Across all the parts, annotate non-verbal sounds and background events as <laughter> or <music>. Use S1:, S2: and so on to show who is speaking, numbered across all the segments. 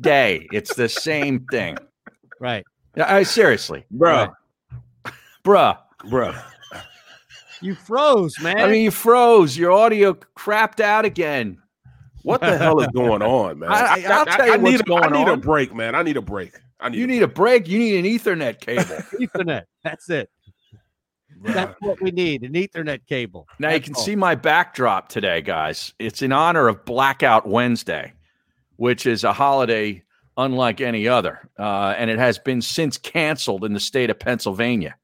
S1: Day. It's the same thing.
S2: Right.
S1: I seriously.
S3: Bruh.
S1: Bruh.
S3: Bruh.
S2: You froze,
S1: <laughs>
S2: man.
S1: I mean, you froze. Your audio crapped out again.
S3: What the hell is going on, man?
S1: <laughs> I- I- I'll tell you what's
S3: need, a-
S1: going
S3: I need a
S1: on.
S3: break, man. I need a break. I need.
S1: You
S3: a
S1: need a break. You need an Ethernet
S2: <laughs>
S1: cable.
S2: Ethernet. That's it.
S3: break.
S2: That's what we need. An Ethernet cable.
S1: now you
S2: That's
S1: can
S2: all.
S1: see my backdrop today, guys. It's in honor of Blackout Wednesday, which is a holiday unlike any other, uh, and it has been since canceled in the state of Pennsylvania.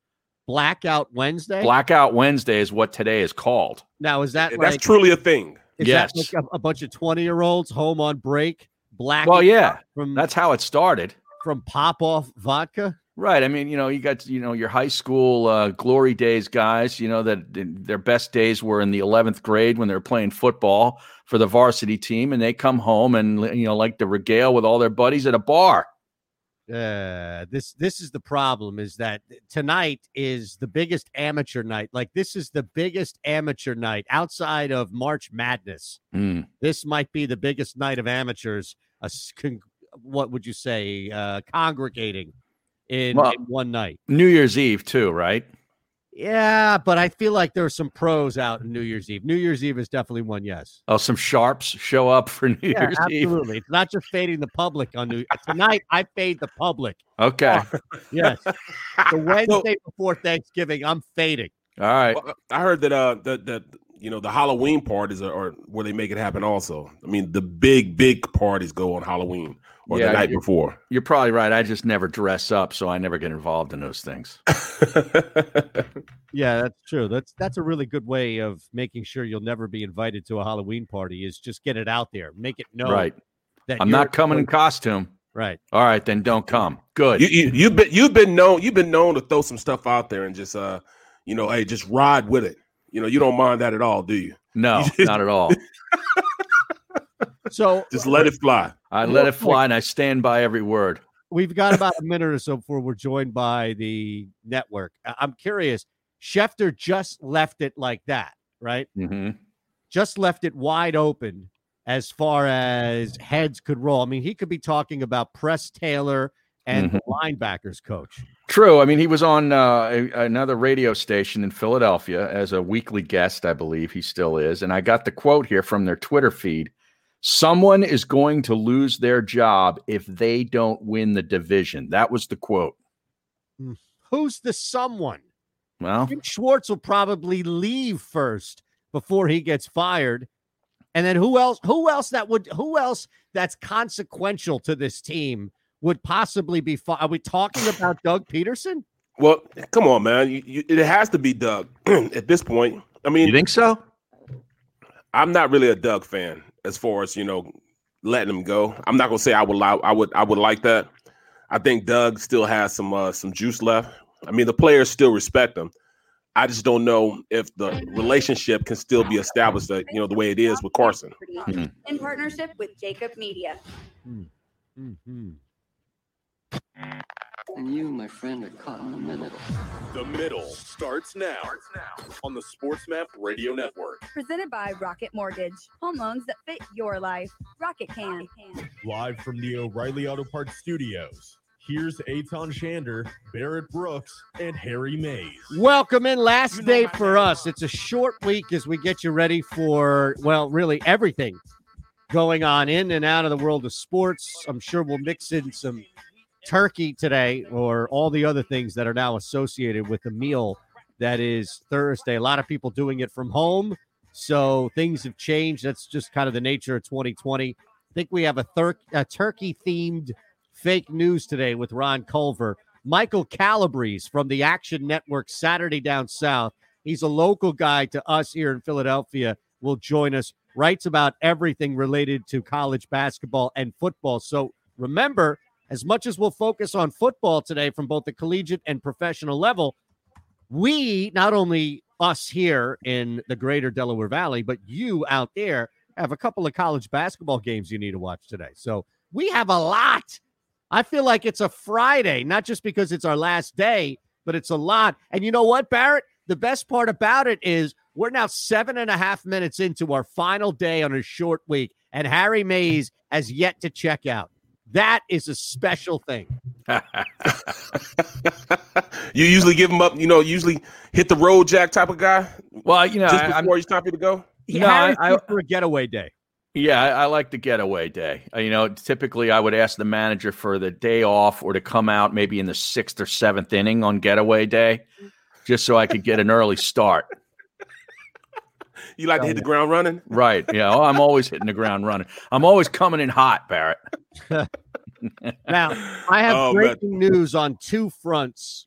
S2: Blackout Wednesday.
S1: Blackout Wednesday is what today is called.
S2: now is that
S3: That's
S2: like
S3: truly a
S1: <laughs>
S3: thing.
S2: is that
S1: yes.
S2: like a, a bunch of twenty year olds home on break? Black.
S1: Well, yeah,
S2: From
S1: that's how it started.
S2: from pop off vodka.
S1: Right. I mean, you know, you got, you know, your high school uh, glory days guys, you know, that th- their best days were in the 11th grade when they were playing football for the varsity team. And they come home and, you know, like to regale with all their buddies at a bar.
S2: Uh, this this is the problem. Is that tonight is the biggest amateur night. Like this is the biggest amateur night outside of March Madness.
S3: Hmm.
S2: this might be the biggest night of amateurs. A s- con- what would you say? Uh, congregating in,
S1: Well-
S2: in one night.
S1: New Year's Eve, too, right?
S2: Yeah, but I feel like there are some pros out in New Year's Eve. New Year's Eve is definitely one. Yes,
S1: Oh, some sharps show up for <laughs> New
S2: yeah,
S1: Year's Eve.
S2: absolutely. It's not just fading the public on New tonight. I fade the public.
S1: Okay.
S2: Yes,
S1: <laughs>
S2: the
S3: So-
S2: Wednesday before Thanksgiving, I'm fading.
S1: All right.
S3: Well, I heard that uh that that you know the Halloween part is or where they make it happen also. I mean the big big parties go on Halloween or
S1: Yeah,
S3: the night
S1: you- <laughs>
S3: before.
S1: You're probably right. I just never dress up, so I never get involved in those things.
S2: Yeah, that's true. That's that's a really good way of making sure you'll never be invited to a Halloween party. Is just get it out there, make it known.
S1: Right.
S2: That
S1: I'm
S2: you're-
S1: not coming in costume.
S2: Right.
S1: All right, then don't come.
S3: <laughs>
S1: Good.
S3: you, you you've been you've been known you've been known to throw some stuff out there and just uh you know hey just ride with it. You know you don't mind that at all, do you?
S1: no, not at all.
S2: So
S1: <laughs>
S3: Just let it fly.
S1: I
S2: Real
S1: let it
S2: quick.
S1: fly and I stand by every word.
S2: we've got about a minute or so before we're joined by the network. I- I'm curious. Schefter just left it like that, right?
S1: Mm-hmm.
S2: Just left it wide open as far as heads could roll. I mean, he could be talking about Press Taylor and the linebackers coach.
S1: True. I mean, he was on uh, a, another radio station in Philadelphia as a weekly guest, I believe he still is. And I got the quote here from their Twitter feed Someone is going to lose their job if they don't win the division. That was the quote.
S2: Who's the someone?
S1: Well,
S2: Jim Schwartz will probably leave first before he gets fired. And then who else who else that would who else that's consequential to this team would possibly be fi- are we talking about Doug Peterson?
S3: Well, come on, man. You, you, it has to be Doug <clears throat> at this point. I mean,
S1: you think so?
S3: I'm not really a Doug fan as far as you know letting him go. I'm not gonna say I would allow, I would I would like that. I think Doug still has some uh, some juice left. I mean, the players still respect him. I just don't know if the relationship can still be established, uh, you know, the way it is with Carson. <laughs>
S1: Mhm.
S4: In partnership with Jacob Media.
S2: Mm-hmm.
S5: And you, my friend, are caught in the middle.
S6: The middle starts now, on the SportsMap Radio Network.
S4: Presented by Rocket Mortgage. Home loans that fit your life. Rocket can.
S6: Live from the O'Reilly Auto Parts Studios. Here's Aton Shander, Barrett Brooks, and Harry Mays.
S2: Welcome in last day for us. It's a short week as we get you ready for well, really everything going on in and out of the world of sports. I'm sure we'll mix in some turkey today or all the other things that are now associated with the meal that is Thursday. A lot of people doing it from home. So things have changed. That's just kind of the nature of 2020. I think we have a, thir- a turkey themed fake news today with Ron Culver. Michael Calabrese from the Action Network Saturday Down South. He's a local guy to us here in Philadelphia. Will join us. Writes about everything related to college basketball and football. So Remember, as much as we'll focus on football today from both the collegiate and professional level, we not only us here in the greater Delaware Valley, but you out there have a couple of college basketball games you need to watch today. So we have a lot. I feel like it's a Friday, not just because it's our last day, but it's a lot. And you know what, Barrett? The best part about it is we're now seven and a half minutes into our final day on a short week, and Harry Mays has yet to check out. That is a special thing.
S3: you usually give him up, you know, usually hit the road jack type of guy
S1: Well, you know,
S3: just
S1: I, I'm-
S3: before he's happy to go.
S1: No,
S2: Harry's
S1: I-
S2: good for a getaway day.
S1: Yeah, I, I like the getaway day. Uh, You know, typically I would ask the manager for the day off or to come out maybe in the sixth or seventh inning on getaway day, just so I could get an early start.
S3: You like
S1: Oh,
S3: to hit the ground running?
S1: Right. Yeah. Oh, I'm always hitting the ground running. I'm always coming in hot, Barrett.
S3: <laughs>
S2: Now, I have
S3: Oh, man.
S2: breaking news on two fronts.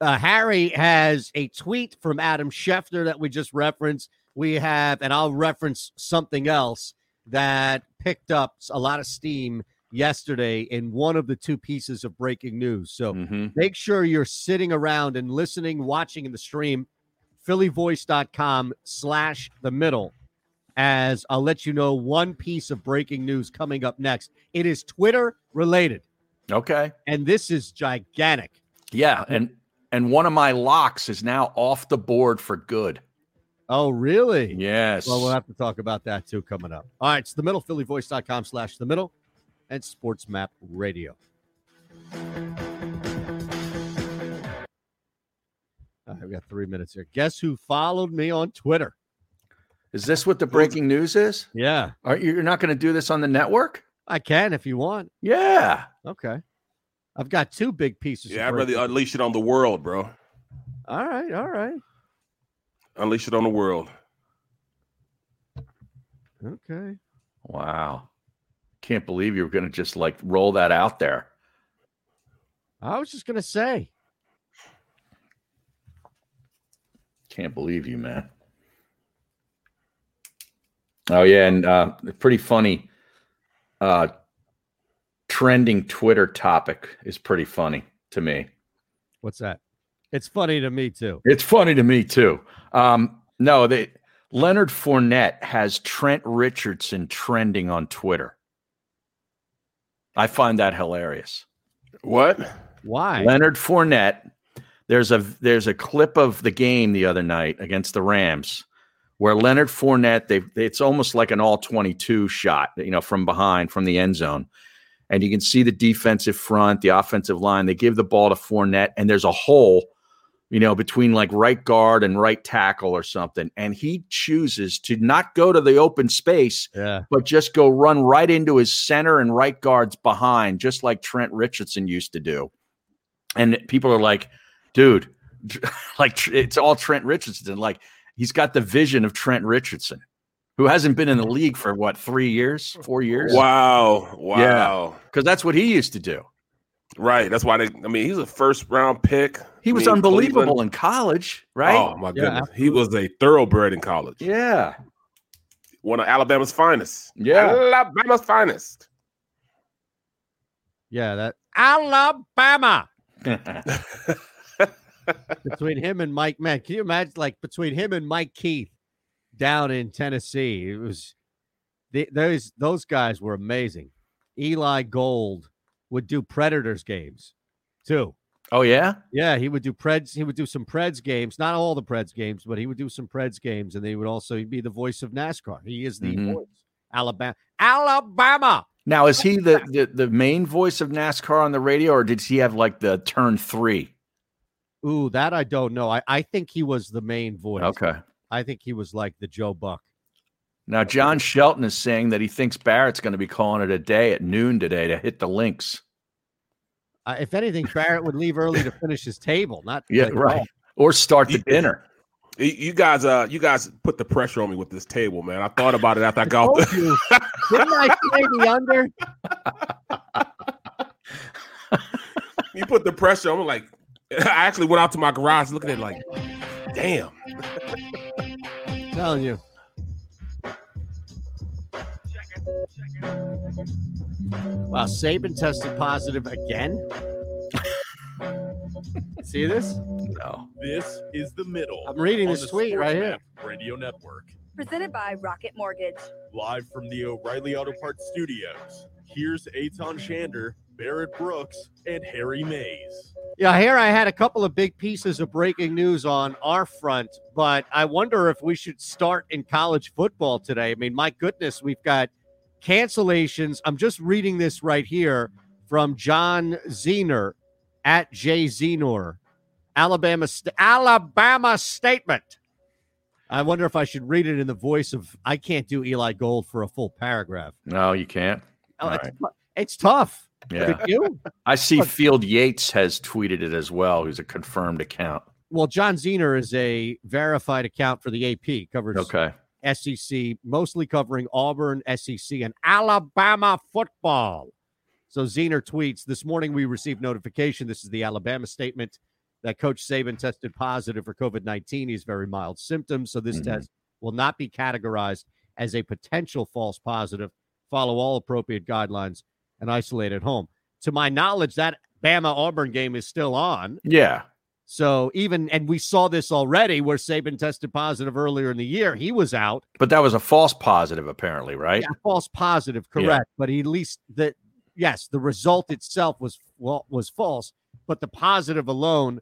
S2: Uh, Harry has a tweet from Adam Schefter that we just referenced. We have, and I'll reference something else that picked up a lot of steam yesterday in one of the two pieces of breaking news. So
S3: Mm-hmm.
S1: hmm
S2: make sure you're sitting around and listening, watching in the stream, phillyvoice.com slash the middle, as I'll let you know one piece of breaking news coming up next. It is Twitter related
S1: Okay.
S2: and this is gigantic.
S1: Yeah. And and one of my locks is now off the board for good.
S2: Oh, really?
S1: Yes.
S2: Well, we'll have to talk about that too coming up. All right, it's the middle, phillyvoice.com slash the middle and sports map radio. All right, we got three minutes here. Guess who followed me on Twitter?
S1: is this what the breaking news is?
S2: Yeah.
S1: Are you, you're not going to do this on the network?
S2: I can if you want.
S1: Yeah.
S2: Okay. I've got two big pieces. of
S3: Yeah, I'd
S2: breaking-
S3: rather unleash it on the world, bro.
S2: All right, all right.
S3: Unleash it on the world.
S2: Okay.
S1: Wow. Can't believe you were going to just like roll that out there.
S2: I was just gonna say.
S1: Can't believe you, man. Oh yeah, and uh, a pretty funny. Uh, trending Twitter topic is pretty funny to me.
S2: What's that? It's funny to me too.
S1: It's funny to me too. Um, no, they Leonard Fournette has Trent Richardson trending on Twitter. I find that hilarious.
S3: What?
S2: Why?
S1: Leonard Fournette. There's a there's a clip of the game the other night against the Rams where Leonard Fournette they it's almost like an all 22 shot, you know, from behind from the end zone. And you can see the defensive front, the offensive line, they give the ball to Fournette and there's a hole, you know, between like right guard and right tackle or something and he chooses to not go to the open space
S2: yeah.
S1: but just go run right into his center and right guards behind, just like Trent Richardson used to do. And people are like, dude, <laughs> like it's all Trent Richardson. Like he's got the vision of Trent Richardson, who hasn't been in the league for what, three years, four years?
S3: Wow. Wow.
S1: Because that's what he used to do.
S3: Right. That's why they I mean, he's a first round pick.
S1: He
S3: I
S1: was
S3: mean,
S1: unbelievable
S3: Cleveland-
S1: in college, right?
S3: Oh my
S2: Yeah,
S3: goodness. he was a thoroughbred in college.
S1: Yeah. <laughs>
S3: One of Alabama's finest.
S1: Yeah.
S3: Alabama's finest.
S2: Yeah, that Alabama.
S1: yeah.
S2: between him and Mike Man. Can you imagine like between him and Mike Keith down in Tennessee? It was the, those those guys were amazing. Eli Gold would do Predators games too.
S1: Oh, yeah.
S2: Yeah, he would do Preds. He would do some Preds games, not all the Preds games, but he would do some Preds games, and they would also he'd be the voice of NASCAR. He is the
S1: Mhm.
S2: voice. Alabama, Alabama.
S1: Now, is he the, the, the main voice of NASCAR on the radio, or did he have like the turn three?
S2: Ooh, that I don't know. I, I think he was the main voice.
S1: Okay.
S2: I think he was like the Joe Buck.
S1: Now, John Shelton is saying that he thinks Barrett's going to be calling it a day at noon today to hit the links.
S2: Uh, if anything, Barrett would leave early to finish his table, not
S1: Yeah,
S2: play
S1: right.
S2: golf.
S1: Or start the dinner.
S3: You- You guys, uh, you guys put the pressure on me with this table, man. I thought about it after I got
S2: "Oh, Told
S1: <laughs>
S3: <laughs> the
S2: you, didn't I play the under?
S3: you put the pressure. I'm like, <laughs> I actually went out to my garage looking at it like, damn.
S2: telling you. Wow, Wow, Saban tested positive again. See this?
S1: No.
S6: This is the middle.
S2: I'm reading
S6: on
S2: this
S6: the
S2: tweet right here.
S6: SportsMap Radio Network.
S4: Presented by Rocket Mortgage.
S6: Live from the O'Reilly Auto Parts Studios. Here's Aton Shander, Barrett Brooks, and Harry Mays.
S2: Yeah, here I had a couple of big pieces of breaking news on our front, but I wonder if we should start in college football today. I mean, my goodness, we've got cancellations. I'm just reading this right here from John Zener at J Zenor, Alabama St- Alabama statement. I wonder if I should read it in the voice of I can't do Eli Gold for a full paragraph.
S1: No, you can't.
S2: Oh,
S1: All
S2: it's, tou- it's tough.
S1: Yeah.
S2: Could you?
S1: I see Field Yates has tweeted it as well, who's a confirmed account.
S2: Well, John Zener is a verified account for the AP, covers
S1: Okay.
S2: SEC, mostly covering Auburn, SEC, and Alabama football. So Zener tweets this morning we received notification. This is the Alabama statement that Coach Saban tested positive for COVID 19. He's very mild symptoms. So this
S1: Mhm.
S2: test will not be categorized as a potential false positive. Follow all appropriate guidelines and isolate at home. To my knowledge, that Bama Auburn game is still on.
S1: Yeah.
S2: So even and we saw this already where Saban tested positive earlier in the year. He was out.
S1: But that was a false positive, apparently, right?
S2: Yeah, false positive,
S1: Yeah.
S2: correct. But he at least the yes, the result itself was well, was false, but the positive alone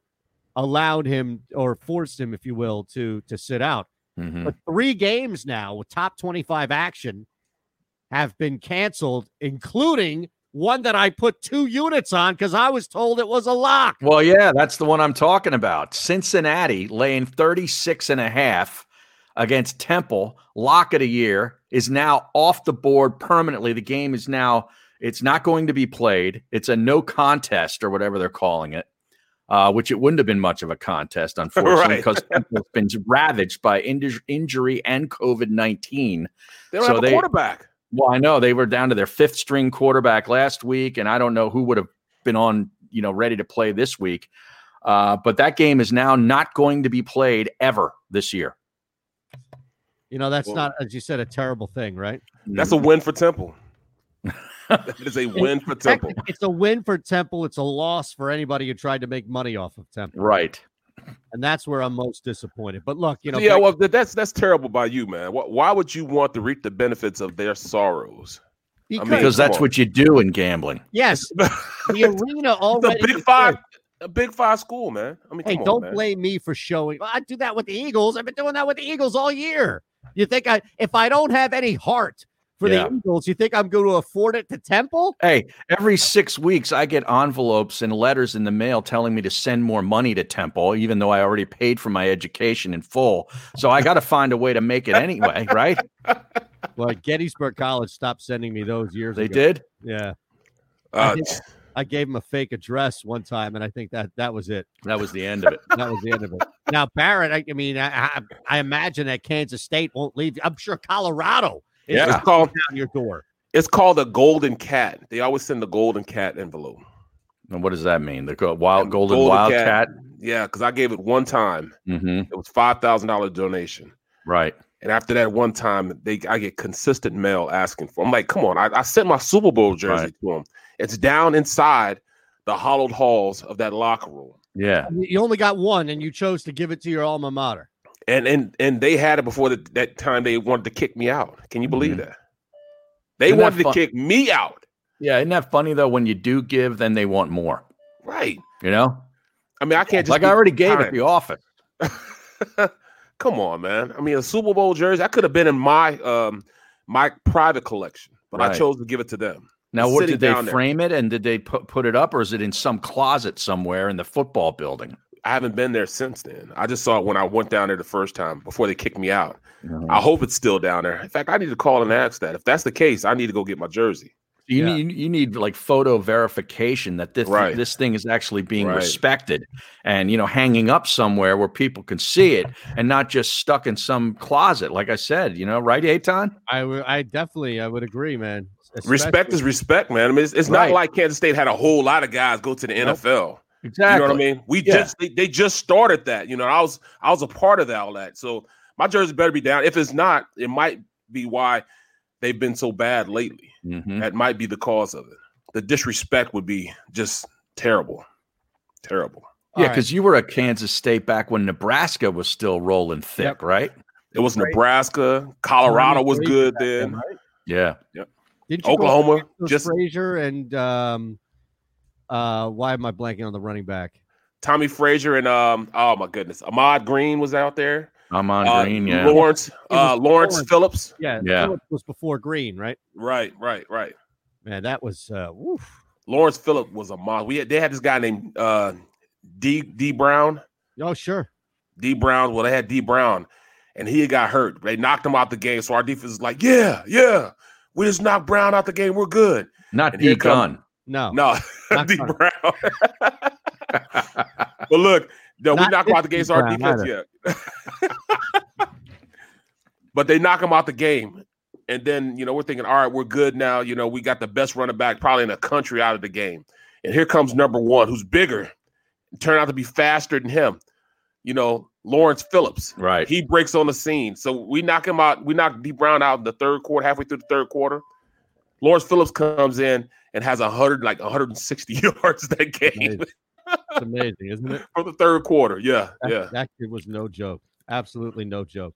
S2: allowed him or forced him, if you will, to to sit out.
S1: Mhm.
S2: But three games now with top 25 action have been canceled, including one that I put two units on because I was told it was a lock.
S1: Well, yeah, that's the one I'm talking about. Cincinnati laying 36 and a half against Temple, lock of the year, is now off the board permanently. The game is now, it's not going to be played. It's a no contest or whatever they're calling it, uh, which it wouldn't have been much of a contest, unfortunately,
S3: Right.
S1: because Temple's been ravaged by inj- injury and COVID 19.
S3: They don't
S1: So
S3: have a
S1: they-
S3: quarterback.
S1: Well, I know they were down to their fifth string quarterback last week, and I don't know who would have been on, you know, ready to play this week. Uh, but that game is now not going to be played ever this year.
S2: You know, that's
S3: Well-
S2: not, as you said, a terrible thing, right?
S3: That's a win for
S1: <laughs>
S3: Temple. that is a win for Temple.
S2: Technically, It's a win for Temple. It's a loss for anybody who tried to make money off of Temple.
S1: right.
S2: And that's where I'm most disappointed. But look, you know,
S3: yeah,
S2: back-
S3: well, that- that's that's terrible by you, man. Why, why would you want to reap the benefits of their sorrows? I mean,
S1: Because
S3: come
S1: that's
S3: on.
S1: what you do in gambling.
S2: yes, the
S3: <laughs> the
S2: arena already.
S3: Big
S2: is
S3: Five,
S2: good.
S3: a Big Five school, man. I mean,
S2: Hey,
S3: come
S2: don't
S3: on, man.
S2: blame me for showing. I do that with the Eagles. I've been doing that with the Eagles all year. You think I, if I don't have any heart for
S1: Yeah.
S2: the Eagles, you think I'm going to afford it to Temple?
S1: Hey, every six weeks I get envelopes and letters in the mail telling me to send more money to Temple, even though I already paid for my education in full. So I got to find a way to make it anyway, right?
S2: Well, Gettysburg College stopped sending me those
S3: <laughs>
S2: years
S1: They
S2: ago.
S1: did.
S2: Yeah.
S3: Uh,
S2: I gave them a fake address one time, and I think that that was it.
S1: That was the end of it.
S2: That was the end of it. Now Barrett, I, I mean, I, I, I imagine that Kansas State won't leave. I'm sure Colorado is
S3: yeah,
S2: knocking
S3: it's called
S2: down your door.
S3: it's called a golden cat. They always send the golden cat envelope.
S1: And what does that mean? The go- wild golden,
S3: Golden cat.
S1: wildcat.
S3: Yeah, because I gave it one time.
S1: Mm-hmm.
S3: It was five thousand dollar donation,
S1: Right.
S3: and after that one time, they I get consistent mail asking for. I'm like, come on, I, I sent my Super Bowl jersey
S1: Right.
S3: to them. It's down inside the hollowed halls of that locker room.
S1: Yeah.
S2: You only got one, and you chose to give it to your alma mater.
S3: and and and they had it before the, that time they wanted to kick me out. Can you believe
S1: Mhm.
S3: that? They
S1: Isn't that
S3: wanted
S1: fun-
S3: to kick me out,
S1: Yeah, isn't that funny though? When you do give, then they want more.
S3: right?
S1: You know,
S3: I mean, I can't just
S1: like
S3: be
S1: I already gave it
S3: kind.
S1: the office.
S3: <laughs> Come on, man. I mean, a Super Bowl jersey. I could have been in my um my private collection, but I
S1: Right.
S3: chose to give it to them.
S1: Now,
S3: It's
S1: what
S3: sitting
S1: did they
S3: down there.
S1: frame it and did they put put it up, or is it in some closet somewhere in the football building?
S3: I haven't been there since then. I just saw it when I went down there the first time before they kicked me out.
S1: Mm.
S3: I hope it's still down there. In fact, I need to call and ask that. If that's the case, I need to go get my jersey.
S1: You
S2: Yeah.
S1: need you need like photo verification that this
S3: Right.
S1: this thing is actually being
S3: Right.
S1: respected, and you know hanging up somewhere where people can see it and not just stuck in some closet. Like I said, you know, right, Aton?
S2: I would, I definitely, I would agree, man.
S3: Respect is respect, man. I mean, it's, it's
S1: Right.
S3: not like Kansas State had a whole lot of guys go to the NFL.
S1: Exactly.
S3: You know what I mean? We
S1: Yeah.
S3: just they, they just started that. You know, I was I was a part of that all that. So my jersey better be down. If it's not, it might be why they've been so bad lately.
S1: Mhm.
S3: That might be the cause of it. the disrespect would be just terrible, terrible.
S2: All
S1: yeah,
S2: right.
S1: because you were at Kansas State back when Nebraska was still rolling thick,
S2: Yep.
S1: right?
S3: It was Nebraska, Colorado was
S2: Crazy
S3: good
S2: back
S3: then.
S2: right?
S1: Yeah.
S2: Didn't you go
S3: Oklahoma
S2: with
S3: just
S2: Frazier and um, uh, why am I blanking on the running back?
S3: Tommy Frazier and um oh my goodness, Ahmad Green was out there.
S1: I'm on
S3: Uh,
S1: green. Yeah.
S3: Lawrence, uh,
S2: was
S3: Lawrence
S2: Lawrence.
S3: Phillips.
S2: Yeah,
S1: Yeah.
S2: Phillips was before Green, right?
S3: Right, right, right.
S2: Man, that was uh, woof.
S3: Lawrence Phillips was a monster. We had, they had this guy named uh, D D Brown.
S2: Oh, sure.
S3: D Brown. Well, they had D Brown, and he got hurt. They knocked him out the game. So our defense is like, yeah, yeah, we just knocked Brown out the game. We're good.
S1: Not
S3: And here
S1: D
S3: comes-
S1: Gun.
S2: No,
S3: No, <laughs>
S2: Not
S3: D
S2: Brown. <laughs>
S3: Brown. but look, no, we
S2: Not
S3: knock him out the game.
S2: this
S3: So our
S2: D
S3: defense, yeah. <laughs> but they knock him out the game. And then, you know, we're thinking, all right, we're good now. You know, we got the best running back probably in the country out of the game. And here comes number one, who's bigger, turned out to be faster than him. You know, Lawrence Phillips.
S1: Right.
S3: He breaks on the scene. So we knock him out. We knock D Brown out in the third quarter, halfway through the third quarter. Lawrence Phillips comes in and has a hundred, like 160 <laughs> yards that game
S2: Amazing. it's amazing, isn't it?
S3: <laughs> from the third quarter.
S1: <laughs>
S3: Yeah,
S2: That,
S3: yeah.
S2: that kid was no joke. Absolutely no joke.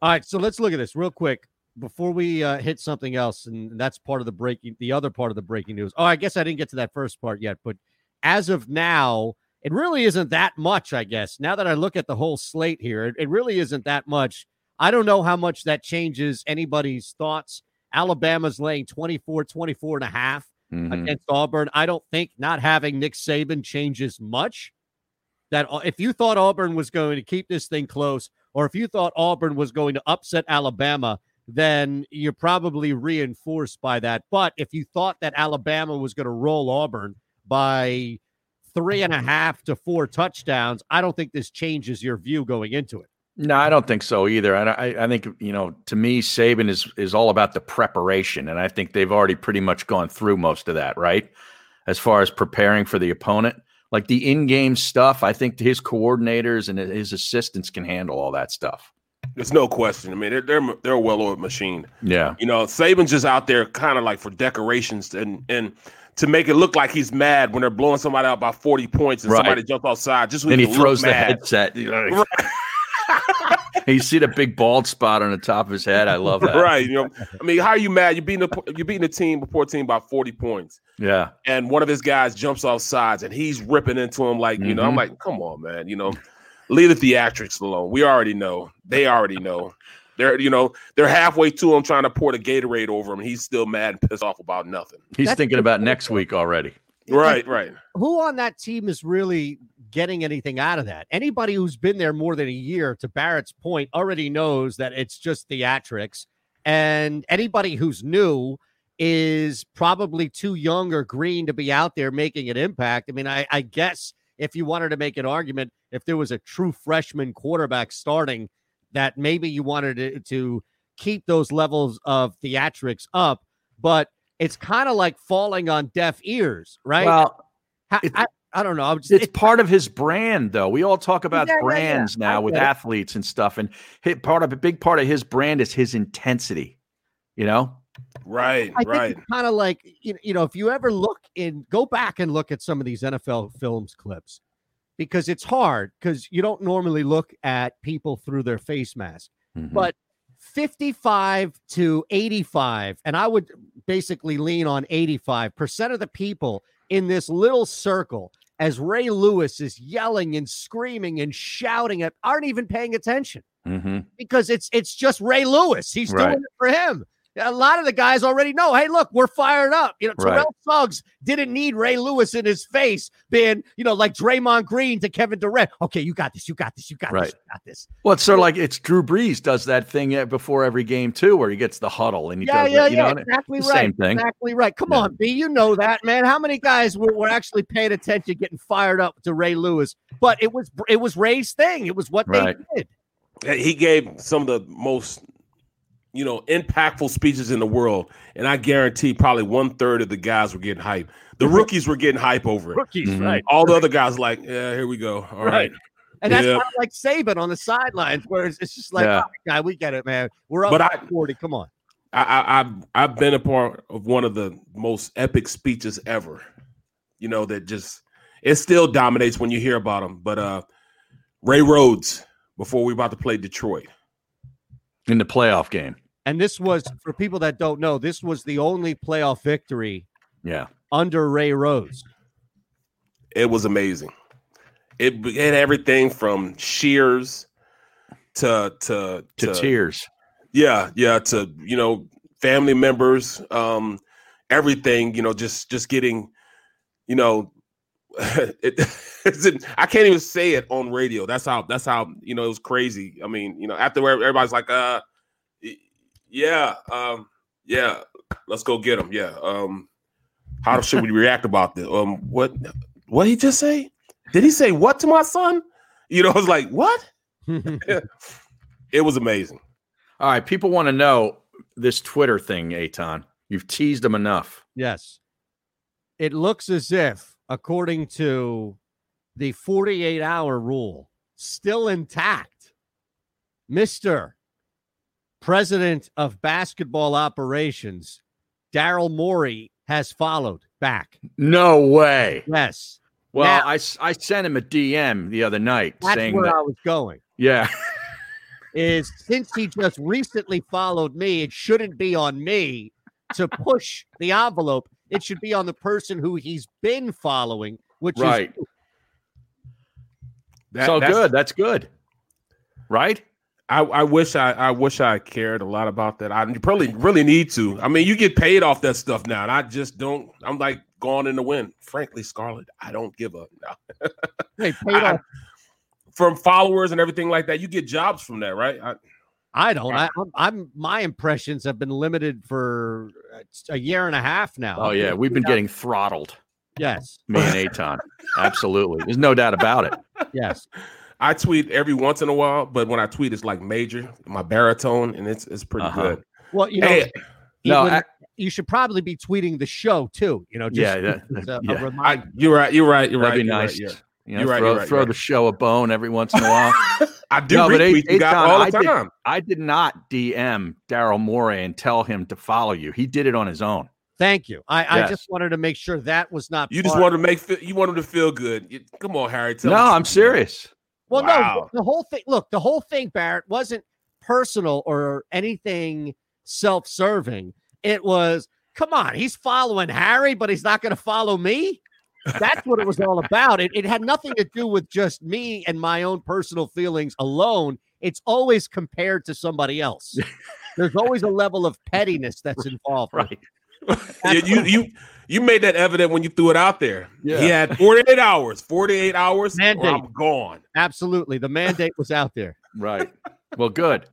S2: All right, so let's look at this real quick before we uh, hit something else, and that's part of the breaking, the other part of the breaking news. Oh, I guess I didn't get to that first part yet, but as of now, it really isn't that much. I guess now that I look at the whole slate here, it, it really isn't that much. I don't know how much that changes anybody's thoughts. Alabama's laying 24, 24 and a half
S1: Mhm.
S2: against Auburn. I don't think not having Nick Saban changes much. That au- if you thought Auburn was going to keep this thing close, or if you thought Auburn was going to upset Alabama, then you're probably reinforced by that. But if you thought that Alabama was going to roll Auburn by three and a half to four touchdowns, I don't think this changes your view going into it.
S1: <laughs> No, I don't think so either. And I, I think you know, to me, Saban is is all about the preparation, and I think they've already pretty much gone through most of that, right? As far as preparing for the opponent, like the in-game stuff, I think his coordinators and his assistants can handle all that stuff.
S3: There's no question. I mean, they're they're they're a well-oiled machine.
S1: Yeah,
S3: You know, Saban's just out there kind of like for decorations and and to make it look like he's mad when they're blowing somebody out by 40 points and
S1: Right.
S3: somebody jumps outside just so
S1: then he
S3: he can look
S1: throws the
S3: mad. <laughs>
S1: headset. <laughs> Like, you see the big bald spot on the top of his head. I love that.
S3: right.
S1: <laughs>
S3: You know, I mean, how are you mad? You're beating the you're beating the team, the poor team by 40 points.
S1: Yeah,
S3: and one of his guys jumps off sides and he's ripping into him like you know i'm
S1: Mhm.
S3: like come on man you know leave the theatrics alone we already know they already know they're you know they're halfway to him trying to pour the gatorade over him and he's still mad and pissed off about nothing
S1: he's
S2: That's
S1: thinking
S2: the
S1: about
S2: point,
S1: next
S2: though.
S1: week already.
S3: right right
S2: who on that team is really getting anything out of that? Anybody who's been there more than a year, to Barrett's point, already knows that it's just theatrics. And anybody who's new is probably too young or green to be out there making an impact. I mean, I, I guess if you wanted to make an argument, if there was a true freshman quarterback starting, that maybe you wanted to, to keep those levels of theatrics up, but it's kind of like falling on deaf ears, right?
S1: Well,
S2: Ha-
S1: It's-
S2: I, I don't know. I was just,
S1: it's <laughs>
S2: it-
S1: part of his brand though we all talk about
S4: Yeah, yeah, yeah.
S1: brands now
S4: I
S1: with
S4: get it.
S1: athletes and stuff and hit part of a big part of his brand is his intensity you know
S3: right
S2: I
S3: right
S2: think it's kind of like you, you know, if you ever look in, go back and look at some of these NFL films clips because it's hard because you don't normally look at people through their face mask.
S1: Mm-hmm.
S2: But- 55 to 85 and i would basically lean on 85% of the people in this little circle as ray lewis is yelling and screaming and shouting at aren't even paying attention
S1: Mhm.
S2: because it's it's just Ray Lewis. He's
S1: Right.
S2: doing it for him. A lot of the guys already know. Hey, look, we're fired up. You know,
S1: Right.
S2: Terrell Suggs didn't need Ray Lewis in his face, being you know like Draymond Green to Kevin Durant. Okay, you got this. You got this. You got
S1: Right.
S2: this. You got this.
S1: well it's sort of like it's drew brees does that thing uh, before every game too where he gets the huddle and he
S2: yeah,
S1: does
S2: yeah,
S1: it, you
S2: yeah.
S1: know and-
S2: exactly
S1: the
S2: right.
S1: same thing.
S2: Exactly right. Come
S1: Yeah.
S2: on, B. You know that, man. How many guys were, were actually paying attention, getting fired up to Ray Lewis? But it was it was Ray's thing. It was what
S1: Right.
S2: they did.
S3: Yeah, he gave some of the most you know impactful speeches in the world and i guarantee probably one third of the guys were getting hype the rookies were getting hype over it
S2: Rookies,
S1: Mhm.
S2: right?
S3: all the other guys like yeah here we go all
S2: Right.
S3: right,
S2: And that's
S3: Yeah.
S2: kind of like Saban on the sidelines, where it's, it's just like, uh
S1: Yeah.
S2: "All right, guy, we get it, man. We're up
S3: But I-
S2: 40. Come on.
S3: I, I I've I've been a part of one of the most epic speeches ever. You know that just it still dominates when you hear about him. But uh, Ray Rhodes before we about to play Detroit.
S1: in the playoff game.
S2: And this was for people that don't know, this was the only playoff victory
S1: Yeah.
S2: under Ray Rhodes. <laughs>
S3: It was amazing. It it had everything from shears to to
S1: To, tears.
S3: yeah yeah to you know family members um everything you know just just getting you know <laughs> it, it's in- i can't even say it on radio that's how that's how you know it was crazy i mean you know after where everybody's like uh y- yeah um yeah let's go get him yeah um how should we react about this um what what he just say did he say what to my son you know <laughs> i was like what it was amazing
S1: All right. People want to know this Twitter thing, Aton. You've teased them enough.
S2: yes. It looks as if, according to the 48 hour rule, still intact, Mr. President of Basketball Operations, Daryl Morey, has followed back.
S1: No way.
S2: Yes.
S1: Well,
S2: Now-
S1: I, s- I sent him a DM the other night
S2: That's
S1: saying
S2: where
S1: that.
S2: I was going.
S1: yeah.
S2: is since he just recently followed me, it shouldn't be on me to push the envelope. It should be on the person who he's been following, which
S1: Right.
S2: is
S3: That-
S1: so
S3: that's-
S1: good. That's good. Right?
S3: I, I wish I, I wish I cared a lot about that. I probably really need to. I mean, you get paid off that stuff now, and I just don't. I'm like gone in the wind. Frankly, Scarlett, I don't give up.
S2: they paid
S3: I-
S2: off.
S3: From followers and everything like that, you get jobs from that, right? I,
S2: I don't. I, I'm, I'm. My impressions have been limited for uh, a year and a half now.
S1: Oh, yeah. We've been getting throttled,
S2: Yes.
S1: me and Aton. <laughs> Absolutely. There's no doubt about it.
S2: Yes.
S3: I tweet every once in a while, but when I tweet, it's like major, my baritone, and it's it's pretty
S1: Uh-huh.
S3: good.
S2: Well, you know,
S3: Hey,
S1: No,
S2: even-
S1: I-
S2: you should probably be tweeting the show too. You know, just
S1: Yeah, that-
S2: <laughs> as a, a
S1: yeah. I-
S3: I,
S2: reminder.
S3: you're right. You're right. You're
S1: That'd
S3: right.
S1: be
S3: you're right,
S1: nice.
S3: you're
S1: You know,
S3: You're right,
S1: throw,
S3: you're right,
S1: throw
S3: you're
S1: the show a bone every once in a while. <laughs>
S3: I do
S1: No, but
S3: retweet
S1: A-
S3: you guys
S1: Aton,
S3: all the
S1: I did-
S3: time.
S1: I did not DM Daryl Morey and tell him to follow you. He did it on his own.
S2: Thank you. I, I
S1: Yes.
S2: just wanted to make sure that was not.
S3: You just
S2: part-
S3: want to make fe- you want them to feel good. You- come on, Harry. tell
S1: no,
S3: them the
S1: I'm
S3: truth, man.
S1: serious.
S2: Well,
S3: Wow.
S2: no, the whole thing. Look, the whole thing, Barrett, wasn't personal or anything self-serving. It was, come on, he's following Harry, but he's not going to follow me. That's what it was all about. It, it had nothing to do with just me and my own personal feelings alone. It's always compared to somebody else. There's always a level of pettiness that's involved. with it.
S1: Right.
S3: Yeah, you you you made that evident when you threw it out there.
S1: Yeah.
S3: He had 48 hours. 48 hours or
S2: Mandate.
S3: I'm gone.
S2: Absolutely. The mandate was out there. <laughs>
S1: Right. Well, good.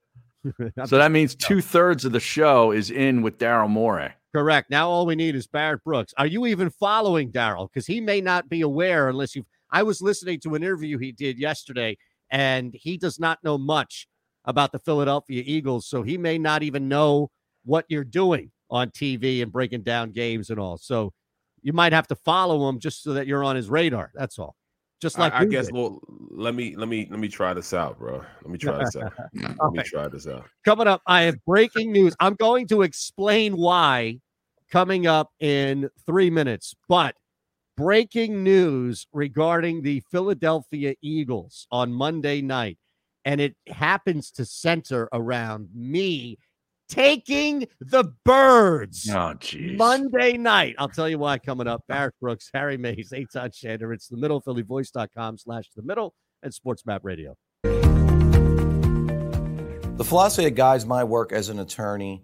S1: So that means two thirds of the show is in with Daryl Morey.
S2: Correct. Now all we need is Barrett Brooks. Are you even following Daryl? Because he may not be aware unless you. I was listening to an interview he did yesterday, and he does not know much about the Philadelphia Eagles, so he may not even know what you're doing on TV and breaking down games and all. So you might have to follow him just so that you're on his radar. That's all. Just like
S3: I, I
S2: we
S3: guess
S2: did.
S3: well let me let me let me try this out, bro. Let me try this
S2: <laughs>
S3: out. Let me
S2: Okay.
S3: try this out.
S2: Coming up, I have breaking news. I'm going to explain why coming up in three minutes. But breaking news regarding the Philadelphia Eagles on Monday night. And it happens to center around me taking the birds
S1: Oh, jeez.
S2: Monday night. I'll tell you why coming up. Barrett Brooks, Harry Mays, Aton Shander. It's the middle, phillyvoice.com slash the middle and sports map radio.
S7: The philosophy that guides my work as an attorney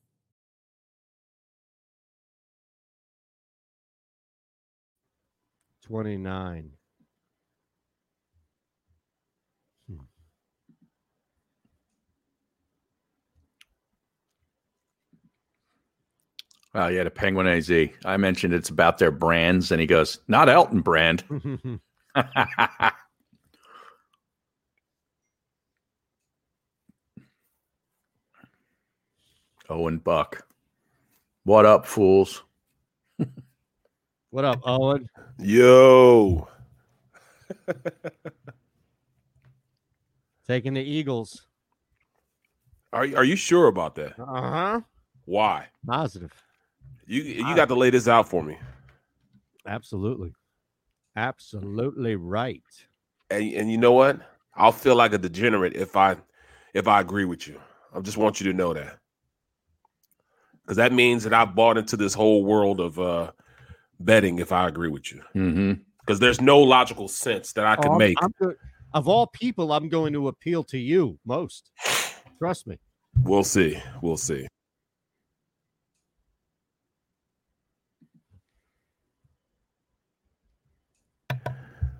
S2: Twenty nine.
S1: Oh, yeah, the Penguin AZ. I mentioned it's about their brands, and he goes, not Elton brand. <laughs> Owen Buck. What up, fools?
S2: <laughs> what up, Owen?
S3: Yo.
S2: Taking the Eagles.
S3: Are are you sure about that?
S2: Uh huh.
S3: Why?
S2: Positive.
S3: You you got to lay this out for me.
S2: Absolutely. Absolutely right.
S3: And and you know what? I'll feel like a degenerate if I if I agree with you. I just want you to know that. Cuz that means that I bought into this whole world of uh betting if I agree with you.
S1: Mm-hmm.
S3: Cuz there's no logical sense that I
S2: Oh,
S3: can
S2: I'm-
S3: make.
S2: I'm go- of all people, I'm going to appeal to you most. Trust me.
S3: We'll see. We'll see.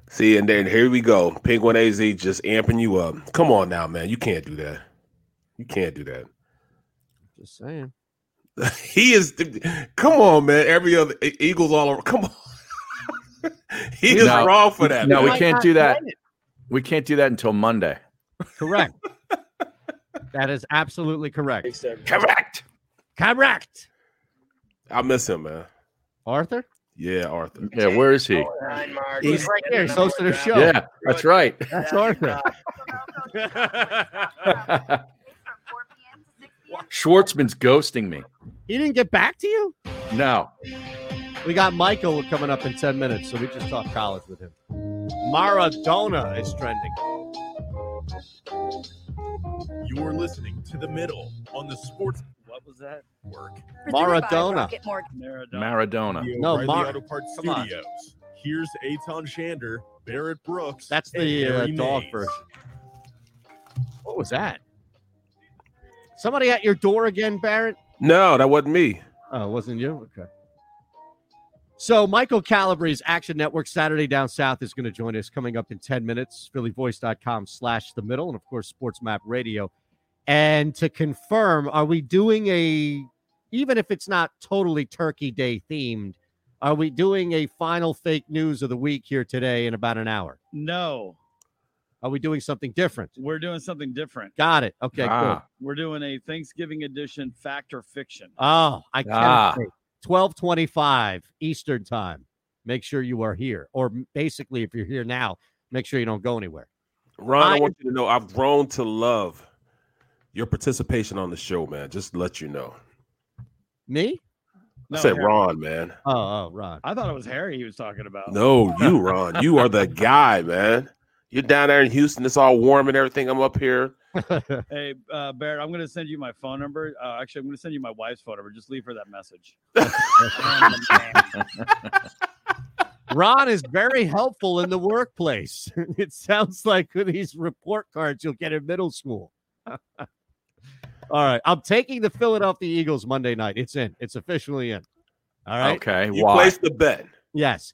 S3: See, and then here we go. Penguin AZ just amping you up. Come on now, man. You can't do that. You can't do that. <laughs>
S2: Just saying.
S3: he is. Come on, man. Every other E- Eagles all over. Come on. <laughs> he is
S1: No.
S3: wrong for that.
S1: No,
S3: man.
S1: we can't do that. We can't do that until Monday.
S2: <laughs> Correct. that is absolutely correct.
S1: Correct.
S2: Correct.
S3: I miss him, man.
S2: Arthur?
S3: Yeah, Arthur.
S1: Yeah, where is he?
S2: He's right there. He's hosting a show.
S1: Yeah, that's right.
S2: That's Arthur.
S6: <laughs>
S1: Schwartzman's ghosting me.
S2: He didn't get back to you?
S1: No.
S2: We got Michael coming up in 10 minutes, so we just talked college with him. Maradona is trending.
S6: You are listening to the middle on the sports
S8: What was that?
S6: work.
S4: Presented by
S2: Maradona.
S4: Rocket Mortgage.
S8: Maradona.
S1: Maradona.
S2: No,
S6: O'Reilly
S2: Mark,
S6: Auto Parts
S2: come on.
S6: Studios. Here's Aton Shander, Barrett Brooks.
S2: That's
S6: and
S2: the uh,
S6: Harry
S2: dog
S6: Mays.
S2: version. What was that? Somebody at your door again, Barrett?
S3: No, that wasn't me.
S2: Oh, it wasn't you? Okay. So Michael Calabrese, Action Network, Saturday Down South is going to join us coming up in 10 minutes. PhillyVoice.com slash the middle and, of course, Sports Map Radio. And to confirm, are we doing a, even if it's not totally Turkey Day themed, are we doing a final fake news of the week here today in about an hour?
S8: No,
S2: Are we doing something different?
S8: we're doing something different.
S2: Got it. Okay, good.
S1: Ah,
S8: We're doing a Thanksgiving edition fact or fiction.
S2: Oh, I can't
S1: Ah.
S2: wait. 1225 Eastern time. Make sure you are here. Or m- basically, if you're here now, make sure you don't go anywhere.
S3: Ron, I
S2: I-
S3: want you to know I've grown to love your participation on the show, man. Just to let you know.
S2: Me?
S8: No,
S3: I said
S8: Harry.
S3: Ron, man.
S2: Oh, oh, Ron.
S6: <laughs>
S8: I thought it was Harry he was talking about.
S3: No, you, Ron. You are the guy, man. You're down there in Houston. It's all warm and everything. I'm up here.
S8: Hey, uh, Barrett, I'm going to send you my phone number. Uh, actually, I'm going to send you my wife's phone number. Just leave her that message.
S2: Ron is very helpful in the workplace. <laughs> it sounds like with these report cards you'll get in middle school. <laughs> All right. I'm taking the Philadelphia Eagles Monday night. It's in. It's officially in. All right.
S1: Okay.
S3: You
S1: Why?
S3: placed the bet. <laughs>
S2: Yes.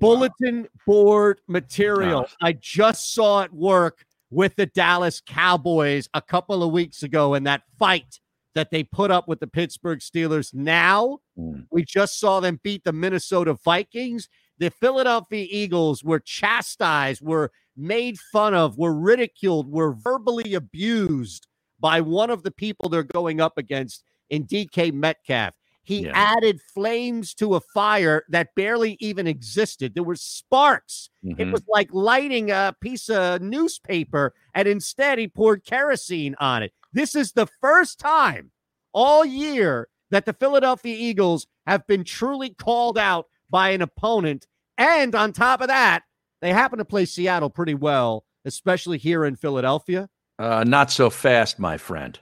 S2: Bulletin board material. I just saw it work with the Dallas Cowboys a couple of weeks ago in that fight that they put up with the Pittsburgh Steelers. Now
S1: Mm.
S2: we just saw them beat the Minnesota Vikings. The Philadelphia Eagles were chastised, were made fun of, were ridiculed, were verbally abused by one of the people they're going up against in DK Metcalf. He
S1: Yeah.
S2: added flames to a fire that barely even existed. There were sparks. It
S1: Mhm.
S2: was like lighting a piece of newspaper, and instead he poured kerosene on it. This is the first time all year that the Philadelphia Eagles have been truly called out by an opponent. And on top of that, they happen to play Seattle pretty well, especially here in Philadelphia.
S1: Uh, not so fast, my friend.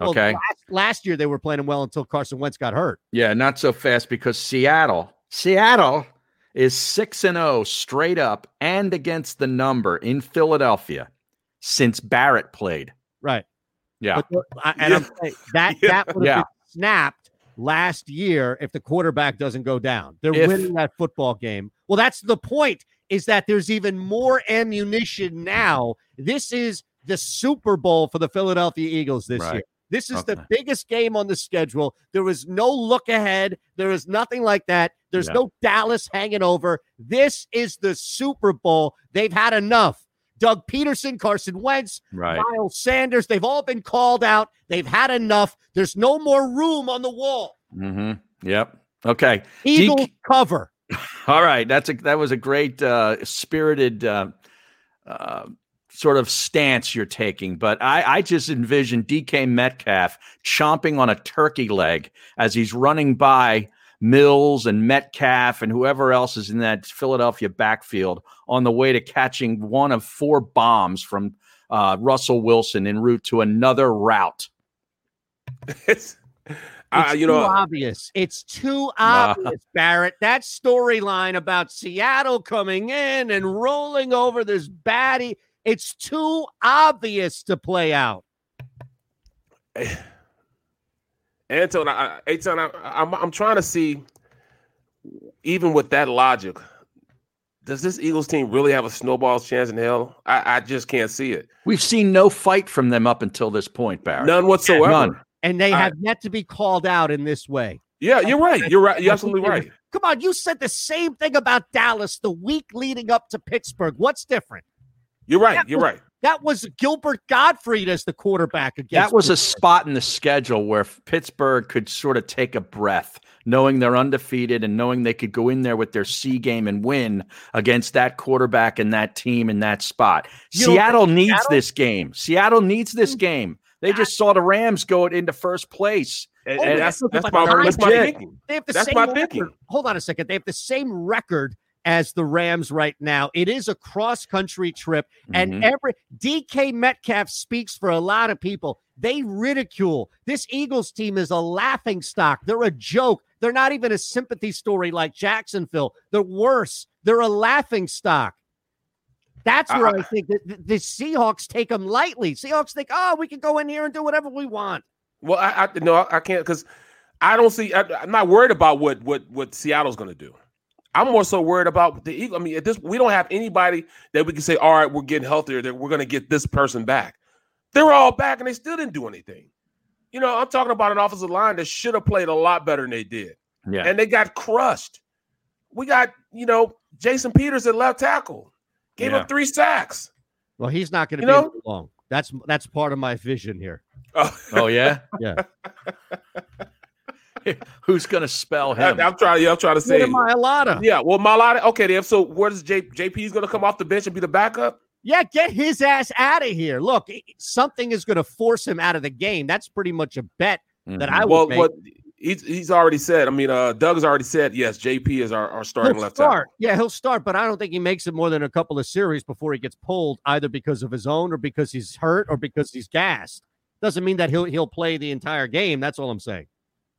S2: Well,
S1: Okay.
S2: last, last year they were playing them well until Carson Wentz got hurt.
S1: Yeah, not so fast because Seattle, Seattle is 6 and 0 straight up and against the number in Philadelphia since Barrett played.
S2: Right.
S1: Yeah.
S2: But the- I- and I'm saying that
S3: Yeah.
S2: that would have
S1: <laughs> Yeah.
S2: been snapped last year if the quarterback doesn't go down. They're
S1: If-
S2: winning that football game. Well, that's the point. Is that there's even more ammunition now? This is the Super Bowl for the Philadelphia Eagles this
S1: Right.
S2: year. This is the
S1: Okay.
S2: biggest game on the schedule. There was no look ahead. There is nothing like that. There's
S1: Yeah.
S2: no Dallas hanging over. This is the Super Bowl. They've had enough. Doug Peterson, Carson Wentz,
S1: Right.
S2: Miles Sanders. They've all been called out. They've had enough. There's no more room on the wall.
S1: Mm-hmm. Yep. Okay.
S2: Eagles
S1: Deke-
S2: cover.
S1: All right, that's a that was a great uh, spirited uh, uh, sort of stance you're taking, but I, I just envision DK Metcalf chomping on a turkey leg as he's running by Mills and Metcalf and whoever else is in that Philadelphia backfield on the way to catching one of four bombs from uh, Russell Wilson en route to another route.
S3: It's,
S2: It's
S1: Uh,
S3: I, you
S2: too
S3: know,
S2: obvious. It's too obvious, Barrett. That storyline about Seattle coming in and rolling over this baddie. It's too obvious to play out.
S3: <sighs> Anton, I, I- Anton, I, I'm I'm trying to see, even with that logic, does this Eagles team really have a snowball's chance in hell? I, I just can't see it.
S1: We've seen no fight from them up until this point, Barry.
S3: None whatsoever.
S1: None.
S2: And they
S3: I-
S2: have yet to be called out in this way.
S3: Yeah, you're right. You're right. You're absolutely right.
S2: Come on, you said the same thing about Dallas the week leading up to Pittsburgh. What's different?
S3: You're right. You're right.
S2: That was Gilbert Gottfried as the quarterback against.
S1: That was a spot in the schedule where Pittsburgh could sort of take a breath, knowing they're undefeated and knowing they could go in there with their C game and win against that quarterback and that team in that spot.
S2: You don't
S1: Seattle needs
S2: Seattle- Hmm.
S1: this game. Seattle needs this game. They just saw the Rams go it into first place.
S3: And,
S2: Oh,
S3: and
S2: yeah.
S3: that's
S2: Look at
S3: that's
S2: my
S3: my that's my
S1: logic.
S3: thinking.
S2: They have the
S3: That's
S2: same
S3: my
S2: record.
S3: thinking.
S2: Hold on a second. They have the same record as the Rams right now. It is a cross country trip, and
S3: Mm-hmm.
S1: Mhm.
S2: every DK Metcalf speaks for a lot of people. They ridicule this Eagles team is a laughing stock. They're a joke. They're not even a sympathy story like Jacksonville. They're worse. They're a laughing stock. That's where I,
S3: I-
S2: think that th- the Seahawks take them lightly. Seahawks think, oh, we can go in here and do whatever we want.
S3: Well, I, I no, I can't because I don't see. I, I'm not worried about what what what Seattle's going to do. I'm more so worried about the Eagle. I mean, at this, we don't have anybody that we can say, all right, we're getting healthier. That we're going to get this person back. They're all back, and they still didn't do anything. You know, I'm talking about an offensive line that should have played a lot better than they did,
S1: Yeah.
S3: and they got crushed. We got you know Jason Peters at left tackle, gave
S1: Yeah.
S3: up three sacks.
S2: Well, he's not going to
S3: You
S2: be
S3: know-
S2: here for long. That's that's part of my vision here.
S1: oh
S2: <laughs>
S1: yeah.
S2: Yeah.
S1: <laughs> Who's going to spell
S3: I,
S1: him?
S3: am trying. I'm trying to
S2: What
S3: say.
S2: am I, Alana?
S3: Yeah, well, Malata. Okay, then. So, where's J, JP's going to come off the bench and be the backup?
S2: Yeah, get his ass out of here. Look, i- something is going to force him out of the game. That's pretty much a bet that
S1: Mhm.
S2: I would
S3: well,
S2: make.
S3: what he's he's already said. I mean, uh, Doug's already said. Yes, JP is our, our starting
S2: He'll
S3: left
S2: start. Yeah, he'll start, but I don't think he makes it more than a couple of series before he gets pulled, either because of his own or because he's hurt or because he's gassed. Doesn't mean that he'll he'll play the entire game. That's all I'm saying.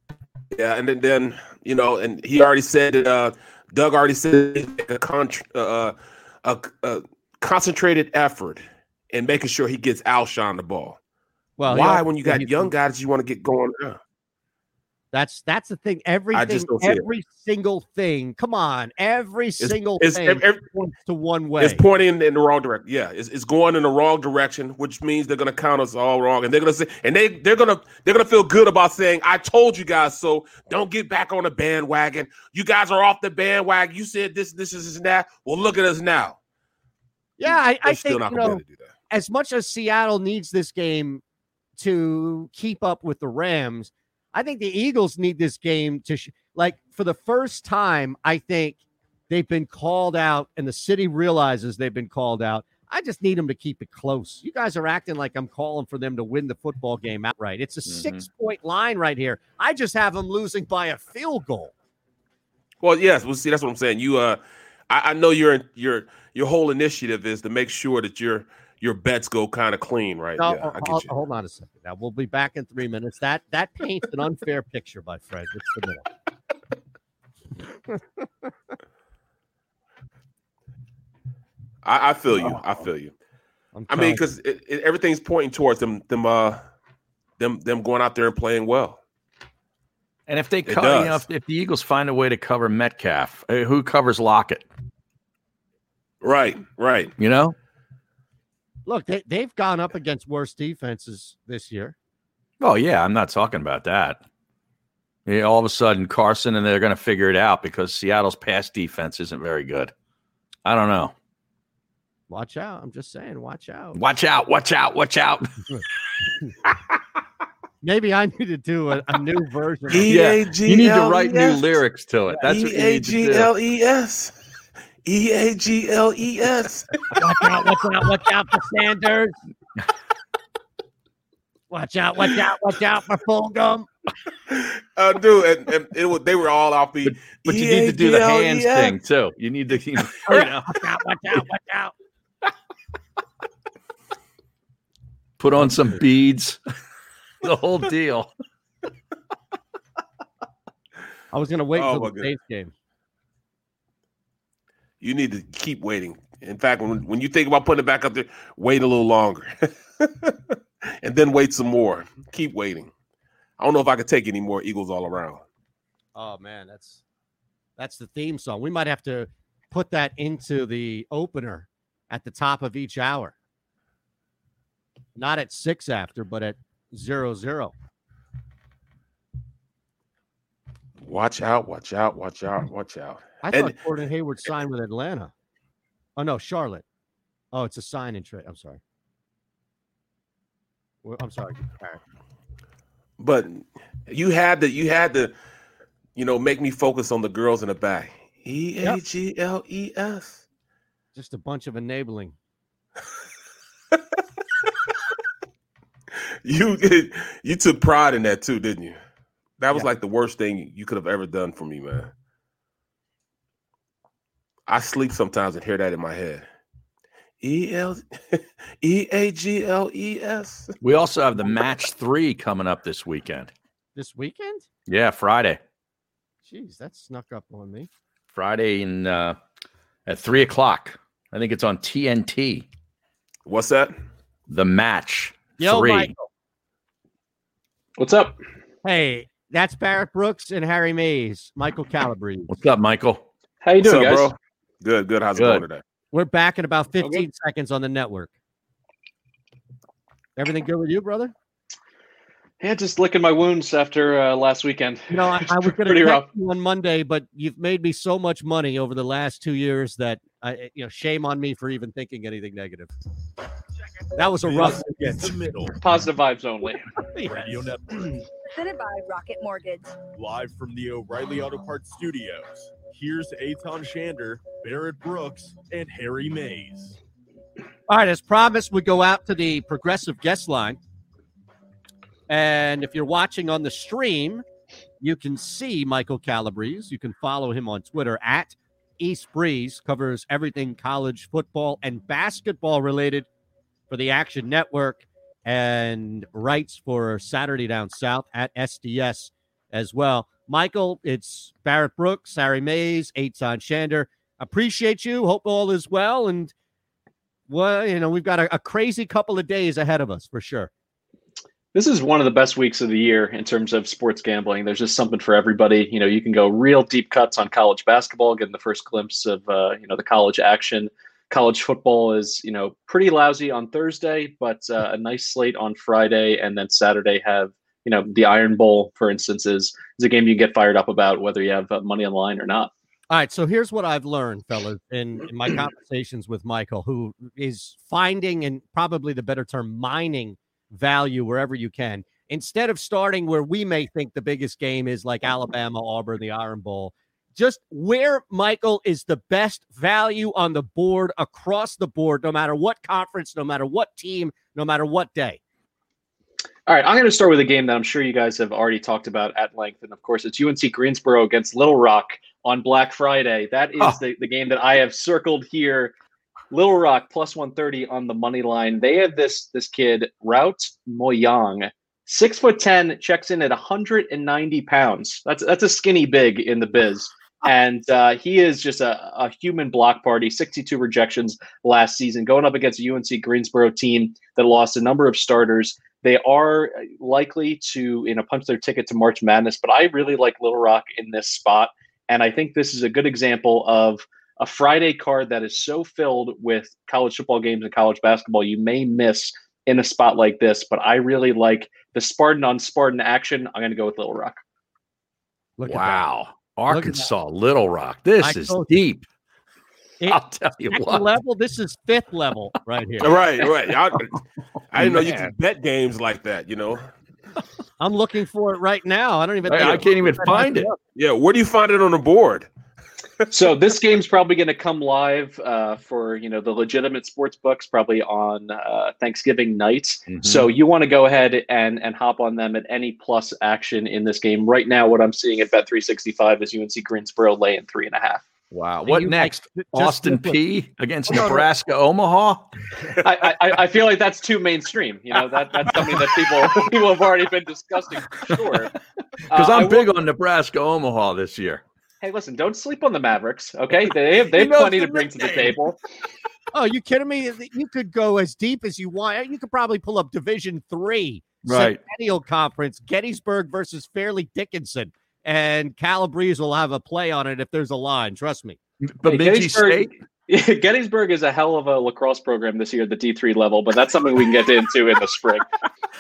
S3: tackle. Yeah, and then, then you know, and he already said that. Uh, Doug already said a, contr uh, a, a concentrated effort in making sure he gets Alshon the ball.
S2: Well, he
S3: Why,
S2: already
S3: when you
S2: said
S3: got
S2: he's-
S3: young guys, you want to get going? uh,
S2: That's that's the thing. Everything,
S3: don't see it.
S2: every single thing. Come on, every single
S3: It's,
S2: thing
S3: ev- ev-
S2: points to one way.
S3: it's pointing in the wrong direction. Yeah, it's, it's going in the wrong direction, which means they're gonna count us all wrong, and they're gonna say, and they they're gonna they're gonna feel good about saying, "I told you guys so." Don't get back on the bandwagon. You guys are off the bandwagon. You said this, this, this, and that. Well, look at us now.
S2: yeah, I,
S3: They're
S2: I
S3: still
S2: think
S3: not
S2: you
S3: gonna be
S2: know,
S3: able to do that.
S2: as much as Seattle needs this game to keep up with the Rams, I think the Eagles need this game to sh- like for the first time. I think they've been called out, and the city realizes they've been called out. I just need them to keep it close. You guys are acting like I'm calling for them to win the football game outright. It's a
S3: Mm-hmm.
S1: Mhm.
S2: six point line right here. I just have them losing by a field goal.
S3: Well, yes, well, see, that's what I'm saying. You, uh, I, I know your your your whole initiative is to make sure that your your bets go kind of clean, right?
S2: No, uh,
S3: yeah, I
S2: hol-
S3: get you.
S2: hold on a second. Now we'll be back in three minutes. That that paints an unfair picture, my friend. It's the middle.
S3: I, I
S2: uh,
S3: feel you. I feel you.
S2: I'm
S3: I mean,
S2: telling
S3: because it, it, everything's pointing towards them, them, uh, them, them going out there and playing well.
S1: And if they
S3: It
S1: cover, you know,
S3: does.
S1: if, if the Eagles find a way to cover Metcalf, eh, who covers Lockett?
S3: Right, right.
S1: You know,
S2: you. look, they, they've gone up against worse defenses this year.
S1: Oh yeah, I'm not talking about that. Yeah, all of a sudden Carson and they're going to figure it out because Seattle's pass defense isn't very good. I don't know.
S2: Watch out. I'm just saying, watch out.
S1: Watch out! Watch out! Watch out! <laughs>
S2: Maybe I <laughs> need to do a, a new
S3: <laughs>
S2: version. of-
S3: E
S1: You need to write new lyrics to it. That's what you need to do.
S3: E S. E A G L E S.
S2: watch out, watch out, watch out for Sanders. Watch out, watch out, watch out for Fulgham.
S3: <laughs> Uh, dude, and, and it was, they were all off the.
S1: But you need to do
S3: E
S1: the hands thing too. You need to, <laughs> you know,
S3: Oh,
S1: you know,
S2: Watch out, watch out, watch out.
S1: put on some beads. <laughs> the whole deal.
S2: <laughs> I was going to wait
S3: Oh, my
S2: until the
S3: goodness.
S2: Saints game.
S3: You need to keep waiting. In fact, when, when you think about putting it back up there, wait a little longer, <laughs> and then wait some more. Keep waiting. I don't know if I could take any more Eagles all around.
S2: Oh man, that's that's the theme song. We might have to put that into the opener at the top of each hour. Not at six after, but at zero zero.
S3: Watch out! Watch out! Watch out! Watch out!
S2: I
S3: And-
S2: thought Gordon Hayward signed with Atlanta. Oh no, Charlotte. Oh, it's a sign and trade. I'm sorry. Well, I'm sorry. Barrett.
S3: But you had to, you had to, you know, make me focus on the girls in the back. E A G L E S.
S2: Just a bunch of enabling.
S3: You you took pride in that too, didn't you? That was like the worst thing you could have ever done for me, man. I sleep sometimes and hear that in my head. E L <laughs> E A G L E S.
S1: We also have the match three coming up this weekend.
S2: This weekend?
S1: Yeah, Friday.
S2: Jeez, that snuck up on me.
S1: Friday in uh, at three o'clock. I think it's on TNT.
S3: What's that?
S1: The match
S2: Yo,
S1: three.
S2: Michael.
S9: What's up?
S2: Hey, that's Barrett Brooks and Harry Mays, Michael Calabrese.
S1: What's up, Michael?
S9: How you
S3: What's
S9: doing,
S3: up,
S9: guys?
S3: bro? Good, good. How's it
S1: Good.
S3: going today?
S2: We're back in about 15
S9: Okay.
S2: seconds on the network. Everything good with you, brother?
S9: Yeah, just licking my wounds after uh, last weekend.
S2: You know, I, I was going
S9: pretty
S2: to
S9: rough.
S2: text you on Monday, but you've made me so much money over the last two years that I, eh, you know, shame on me for even thinking anything negative. That was a rough
S6: This is
S2: weekend.
S6: the middle.
S9: Positive vibes only.
S6: Radio Network.
S4: Presented by Rocket Mortgage.
S6: Live from the O'Reilly Auto Parts Studios. Here's Aton Shander, Barrett Brooks, and Harry Mays.
S2: All right, as promised, we go out to the progressive guest line. And if you're watching on the stream, you can see Michael Calabrese. You can follow him on Twitter at East Breeze, covers everything college football and basketball related for the Action Network and writes for Saturday Down South at SDS as well. Michael, it's Barrett Brooks, Harry Mays, Eitan Shander. Appreciate you. Hope all is well. And well, you know, we've got a, a crazy couple of days ahead of us for sure.
S9: This is one of the best weeks of the year in terms of sports gambling. There's just something for everybody. You know, you can go real deep cuts on college basketball, getting the first glimpse of uh, you know the college action. College football is you know pretty lousy on Thursday, but uh, a nice slate on Friday, and then Saturday have you know the Iron Bowl, for instance, is is a game you can get fired up about whether you have uh, money on the line or not.
S2: All right, so here's what I've learned, fellas, in, in my conversations with Michael, who is finding and probably the better term, mining value wherever you can. Instead of starting where we may think the biggest game is like Alabama, Auburn, the Iron Bowl, just where Michael is the best value on the board across the board, no matter what conference, no matter what team, no matter what day.
S9: All right, I'm going to start with a game that I'm sure you guys have already talked about at length, and of course, it's UNC Greensboro against Little Rock on Black Friday. That is
S1: Oh.
S9: the, the game that I have circled here. Little Rock plus 130 on the money line. They have this this kid Rout Moyang, six foot ten, checks in at 190 pounds. That's that's a skinny big in the biz. and uh, he is just a, a human block party. 62 rejections last season, going up against a UNC Greensboro team that lost a number of starters. They are uh, likely to, you know, punch their ticket to March Madness, but I really like Little Rock in this spot, and I think this is a good example of a Friday card that is so filled with college football games and college basketball you may miss in a spot like this. But I really like the Spartan on Spartan action. I'm going to go with Little Rock.
S2: Look at that.
S1: wow.
S2: at that.
S1: Arkansas, Little Rock. This
S2: I
S1: is
S2: told you.
S1: deep.
S2: It-
S1: I'll tell you
S2: Second
S1: what.
S2: level. This is fifth level right here.
S3: Right, right. I, I didn't know you
S1: Man.
S3: could bet games like that. You know,
S2: I'm looking for it right now. I don't even.
S1: I, I can't even find it.
S3: yeah. Where do you find it on the board?
S9: so this game's probably going to come live uh, for you know the legitimate sports books probably on uh, Thanksgiving night.
S1: Mhm.
S9: So you want to go ahead and and hop on them at any plus action in this game right now. What I'm seeing at Bet 365 is UNC Greensboro laying three and a half.
S1: Wow.
S2: And
S1: What
S2: you, like,
S1: next?
S2: ju- just
S1: Austin
S2: look- Oh,
S1: P against
S2: Hold on.
S1: Nebraska Omaha?
S2: Uh,
S9: I, I, I feel like that's too mainstream. You know that that's something that people <laughs> people have already been discussing for
S1: <laughs>
S9: sure.
S1: Because
S9: Uh, I
S1: I'm
S9: will-
S1: big on Nebraska Omaha this year.
S9: Hey, listen, don't sleep on the Mavericks. Okay, they
S1: <laughs>
S9: have they have
S1: knows
S9: plenty
S1: the
S9: to bring to the
S1: nickname. <laughs>
S9: table.
S2: Oh, you kidding me? You could go as deep as you want. You could probably pull up Division Three,
S1: Right.
S2: Centennial Conference, Gettysburg versus Fairleigh Dickinson, and Calabrese will have a play on it if there's a line. Trust me.
S9: Hey,
S1: Bemidji State.
S9: Gettysburg- <laughs> Gettysburg is a hell of a lacrosse program this year at the D3 level, but that's something we can get into in the spring.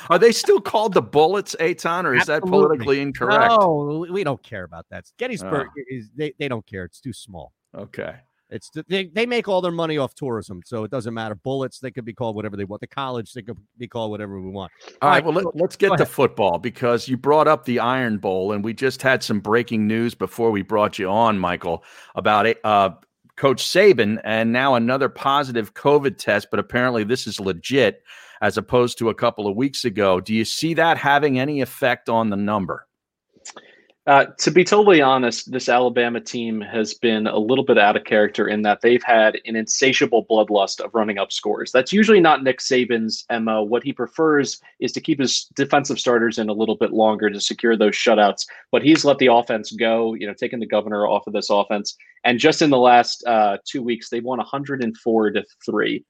S1: Are they still called the Bullets, Aton, or is that
S2: Absolutely.
S1: politically incorrect?
S2: No, we- we don't care about that. Gettysburg
S1: Ah.
S2: is they, they don't care. It's too small.
S1: Okay.
S2: It's t- they, they make all their money off tourism, so it doesn't matter. Bullets, they could be called whatever they want. The college, they could be called whatever we want.
S1: All right,
S2: right,
S1: well,
S2: go-
S1: let, let's get
S2: go
S1: to football because you brought up the Iron Bowl, and we just had some breaking news before we brought you on, Michael, about it. Uh, Coach Saban, and now another positive COVID test, but apparently this is legit as opposed to a couple of weeks ago. Do you see that having any effect on the number?
S9: Uh, to be totally honest, this Alabama team has been a little bit out of character in that they've had an insatiable bloodlust of running up scores. That's usually not Nick Saban's MO. What he prefers is to keep his defensive starters in a little bit longer to secure those shutouts. But he's let the offense go, you know, taking the governor off of this offense. And just in the last uh, two weeks, they won 104 to three.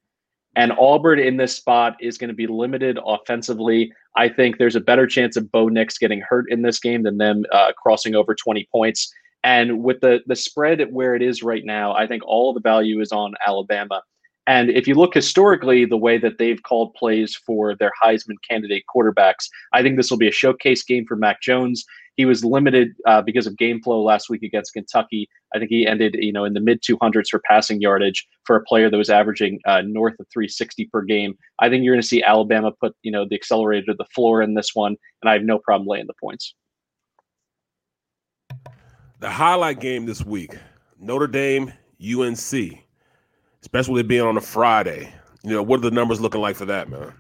S9: And Auburn in this spot is going to be limited offensively. I think there's a better chance of Bo Nix getting hurt in this game than them uh, crossing over 20 points. And with the the spread at where it is right now, I think all the value is on Alabama. And if you look historically, the way that they've called plays for their Heisman candidate quarterbacks, I think this will be a showcase game for Mac Jones. He was limited uh, because of game flow last week against Kentucky. I think he ended, you know, in the mid 200s for passing yardage for a player that was averaging uh, north of 360 per game. I think you're going to see Alabama put you know the accelerator to the floor in this one, and I have no problem laying the points.
S3: The highlight game this week: Notre Dame, UNC, especially it being on a Friday. You know, what are the numbers looking like for that, man?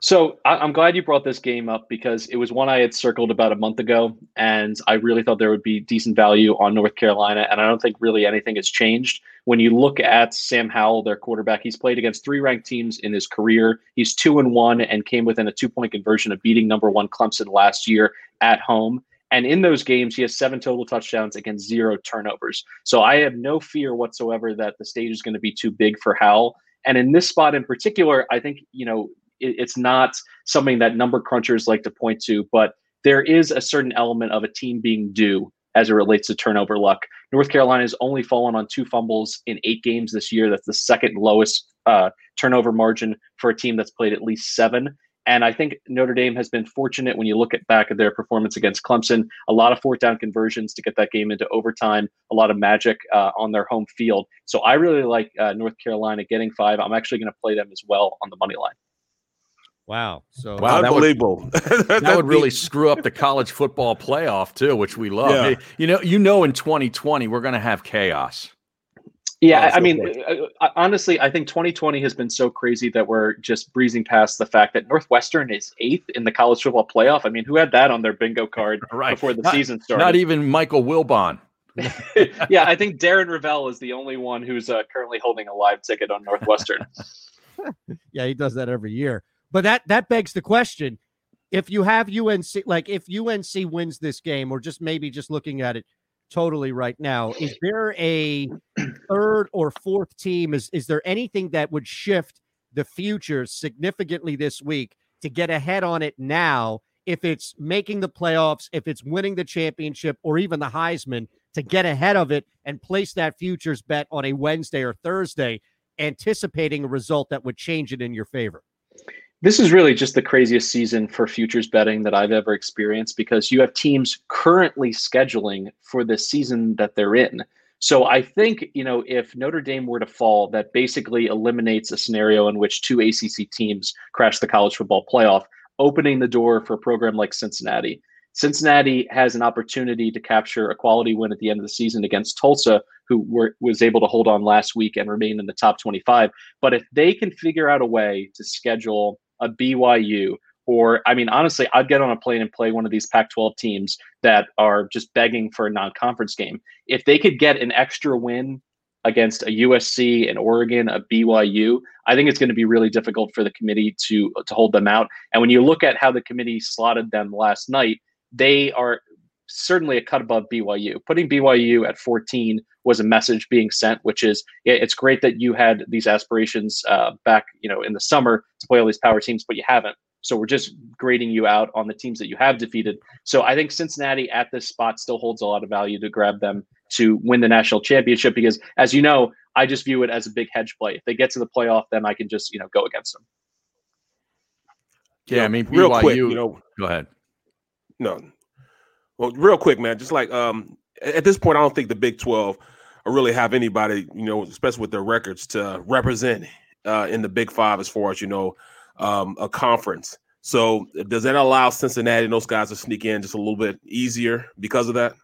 S9: So I- I'm glad you brought this game up because it was one I had circled about a month ago, and I really thought there would be decent value on North Carolina, and I don't think really anything has changed. When you look at Sam Howell, their quarterback, he's played against three ranked teams in his career. He's two and one and came within a two point conversion of beating number one Clemson last year at home. And in those games, he has seven total touchdowns against zero turnovers. So I have no fear whatsoever that the stage is going to be too big for Howell. And in this spot in particular, I think, you know, it, it's not something that number crunchers like to point to, but there is a certain element of a team being due as it relates to turnover luck. North Carolina's only fallen on two fumbles in eight games this year. That's the second lowest uh, turnover margin for a team that's played at least seven. And I think Notre Dame has been fortunate when you look at back at their performance against Clemson. A lot of fourth down conversions to get that game into overtime. A lot of magic uh, on their home field. So I really like uh, North Carolina getting five. I'm actually going to play them as well on the money line.
S2: Wow. So
S1: Wow, that would-
S3: Unbelievable. <laughs>
S1: That would really screw up the college football playoff too, which we love.
S3: Yeah.
S1: You know, you know, in 2020 we're going to have chaos.
S9: Yeah,
S3: Oh,
S9: I- I
S3: so
S9: mean,
S3: close.
S9: uh, uh, honestly, I think 2020 has been so crazy that we're just breezing past the fact that Northwestern is eighth in the college football playoff. I mean, who had that on their bingo card
S1: <laughs> Right.
S9: before the
S1: Not-
S9: season
S1: Not e
S9: started?
S1: even Michael Wilbon.
S9: <laughs> yeah, I think Darren Ravel is the only one who's uh, currently holding a live ticket on Northwestern.
S2: Yeah, he does that every year. But that that begs the question: if you have UNC, like if UNC wins this game, or just maybe just looking at it, totally right now. Is there a third or fourth team? Is is there anything that would shift the future significantly this week to get ahead on it now? If it's making the playoffs, if it's winning the championship, or even the Heisman, to get ahead of it and place that futures bet on a Wednesday or Thursday, anticipating a result that would change it in your favor.
S9: This is really just the craziest season for futures betting that I've ever experienced because you have teams currently scheduling for the season that they're in. So I think, you know, if Notre Dame were to fall, that basically eliminates a scenario in which two ACC teams crash the college football playoff, opening the door for a program like Cincinnati. Cincinnati has an opportunity to capture a quality win at the end of the season against Tulsa, who were, was able to hold on last week and remain in the top 25. But if they can figure out a way to schedule a BYU, or I mean, honestly, I'd get on a plane and play one of these Pac 12 teams that are just begging for a non conference game. If they could get an extra win against a USC and Oregon, a BYU, I think it's going to be really difficult for the committee to to hold them out. And when you look at how the committee slotted them last night, they are certainly a cut above BYU. Putting BYU at 14 was a message being sent, which is it's great that you had these aspirations uh, back, you know, in the summer to play all these power teams, but you haven't. So we're just grading you out on the teams that you have defeated. So I think Cincinnati at this spot still holds a lot of value to grab them to win the national championship because, as you know, I just view it as a big hedge play. If they get to the playoff, then I can just you know go against them.
S1: Yeah, I mean,
S3: real
S1: BYU
S3: quick, you know,
S1: go ahead.
S3: No. Well, real quick, man, just like um at this point, I don't think the Big 12 really have anybody, you know, especially with their records to represent uh in the Big Five as far as you know, um a conference. So does that allow Cincinnati and those guys to sneak in just a little bit easier because of that?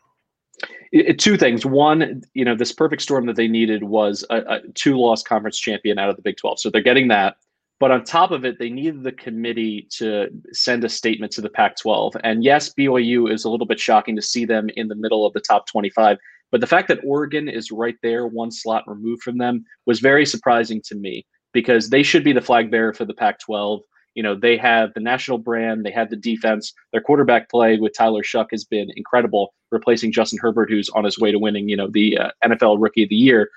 S9: It- two things. One, you know, this perfect storm that they needed was a, a two loss conference champion out of the Big 12. So they're getting that. But on top of it, they needed the committee to send a statement to the Pac 12. And yes, BYU is a little bit shocking to see them in the middle of the top 25. But the fact that Oregon is right there, one slot removed from them, was very surprising to me because they should be the flag bearer for the Pac 12. You know, they have the national brand, they have the defense. Their quarterback play with Tyler Shuck has been incredible, replacing Justin Herbert, who's on his way to winning, you know, the uh, NFL Rookie of the Year.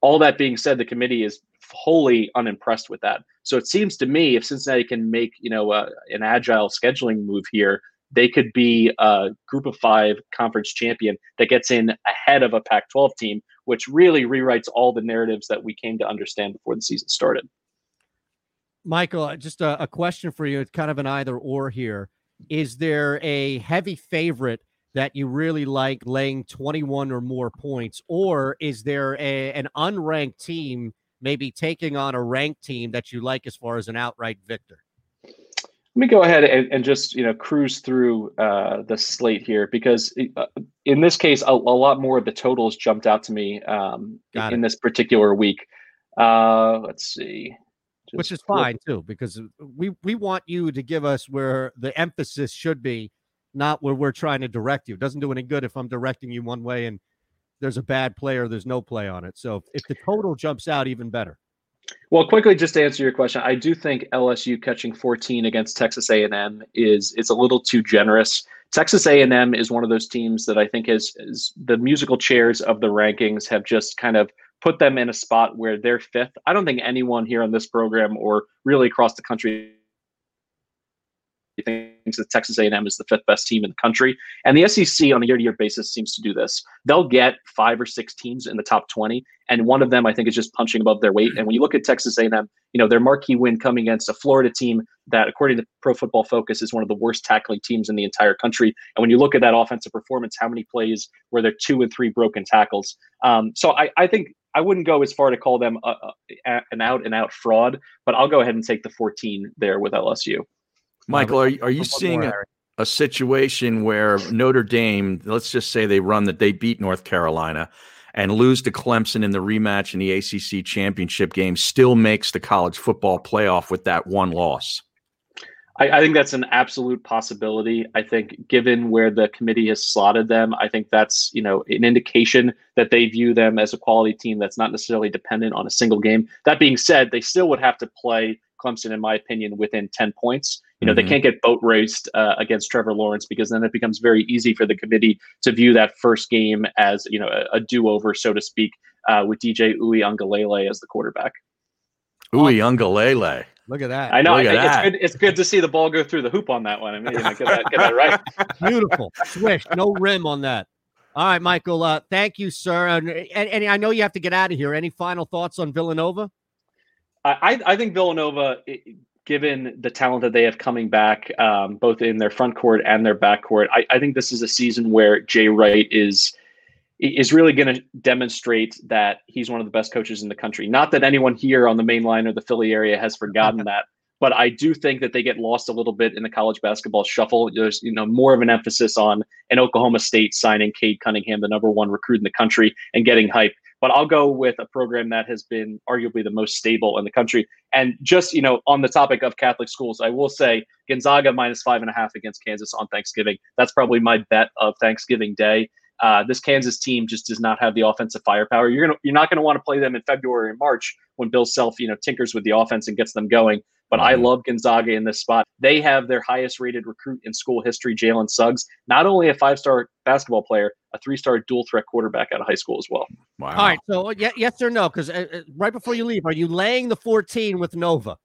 S9: All that being said, the committee is wholly unimpressed with that. So it seems to me, if Cincinnati can make you know uh, an agile scheduling move here, they could be a Group of Five conference champion that gets in ahead of a Pac-12 team, which really rewrites all the narratives that we came to understand before the season started.
S2: Michael, uh, just a, a question for you. It's kind of an either or here. Is there a heavy favorite that you really like laying 21 or more points, or is there a, an unranked team maybe taking on a ranked team that you like as far as an outright victor?
S9: Let me go ahead and, and just you know cruise through uh, the slate here because uh, in this case a, a lot more of the totals jumped out to me um,
S2: Got
S9: in this particular week. Uh, let's see,
S2: which is
S9: Just flip-
S2: fine too because we we want you to give us where the emphasis should be not where we're trying to direct you it doesn't do any good if i'm directing you one way and there's a bad play or there's no play on it so if the total jumps out even better
S9: Well, quickly, just to answer your question, I do think LSU catching 14 against Texas A&M is it's a little too generous. Texas A&M is one of those teams that I think is, is the musical chairs of the rankings have just kind of put them in a spot where they're fifth. I don't think anyone here on this program or really across the country thinks that Texas A&M is the fifth best team in the country. And the SEC on a year-to-year basis seems to do this. They'll get five or six teams in the top 20, and one of them I think is just punching above their weight. And when you look at Texas A&M, you know their marquee win coming against a Florida team that, according to Pro Football Focus, is one of the worst tackling teams in the entire country. And when you look at that offensive performance, how many plays were there two and three broken tackles? Um, so I, I think. I wouldn't go as far to call them a, a, an out and out fraud, but I'll go ahead and take the 14 there with LSU.
S1: Michael, are you, are you
S9: one
S1: seeing
S9: more,
S1: a,
S9: Harry.
S1: a situation where Notre Dame, let's just say they run that they beat North Carolina and lose to Clemson in the rematch in the ACC championship game, still makes the college football playoff with that one loss?
S9: I, I think that's an absolute possibility. I think, given where the committee has slotted them, I think that's you know an indication that they view them as a quality team that's not necessarily dependent on a single game. That being said, they still would have to play Clemson, in my opinion, within ten points. You
S1: Mm-hmm.
S9: know, they can't get boat raced uh, against Trevor Lawrence because then it becomes very easy for the committee to view that first game as you know a, a do-over, so to speak, uh, with DJ Ui Angalele as the quarterback.
S1: Ooh, Ungalele.
S2: Look at that.
S9: I know.
S1: Look
S9: I think
S1: at that.
S9: it's good. It's good to see the ball go through the hoop on that one. I mean, you know, get that, get that right.
S2: Beautiful. Swish. No rim on that. All right, Michael. Uh, thank you, sir. And, and, and I know you have to get out of here. Any final thoughts on Villanova?
S9: I, I I think Villanova, i- given the talent that they have coming back, um, both in their front court and their back court, I, I think this is a season where Jay Wright is is really going to demonstrate that he's one of the best coaches in the country. Not that anyone here on the main line or the Philly area has forgotten that, but I do think that they get lost a little bit in the college basketball shuffle. There's you know more of an emphasis on an Oklahoma State signing Cade Cunningham, the number one recruit in the country, and getting hype. But I'll go with a program that has been arguably the most stable in the country. And just you know on the topic of Catholic schools, I will say Gonzaga minus five and a half against Kansas on Thanksgiving. That's probably my bet of Thanksgiving Day. Uh, this Kansas team just does not have the offensive firepower. You're gonna you're not gonna want to play them in February and March when Bill Self you know tinkers with the offense and gets them going. But I love Gonzaga in this spot. They have their highest rated recruit in school history, Jalen Suggs, not only a five star basketball player, a three star dual threat quarterback out of high school as well.
S1: Wow.
S2: All right. So, uh, ye- yes or no? Because uh, uh, right before you leave, are you laying the 14 with Nova?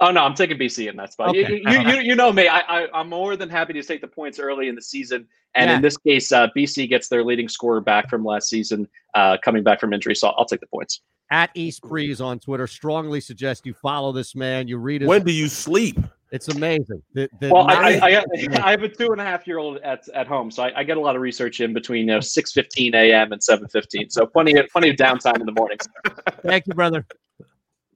S9: Oh no, I'm taking BC in that spot. You-
S2: Okay.
S9: You, you, you know me. I, I I'm more than happy to take the points early in the season. And
S2: Yeah.
S9: in this case, uh, BC gets their leading scorer back from last season, uh, coming back from injury. So I'll take the points.
S2: At East Breeze on Twitter, strongly suggest you follow this man. You read his.
S3: When do you sleep?
S2: it's amazing. The, the
S9: Well, I,
S2: knowledge-
S9: I, I, I have a two and a half year old at, at home, so I, I get a lot of research in between you know, six fifteen a.m. and seven fifteen. So plenty of plenty of downtime in the mornings.
S2: Thank you, brother.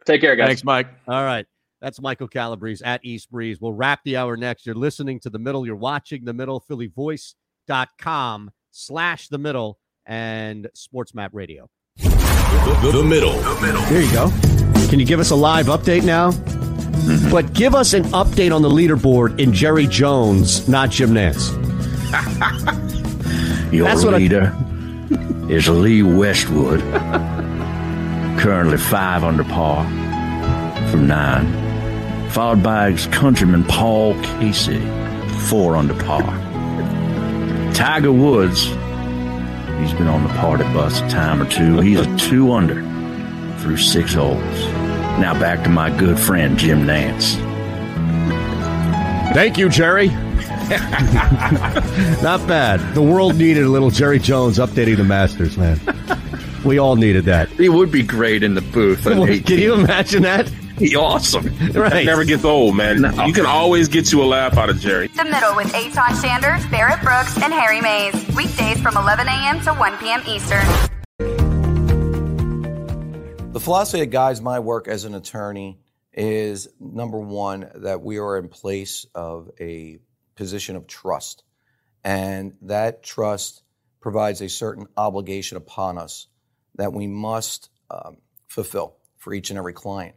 S9: Take care, guys.
S1: Thanks, Mike.
S2: All right. That's Michael Calabrese at East Breeze. We'll wrap the hour next. You're listening to the middle. You're watching the middle, phillyvoice.com slash the middle and sports map radio.
S6: The, the middle. The middle.
S2: There you go. Can you give us a live update now?
S6: Mm-hmm.
S2: But give us an update on the leaderboard in Jerry Jones, not Jim Nance.
S10: Your
S2: That's what I-
S10: leader is Lee
S6: <laughs>
S10: Westwood, currently five under par from nine, followed by his countryman Paul Casey, four under par. Tiger Woods, he's been on the party bus a time or two. He's a two under through six holes. Now back to my good friend Jim Nance.
S2: Thank you, Jerry. <laughs> Not bad. The world needed a little Jerry Jones updating the Masters, man. We all needed <laughs> that.
S1: He would be great in the
S10: <laughs>
S1: booth. on
S2: Can
S1: 18.
S2: you imagine that?
S1: He awesome.
S2: Right.
S3: Never gets old, man. You can always get you a laugh out of Jerry.
S4: The Middle with Aton Shander, Barrett Brooks, and Harry Mays. Weekdays from 11 a.m. to 1 p.m. Eastern.
S7: The philosophy that guides my work as an attorney is number one, that we are in place of a position of trust. And that trust provides a certain obligation upon us that we must um, fulfill for each and every client.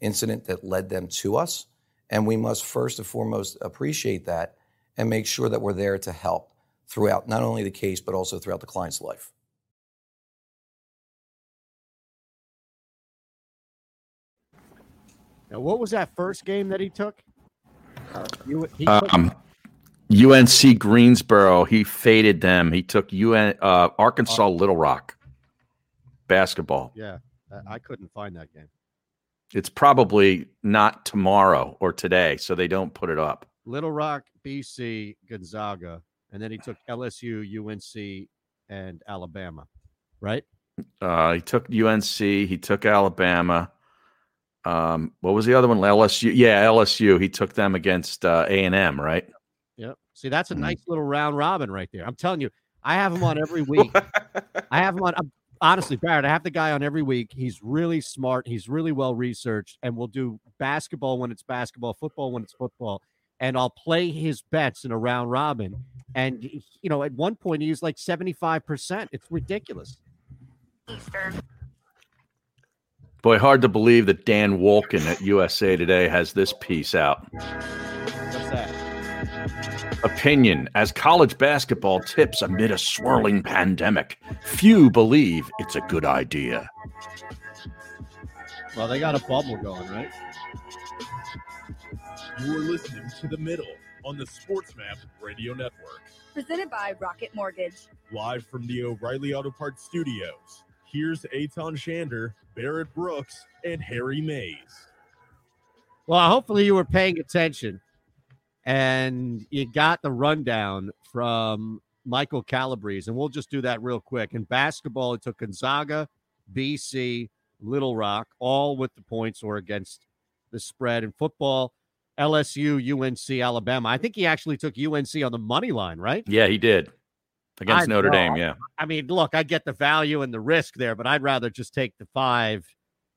S7: incident that led them to us. And we must first and foremost appreciate that and make sure that we're there to help throughout not only the case, but also throughout the client's life.
S2: Now, what was that first game that he took? Uh, you- he took-
S1: Um, UNC Greensboro. He faded them. He took UN uh, Arkansas Little Rock basketball.
S2: yeah, I- I couldn't find that game.
S1: It's probably not tomorrow or today, so they don't put it up.
S2: Little Rock, BC, Gonzaga, and then he took LSU, UNC, and Alabama. Right?
S1: Uh, he took UNC. He took Alabama. Um, what was the other one? LSU. Yeah, LSU. He took them against uh, A and M. Right.
S2: Yep. See, that's a
S1: Mhm.
S2: nice little round robin right there. I'm telling you, I have him on <laughs> every week. I have him on. I'm- honestly, Barrett, I have the guy on every week. He's really smart. He's really well researched, and we'll do basketball when it's basketball, football when it's football. and I'll play his bets in a round robin. And you know, at one point he was like seventy five percent. It's ridiculous.
S4: Easter.
S1: Boy, hard to believe that Dan Wolkin at USA Today has this piece out.
S2: What's that?
S1: Opinion As college basketball tips amid a swirling pandemic, few believe it's a good idea.
S2: Well, they got a bubble going, right?
S6: You are listening to The Middle on the SportsMap Radio Network.
S4: Presented by Rocket Mortgage.
S6: Live from the O'Reilly Auto Parts studios, here's Aton Shander, Barrett Brooks, and Harry Mays.
S2: Well, hopefully you were paying attention and you got the rundown from Michael Calabrese. And we'll just do that real quick. In basketball, it took Gonzaga, BC, Little Rock, all with the points or against the spread. In football, LSU, UNC, Alabama. I think he actually took UNC on the money line, right?
S1: Yeah, he did against
S2: I-
S1: Notre
S2: well,
S1: Dame. Yeah.
S2: I mean, look, I get the value and the risk there, but I'd rather just take the five,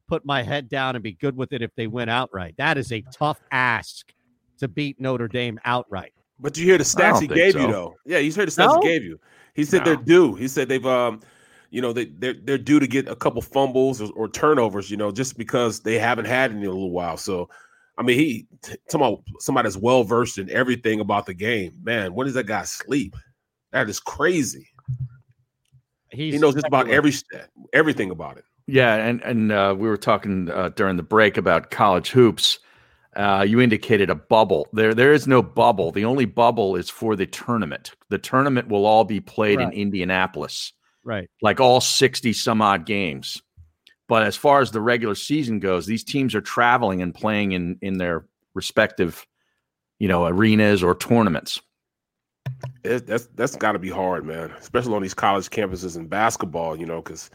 S2: put my head down, and be good with it if they win outright. That is a tough ask to beat Notre Dame outright.
S3: But you hear the
S2: I
S3: stats
S2: don't
S3: he
S2: think
S3: gave
S2: so.
S3: you though. Yeah, you heard the stats
S2: No?
S3: he gave you. He said they're due. He said they've um, you know, they they're they're due to get a couple fumbles or, or turnovers, you know, just because they haven't had any in a little while. So I mean he t- talking about somebody that's well versed in everything about the game. Man, when does that guy sleep? That is crazy.
S2: He's
S3: he knows just about every stat, everything about it.
S1: Yeah, and and uh, we were talking uh, during the break about college hoops. Uh, you indicated a bubble. There, there is no bubble. The only bubble is for the tournament. The tournament will all be played
S2: Right.
S1: in Indianapolis,
S2: Right.
S1: like all sixty some odd games. But as far as the regular season goes, these teams are traveling and playing in in their respective, you know, arenas or tournaments.
S3: it, that's that's got to be hard, man. Especially on these college campuses in basketball, you know, because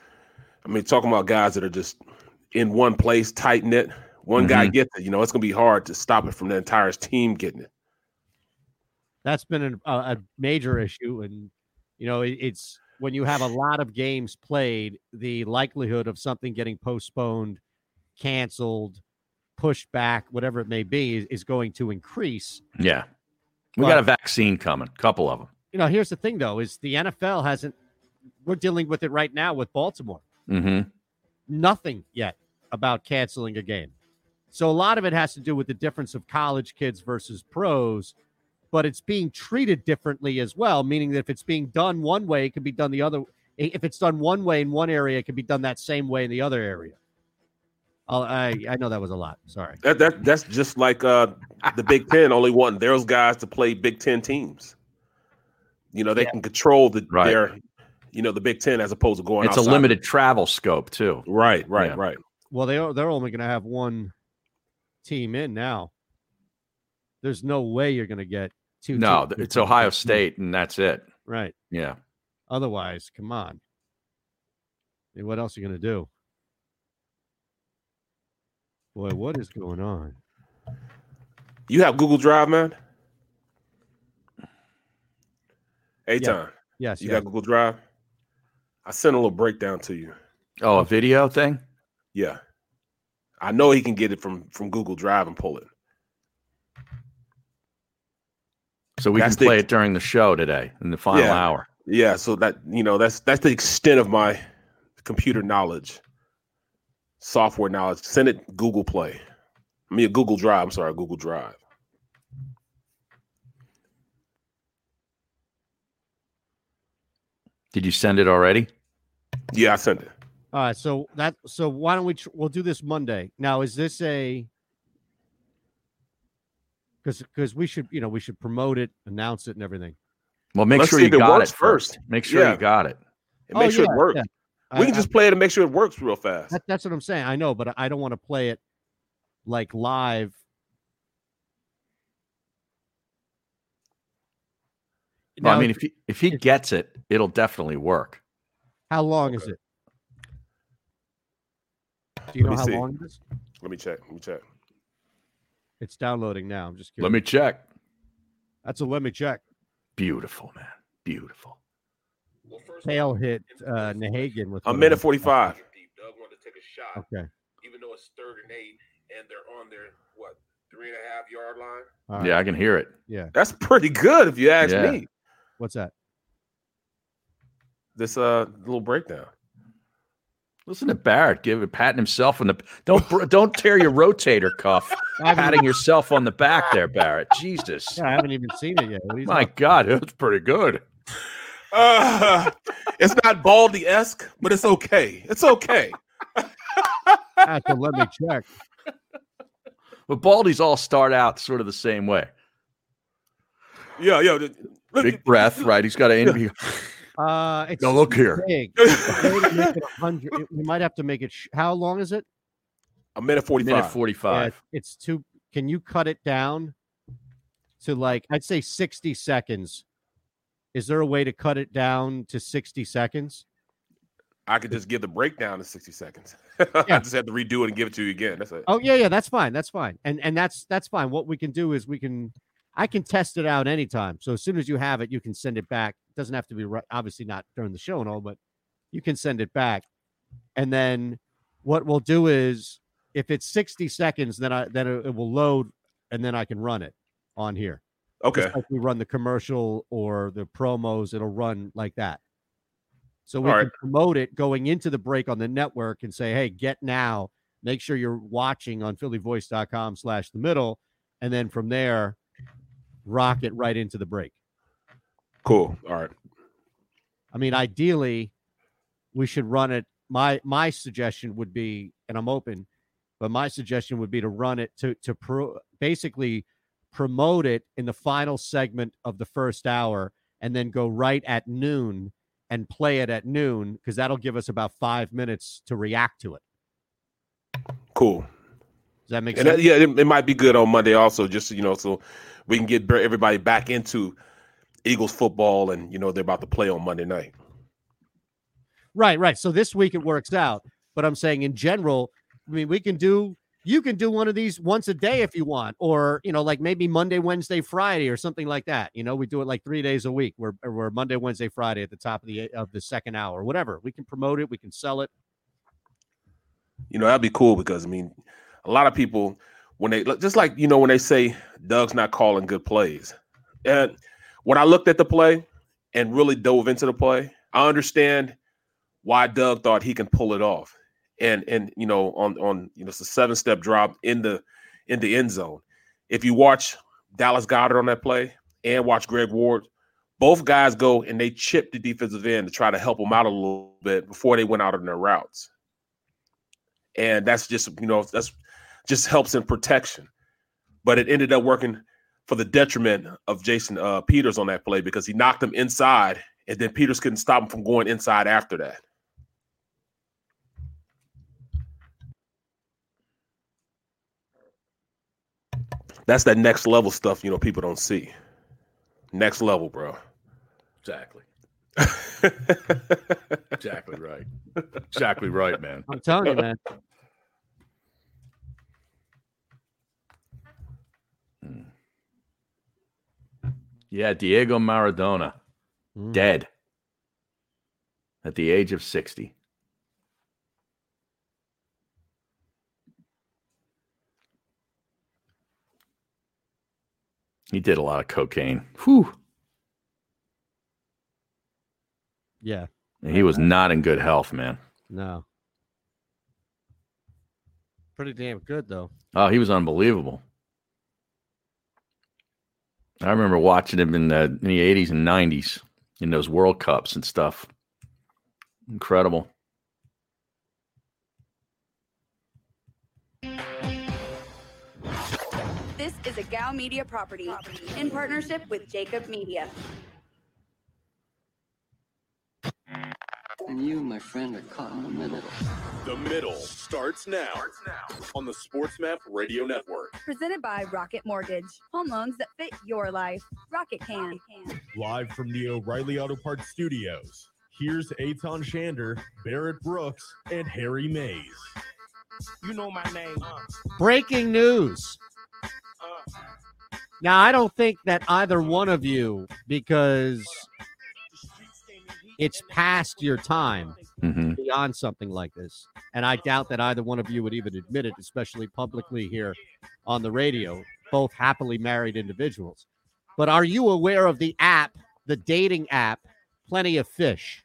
S3: I mean, talking about guys that are just in one place, tight knit. One guy
S1: Mhm.
S3: gets it, you know, it's gonna be hard to stop it from the entire team getting it.
S2: That's been an, a, a major issue, and you know it, it's when you have a lot of games played, the likelihood of something getting postponed, canceled, pushed back, whatever it may be, is, is going to increase.
S1: Yeah, we got a vaccine coming. Couple of them.
S2: You know, here's the thing though: is the NFL hasn't. We're dealing with it right now with Baltimore.
S1: Mm-hmm.
S2: nothing yet about canceling a game. So a lot of it has to do with the difference of college kids versus pros, but it's being treated differently as well, meaning that if it's being done one way, it can be done the other if it's done one way in one area, it can be done that same way in the other area. I'll, I I know that was a lot. Sorry.
S3: That, that that's just like uh the Big Ten only wanting those guys to play Big Ten teams. You know, they
S1: Yeah.
S3: can control the
S1: Right.
S3: their, you know, the Big Ten as opposed to going.
S1: It's a
S3: outside.
S1: limited travel scope too.
S3: Right, right,
S1: Yeah.
S3: right.
S2: Well, they are, they're only going to have one team in now. There's no way you're going to get two.
S1: No,
S2: teams.
S1: th- it's Ohio State, and that's it.
S2: Right.
S1: Yeah.
S2: Otherwise, come on. And what else are you going to do? Boy, what is going on?
S3: You have Google Drive, man. Aton.
S2: Yes,
S3: You
S2: yes.
S3: got Google Drive. I sent a little breakdown to you.
S1: Oh, a video thing.
S3: Yeah. I know he can get it from from Google Drive and pull it.
S1: So we
S3: That's the-
S1: can play it during the show today in the final
S3: Yeah.
S1: hour.
S3: Yeah, so that you know, that's that's the extent of my computer knowledge, software knowledge. Send it Google Play. I mean Google Drive, I'm sorry, Google Drive.
S1: Did you send it already?
S3: Yeah, I sent it.
S2: All right, so that so why don't we tr- we'll do this Monday. Now, is this a cuz cuz we should, you know, we should promote it, announce it and everything.
S1: Well, make
S3: Let's
S1: sure
S3: see
S1: you
S3: if it
S1: got
S3: works
S1: it first.
S3: first.
S1: Make sure
S3: Yeah.
S1: you got it.
S3: And
S2: Oh,
S3: make sure
S2: yeah,
S3: it works.
S2: yeah.
S3: We
S2: I-
S3: can
S2: I-
S3: just play it and make sure it works real fast.
S2: That, that's what I'm saying. I know, but I don't want to play it like live.
S1: Well, I
S2: Now,
S1: mean, if he, if he gets it, it'll definitely work.
S2: how long is it? Do
S3: Let
S2: you know
S3: me
S2: how
S3: see.
S2: long it is?
S3: Let me check. Let me check.
S2: It's downloading now. I'm just curious.
S1: Let me check.
S2: That's a let me check.
S1: Beautiful, man. Beautiful.
S2: Tail hit uh, Nahagan with
S3: A
S2: one of
S3: minute
S2: those.
S3: 45.
S2: Okay.
S6: Even though it's third and eight, and they're on their what
S11: three and a half yard line.
S2: All
S1: Yeah,
S2: right.
S1: I can hear it.
S2: Yeah.
S3: That's pretty good if you ask
S1: Yeah.
S3: me.
S2: What's that?
S3: This uh little breakdown.
S1: Listen to Barrett give it patting himself on the don't br- don't tear your rotator cuff
S2: <laughs> I haven't-
S1: patting yourself on the back there, Barrett. Jesus,
S2: Yeah, I haven't even seen it yet. What do you
S1: my
S2: think?
S1: God, <laughs> it was pretty good.
S3: Uh, <laughs> it's not Baldy esque, but it's okay. It's okay.
S2: Ah, so let me check.
S1: But Baldies all start out sort of the same way.
S3: Yeah, yeah. th-
S1: Big
S3: <laughs>
S1: breath, right? He's
S2: <laughs>
S1: got to end.
S2: Uh, it's
S1: Now look
S2: too
S1: here.
S2: big. It's way to make it 100. It- we might have to make it. Sh- how long is it?
S3: A minute forty five.
S1: Minute forty five.
S2: Yeah, it's too. Can you cut it down to like I'd say sixty seconds? Is there a way to cut it down to sixty seconds?
S3: I could just give the breakdown in sixty seconds. <laughs> I
S2: Yeah.
S3: just have to redo it and give it to you again. That's it.
S2: Oh yeah, yeah, that's fine. That's fine. And and that's that's fine. What we can do is we can I can test it out anytime. So as soon as you have it, you can send it back. It doesn't have to be right, obviously not during the show and all, but you can send it back. And then what we'll do is if it's 60 seconds, then I then it it will load and then I can run it on here.
S3: Okay.
S2: Just like we run the commercial or the promos, it'll run like that. So we
S3: All
S2: can
S3: right.
S2: promote it going into the break on the network and say, hey, get now. Make sure you're watching on phillyvoice.com slash the middle. And then from there, rock it right into the break.
S3: Cool. All right.
S2: I mean, ideally, we should run it. My my suggestion would be, and I'm open, but my suggestion would be to run it to to pro, basically promote it in the final segment of the first hour, and then go right at noon and play it at noon because that'll give us about five minutes to react to it.
S3: Cool.
S2: Does that make
S3: And that,
S2: sense?
S3: yeah, it, it might be good on Monday also, just so you know, so we can get bre- everybody back into Eagles football, and you know they're about to play on Monday night.
S2: Right, right. So this week it works out, but I'm saying in general, I mean, we can do you can do one of these once a day if you want, or you know, like maybe Monday, Wednesday, Friday, or something like that. You know, we do it like three days a week. We're we're Monday, Wednesday, Friday at the top of the of the second hour, whatever. We can promote it, we can sell it.
S3: You know that'd be cool because I mean, a lot of people when they look- just like you know when they say Doug's not calling good plays, and when I looked at the play and really dove into the play, I understand why Doug thought he can pull it off, and and you know on on you know it's a seven step drop in the in the end zone. If you watch Dallas Goddard on that play and watch Greg Ward, both guys go and they chip the defensive end to try to help them out a little bit before they went out on their routes, and that's just you know that's just helps in protection, but it ended up working for the detriment of Jason uh, Peters on that play because he knocked him inside, and then Peters couldn't stop him from going inside after that. That's that next level stuff, you know, people don't see. Next level, bro.
S1: Exactly. exactly right. Exactly right, man.
S2: I'm telling you, man.
S1: Yeah, Diego Maradona, dead at the age of 60. He did a lot of cocaine. Whew.
S2: <laughs> Yeah.
S1: And he was not in good health, man.
S2: No. Pretty damn good though.
S1: Oh, he was unbelievable. I remember watching him in the in the eighties and nineties in those World Cups and stuff. Incredible.
S4: This is a Gao Media property in partnership with Jacob Media.
S5: And you, my friend, are caught in the middle.
S6: The middle starts now, on the SportsMap Radio Network.
S4: Presented by Rocket Mortgage. Home loans that fit your life. Rocket can.
S6: Live from the O'Reilly Auto Parts Studios, here's Aton Shander, Barrett Brooks, and Harry Mays.
S12: You know my name.
S2: Breaking news. Now, I don't think that either one of you, because it's past your time
S1: Mhm.
S2: beyond something like this. And I doubt that either one of you would even admit it, especially publicly here on the radio, both happily married individuals. But are you aware of the app, the dating app, Plenty of Fish?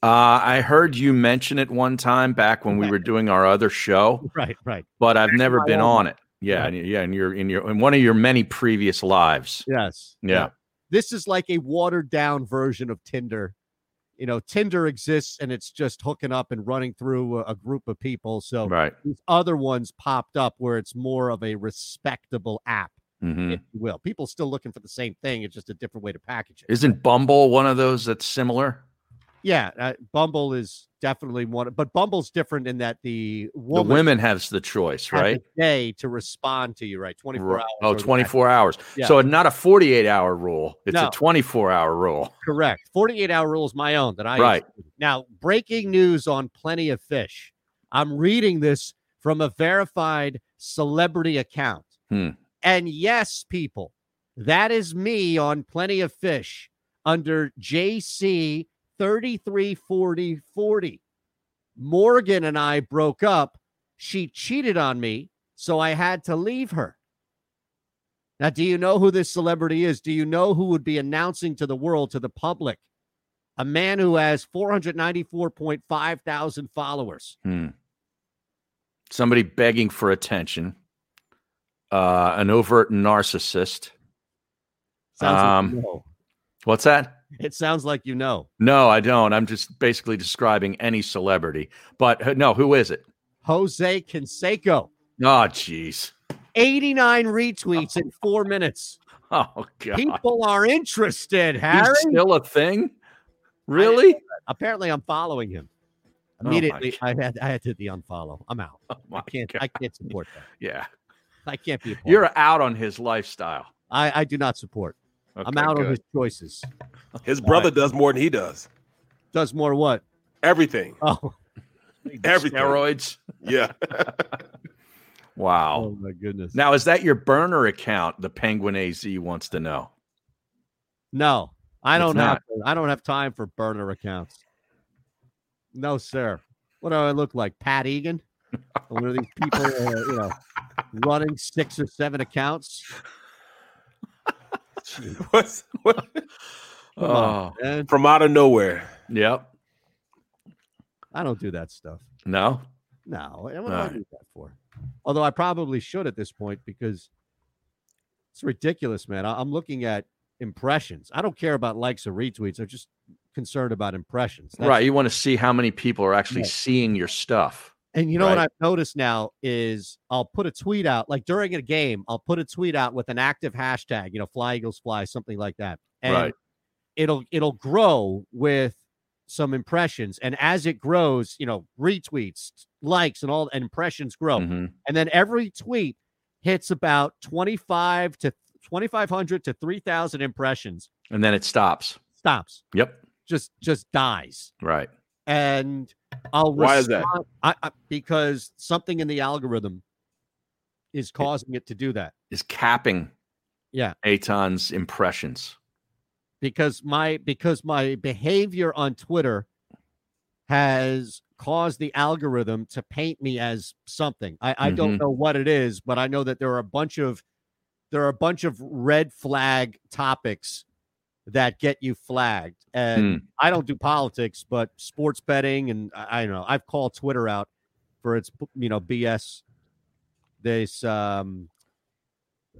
S1: Uh, I heard you mention it one time back when we were doing our other show,
S2: Right, right.
S1: but I've never
S2: my
S1: been
S2: own.
S1: on it. Yeah, and- yeah, in your in your in one of your many previous lives.
S2: Yes.
S1: Yeah.
S2: This is like a watered down version of Tinder. You know, Tinder exists and it's just hooking up and running through a, a group of people. So
S1: Right.
S2: these other ones popped up where it's more of a respectable app,
S1: Mhm.
S2: if you will. People still looking for the same thing. It's just a different way to package it.
S1: Isn't Bumble one of those that's similar?
S2: Yeah. Uh, Bumble is definitely one, but Bumble's different in that the woman
S1: the women has the choice,
S2: has a
S1: right?
S2: day to respond to you, right? 24
S1: Ri-
S2: hours.
S1: Oh,
S2: or the
S1: 24 hours.
S2: Yeah.
S1: So not a 48 hour rule. It's
S2: No.
S1: a 24 hour rule.
S2: Correct. 48 hour rule is my own that I
S1: Right.
S2: instituted. Now, breaking news on Plenty of Fish. I'm reading this from a verified celebrity account.
S1: Hmm.
S2: And yes, people, that is me on Plenty of Fish under JC 334040. Morgan and I broke up. She cheated on me, so I had to leave her. Now, do you know who this celebrity is? Do you know who would be announcing to the world, to the public, a man who has 494.5 thousand followers?
S1: Hmm. Somebody begging for attention. Uh, an overt narcissist.
S2: Sounds like
S1: Um,
S2: you know.
S1: What's that?
S2: It sounds like you know.
S1: No, I don't. I'm just basically describing any celebrity. But uh, no, who is it?
S2: Jose Canseco,
S1: Oh, jeez. <laughs>
S2: 89 retweets in four minutes.
S1: Oh, <laughs> God.
S2: People are interested,
S1: He's
S2: Harry.
S1: still a thing? Really?
S2: Apparently, I'm following him.
S1: Oh, my Oh,
S2: Immediately, I had I had to the unfollow. I'm out.
S1: my
S2: I can't I can't support that.
S1: Yeah.
S2: I can't be. A part of it.
S1: You're out on his lifestyle.
S2: I I do not support. I'm
S1: Okay,
S2: out on
S1: good.
S2: his choices.
S3: His brother does more than he does.
S2: Does more what? <laughs>
S3: Everything.
S2: Oh,
S3: Everything.
S1: Steroids.
S3: Yeah.
S1: Wow.
S2: oh my goodness.
S1: Now, is that your burner account? The Penguin AZ wants to know.
S2: No, I
S1: It's
S2: don't have.
S1: not.
S2: I don't have time for burner accounts. No, sir. What do I look like, Pat Egan? One of these people, uh, you know, running six or seven accounts.
S3: <laughs> What's, what?
S2: Come on, man.
S3: From out of nowhere.
S1: Oh, Yep.
S2: I don't do that stuff.
S1: No.
S2: No, what do I
S1: Alright.
S2: do that for? Although I probably should at this point because it's ridiculous, man. I- I'm looking at impressions. I don't care about likes or retweets. I'm just concerned about impressions. That's-
S1: right. You want to see how many people are actually
S2: Right.
S1: seeing your stuff.
S2: And you know what
S1: Right.
S2: I've noticed now is I'll put a tweet out like during a game, I'll put a tweet out with an active hashtag, you know, fly eagles fly, something like that. And
S1: Right.
S2: it'll it'll grow with some impressions. And as it grows, you know, retweets, likes, and all and impressions grow.
S1: Mhm.
S2: And then every tweet hits about 25 to 2500 to 3000 impressions.
S1: And then it stops.
S2: Stops.
S1: Yep.
S2: Just just dies
S1: Right.
S2: and I'll
S3: Why is that?
S2: respond- I, I, because something in the algorithm is causing it to do that.
S1: Is capping
S2: Yeah,
S1: Aton's impressions.
S2: because my because my behavior on Twitter has caused the algorithm to paint me as something. I, I don't
S1: Mhm.
S2: know what it is, but I know that there are a bunch of there are a bunch of red flag topics that get you flagged. And
S1: Hmm.
S2: I don't do politics, but sports betting and I, I don't know. I've called Twitter out for its you know BS. This um,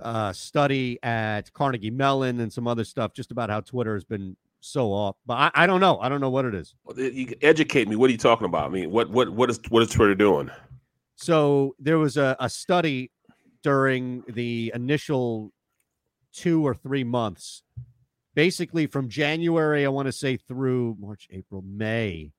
S2: uh, study at Carnegie Mellon and some other stuff just about how Twitter has been so off. But I, I don't know. I don't know what it is.
S3: Well, You educate me. What are you talking about? I mean, what what what is what is Twitter doing?
S2: So there was a, a study during the initial two or three months, basically from January, I want to say through March, April, May,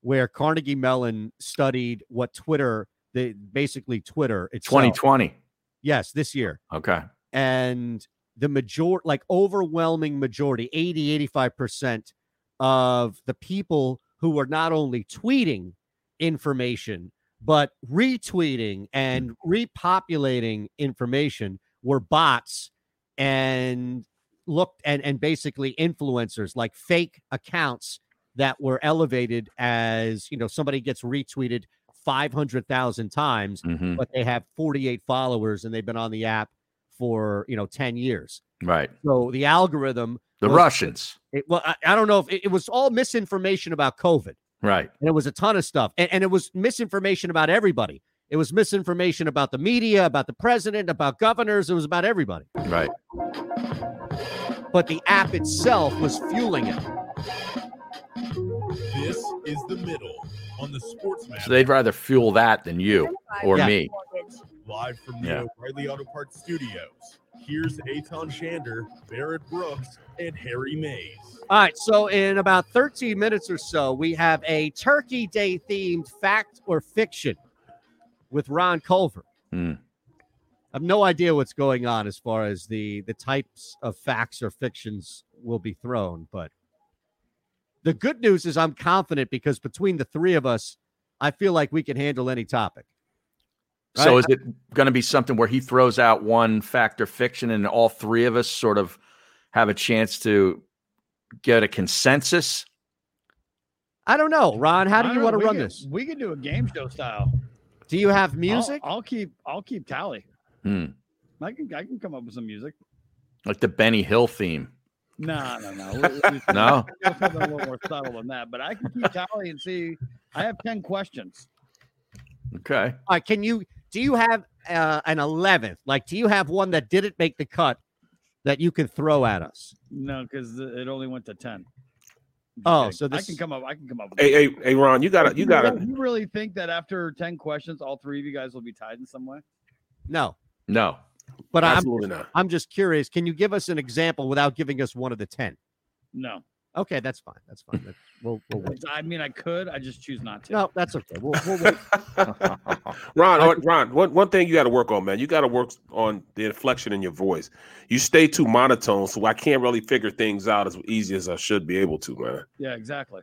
S2: where Carnegie Mellon studied what Twitter, they basically Twitter itself.
S1: 2020.
S2: Yes, this year.
S1: Okay.
S2: and the major like overwhelming majority 80 85% of the people who were not only tweeting information but retweeting and repopulating information were bots and looked and and basically influencers like fake accounts that were elevated as you know somebody gets retweeted 500,000 times
S1: Mhm.
S2: but they have 48 followers and they've been on the app for you know 10 years
S1: Right.
S2: so the algorithm
S1: The
S2: was-
S1: Russians.
S2: it, well I, I don't know if it, it was all misinformation about covid
S1: Right.
S2: and it was a ton of stuff and, and it was misinformation about everybody it was misinformation about the media about the president about governors it was about everybody
S1: Right.
S2: but the app itself was fueling it
S6: This is the middle on the Sports Map
S1: So they'd rather fuel that than you or
S6: Yeah.
S1: me.
S6: live from the
S1: Yeah.
S6: O'Reilly Auto Parts studios. Here's Aton Shander, Barrett Brooks, and Harry Mays.
S2: All right, so in about 13 minutes or so, we have a Turkey Day themed fact or fiction with Ron Culver.
S1: Hmm.
S2: I have no idea what's going on as far as the the types of facts or fictions will be thrown, but the good news is I'm confident because between the three of us, I feel like we can handle any topic.
S1: So
S2: Right.
S1: is it going to be something where he throws out one fact or fiction, and all three of us sort of have a chance to get a consensus?
S2: I don't know, Ron. How do
S8: I
S2: you
S8: don't
S2: want
S8: know,
S2: to
S8: we
S2: run
S8: could-
S2: this?
S8: We could do a game show style.
S2: Do you have
S8: I'll-
S2: music?
S8: I'll, keep. I'll keep tally.
S1: Hmm.
S8: I can. I can come up with some music.
S1: Like the Benny Hill theme?
S8: No, no,
S2: <laughs>
S8: no. We- we-
S1: No.
S8: we gotta come up with a little more subtle than that. But I can keep tally and see. I have ten questions.
S1: Okay.
S2: All right, can you do you have uh, an eleventh? Like, do you have one that didn't make the cut that you can throw at us?
S8: No, because it only went to ten. Just
S2: Oh,
S8: kidding.
S2: so
S8: I can
S2: this
S8: come up. I can come up. With
S3: Hey, hey, hey, Ron, you gotta, you
S8: You really-
S3: gotta.
S8: You really think that after ten questions, all three of you guys will be tied in some way?
S2: no,
S1: No.
S2: but I'm
S3: Absolutely not. <laughs>
S2: I'm just curious. Can you give us an example without giving us one of the ten?
S8: No.
S2: Okay, that's fine. That's fine. That- we'll, we'll
S9: <laughs>
S2: Oh, wait.
S8: I mean, I could. I just choose not to.
S2: No, that's okay. We'll, we'll wait.
S3: Ron, Ron, Ron, one, one thing you got to work on, man. You got to work on the inflection in your voice. You stay too monotone, so I can't really figure things out as easy as I should be able to, man.
S8: Yeah, exactly.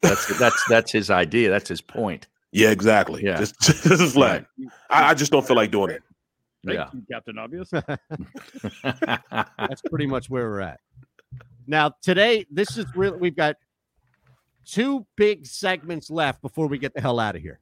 S1: That's that's that's his idea. That's his point.
S3: Yeah, exactly.
S1: Yeah.
S3: Just, <laughs> just like I, I just don't feel like doing it.
S8: Thank
S1: Yeah.
S8: you,
S2: <laughs>
S8: Captain Obvious.
S1: <laughs>
S2: That's pretty much where we're at. Now, today, this is really we've got two big segments left before we get the hell out of here.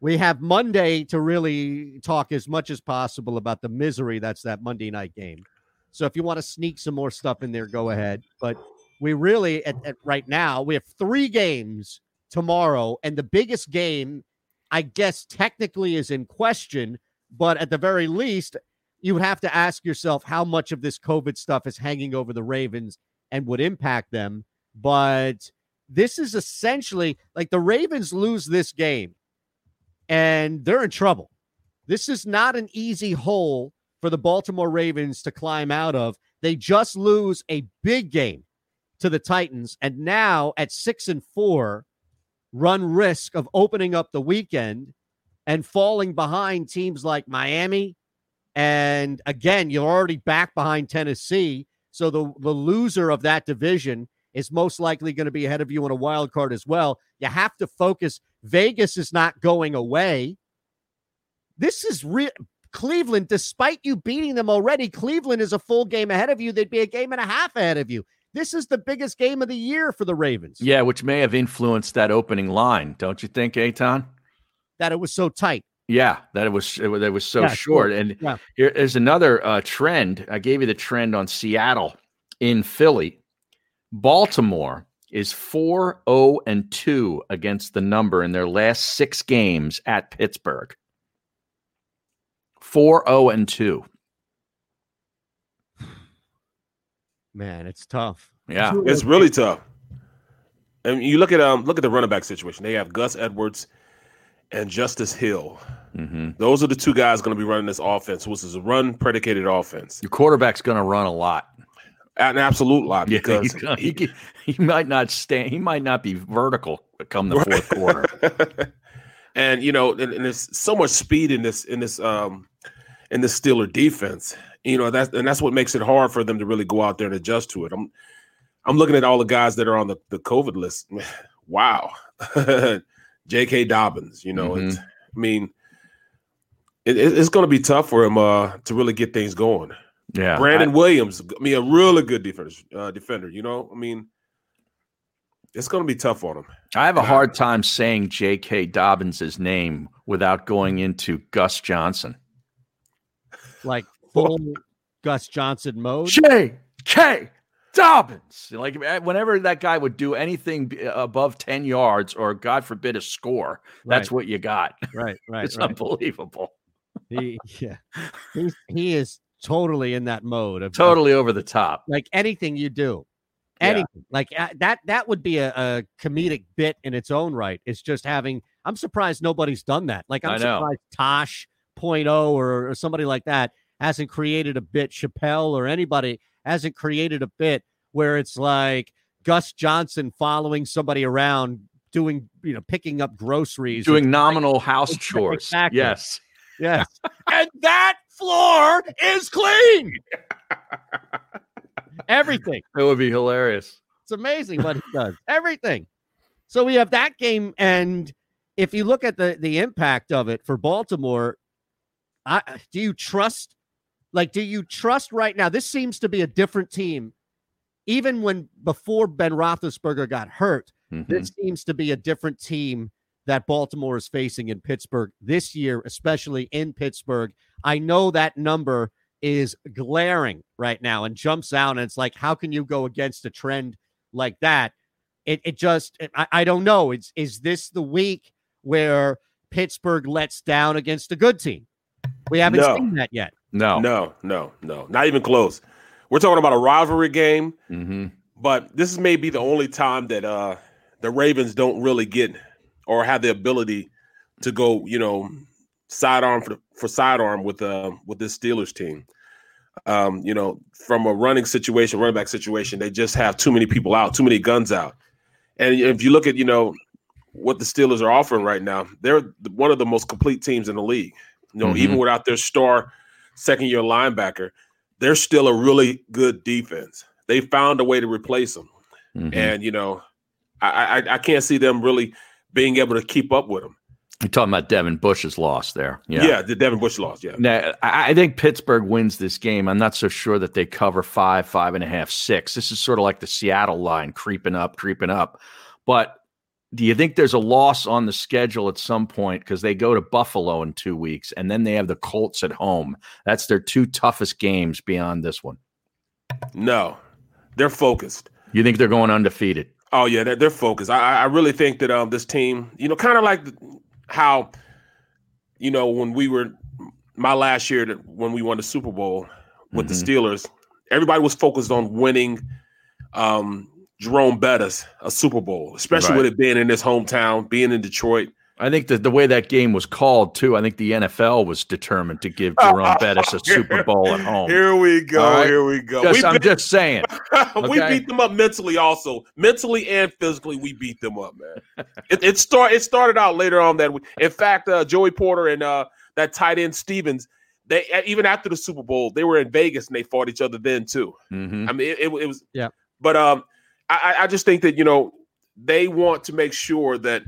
S2: We have Monday to really talk as much as possible about the misery that's that Monday night game. So if you want to sneak some more stuff in there, go ahead. But we really at, at right now we have three games tomorrow, and the biggest game, I guess, technically is in question. But at the very least, you would have to ask yourself how much of this COVID stuff is hanging over the Ravens and would impact them. But this is essentially like the Ravens lose this game and they're in trouble. This is not an easy hole for the Baltimore Ravens to climb out of. They just lose a big game to the Titans and now at 6 and 4 run risk of opening up the weekend and falling behind teams like Miami and again you're already back behind Tennessee so the the loser of that division is most likely going to be ahead of you in a wild card as well you have to focus Vegas is not going away this is real Cleveland, despite you beating them already, Cleveland is a full game ahead of you. They'd be a game and a half ahead of you. This is the biggest game of the year for the Ravens
S1: Yeah, which may have influenced that opening line, don't you think, Aton?
S2: that it was so tight.
S1: Yeah, that it was it was, it was so
S2: Yeah,
S1: short.
S2: sure.
S1: And
S2: Yeah.
S1: here is another uh, trend. I gave you the trend on Seattle in Philly. Baltimore is 4 0 and 2 against the number in their last six games at Pittsburgh. 4 0 and 2.
S2: Man, it's tough.
S1: Yeah.
S3: It's really tough. And you look at um look at the running back situation. They have Gus Edwards and Justice Hill.
S1: Mhm.
S3: Those are the two guys going to be running this offense, which is a run predicated offense.
S1: Your quarterback's going to run a
S2: <laughs>
S1: lot.
S3: An absolute lot
S1: Yeah,
S3: because
S1: he's gonna- <laughs> he, ca- he might not stand. He might not be vertical come the fourth quarter.
S3: <laughs> and you know, and, and there's so much speed in this in this um in this Steeler defense. You know, that's and that's what makes it hard for them to really go out there and adjust to it. I'm I'm looking at all the guys that are on the, the COVID list. <laughs> wow. <laughs> J.K. Dobbins, you
S1: Mm-hmm.
S3: know, it's, I mean, it, it- it's going to be tough for him uh, to really get things going.
S1: Yeah,
S3: Brandon Williams, I mean, a really good defense, uh, defender, you know, I mean, It's going to be tough on him.
S1: I have a hard time saying J.K. Dobbins' name without going into Gus Johnson. <laughs>
S2: Like full Gus Johnson mode.
S1: J.K. Dobbins. Like eh, whenever that guy would do anything b- eh, above 10 yards or God forbid a score, that's
S2: Right.
S1: what you got. <laughs>
S2: Right, right,
S1: it's
S2: right.
S1: unbelievable.
S2: He,
S1: <laughs>
S2: yeah, He's, he is totally in that mode of
S1: Totally over the top.
S2: like anything you do,
S1: Yeah.
S2: anything like uh, that. That would be a, a comedic bit in its own right. It's just having. I'm surprised nobody's done that. Like I'm
S1: I know.
S2: surprised Tosh Point O or, or somebody like that hasn't created a bit. Chappelle or anybody hasn't created a bit where it's like Gus Johnson following somebody around doing you know picking up groceries or
S1: Doing nominal house chores.
S2: Exactly.
S1: Yes.
S2: <laughs> Yes.
S1: <laughs> and that floor is clean.
S2: Everything.
S1: It would be hilarious.
S2: It's amazing what he does. Everything. So we have that game, and if you look at the the impact of it for Baltimore, I do you trust? Like, do you trust right now? This seems to be a different team, even when before Ben Roethlisberger got hurt.
S1: Mm-hmm.
S2: This seems to be a different team that Baltimore is facing in Pittsburgh this year, especially in Pittsburgh. I know that number is glaring right now and jumps out, and it's like, how can you go against a trend like that? It it just I, I don't know. It's is this the week where Pittsburgh lets down against a good team? We haven't
S3: No.
S2: seen that yet.
S1: No.
S3: No, no, no. Not even close. We're talking about a rivalry game,
S1: Mm-hmm.
S3: but this may be the only time that uh the Ravens don't really get or have the ability to go, you know, sidearm for for sidearm with uh with this Steelers team. Um, you know, from a running situation, running back situation, they just have too many people out, too many guns out. And if you look at, you know, what the Steelers are offering right now, they're th- one of the most complete teams in the league. You know, even
S1: Mhm.
S3: without their star second year linebacker, they're still a really good defense. They found a way to replace them.
S1: Mm-hmm.
S3: And, you know, I, I I can't see them really being able to keep up with them.
S1: You're talking about Devin Bush's loss there.
S3: Yeah, the Devin Bush loss. Yeah.
S1: Now, I I think Pittsburgh wins this game. I'm not so sure that they cover five, five and a half, six. This is sort of like the Seattle line creeping up, creeping up. But do you think there's a loss on the schedule at some point because they go to Buffalo in two weeks and then they have the Colts at home? That's their two toughest games beyond this one.
S3: No, they're focused.
S1: You think they're going undefeated?
S3: Oh yeah, they're, they're focused. I I- I really think that um this team, you know, kind of like how, you know, when we were my last year that when we won the Super Bowl with
S1: Mhm.
S3: the Steelers, everybody was focused on winning, um Jerome Bettis a Super Bowl, especially
S1: Right.
S3: with it being in his hometown, being in Detroit.
S1: I think that the way that game was called, too, I think the NFL was determined
S3: <laughs>
S1: to give Jerome Bettis a Super Bowl at home.
S3: Here we go.
S1: All right?
S3: Here we go.
S1: Just-
S3: we
S1: I'm
S3: beat,
S1: just saying.
S3: <laughs> we
S1: okay.
S3: beat them up mentally, also mentally and physically. We beat them up, man. it, it start it started out later on that week. In fact, uh, Joey Porter and uh, that tight end Stevens, they even after the Super Bowl, they were in Vegas and they fought each other then too.
S1: Mhm.
S3: I mean, it, it, it was.
S2: Yeah.
S3: But um, I, I- I just think that you know they want to make sure that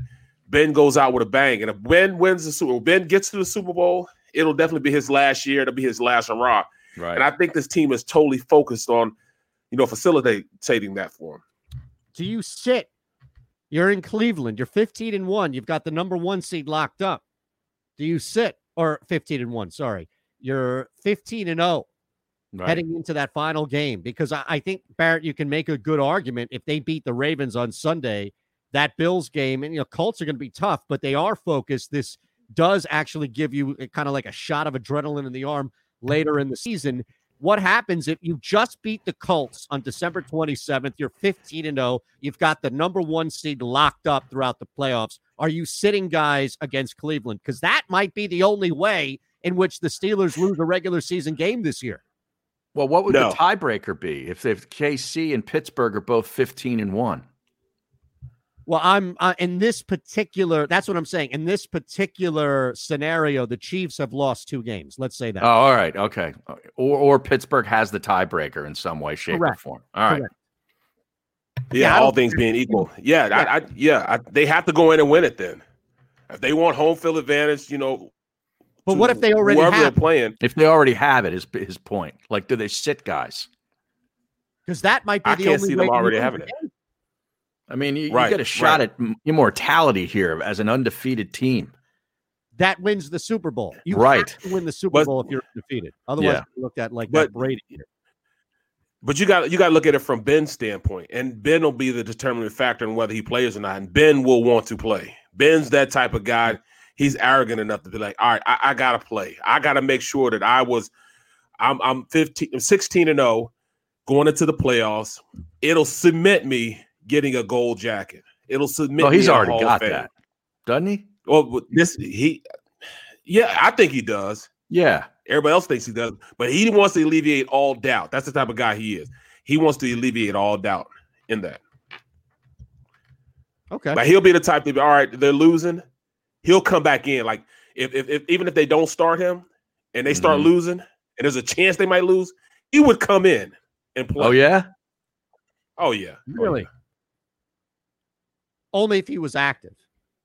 S3: Ben goes out with a bang, and if Ben wins the Super, Ben gets to the Super Bowl, it'll definitely be his last year. It'll be his last hurrah.
S1: Right.
S3: And I think this team is totally focused on, you know, facilitating that for him.
S2: Do you sit? You're in Cleveland. You're 15 and one. You've got the number one seed locked up. Do you sit or 15 and one? Sorry, you're 15 and oh. 0
S1: Right.
S2: heading into that final game because I, I think Barrett, you can make a good argument if they beat the Ravens on Sunday, that Bills game and you know Colts are going to be tough, but they are focused. This does actually give you kind of like a shot of adrenaline in the arm later in the season. What happens if you just beat the Colts on December 27th? You're 15 and 0. You've got the number one seed locked up throughout the playoffs. Are you sitting guys against Cleveland? Because that might be the only way in which the Steelers lose a regular season game this year.
S1: Well, what would
S3: No.
S1: the tiebreaker be if, if KC and Pittsburgh are both 15 and 1?
S2: Well, I'm uh, in this particular. That's what I'm saying. In this particular scenario, the Chiefs have lost two games. Let's say that.
S1: Oh, all right. Okay. Or, or Pittsburgh has the tiebreaker in some way, shape, or
S2: Correct.
S1: form. All right.
S2: Correct.
S3: Yeah, all things being equal. Yeah, I, I yeah, I, they have to go in and win it then. If they want home field advantage, you know,
S2: But
S3: to
S2: what if they already
S3: whoever
S2: have?
S3: they're playing?
S1: If they already have it, is his point. Like, do they sit guys?
S2: Because that might be
S3: I
S2: the
S3: can't
S2: only
S3: see
S2: way
S3: them
S2: to
S3: already
S2: win the
S3: having it.
S2: game.
S1: I mean, you,
S3: Right,
S1: you get a shot
S3: right.
S1: at m- immortality here as an undefeated team.
S2: That wins the Super Bowl. You
S1: Right.
S2: have to win the Super
S3: But-
S2: Bowl if you're defeated. Otherwise,
S3: Yeah.
S2: you looked at like
S3: But-
S2: that Brady here.
S3: But you got you got to look at it from Ben's standpoint, and Ben will be the determining factor in whether he plays or not. And Ben will want to play. Ben's that type of guy. He's arrogant enough to be like, all right, I, I gotta play. I gotta make sure that I was, I'm I'm 15, I'm 16 and 0, going into the playoffs. It'll cement me getting a gold jacket. It'll submit.
S1: Oh,
S3: me in
S1: he's
S3: the
S1: already
S3: Hall of
S1: got
S3: Fame.
S1: that, doesn't he?
S3: Well, with this he, yeah, I think he does.
S1: Yeah.
S3: Everybody else thinks he does, but he wants to alleviate all doubt. That's the type of guy he is. He wants to alleviate all doubt in that.
S2: Okay.
S3: Like he'll be the type to be all right. They're losing. He'll come back in. Like if, if, if even if they don't start him and they start
S1: Mhm.
S3: losing, and there's a chance they might lose, he would come in and play.
S1: Oh yeah.
S3: Oh yeah.
S2: Really? Only if he was active.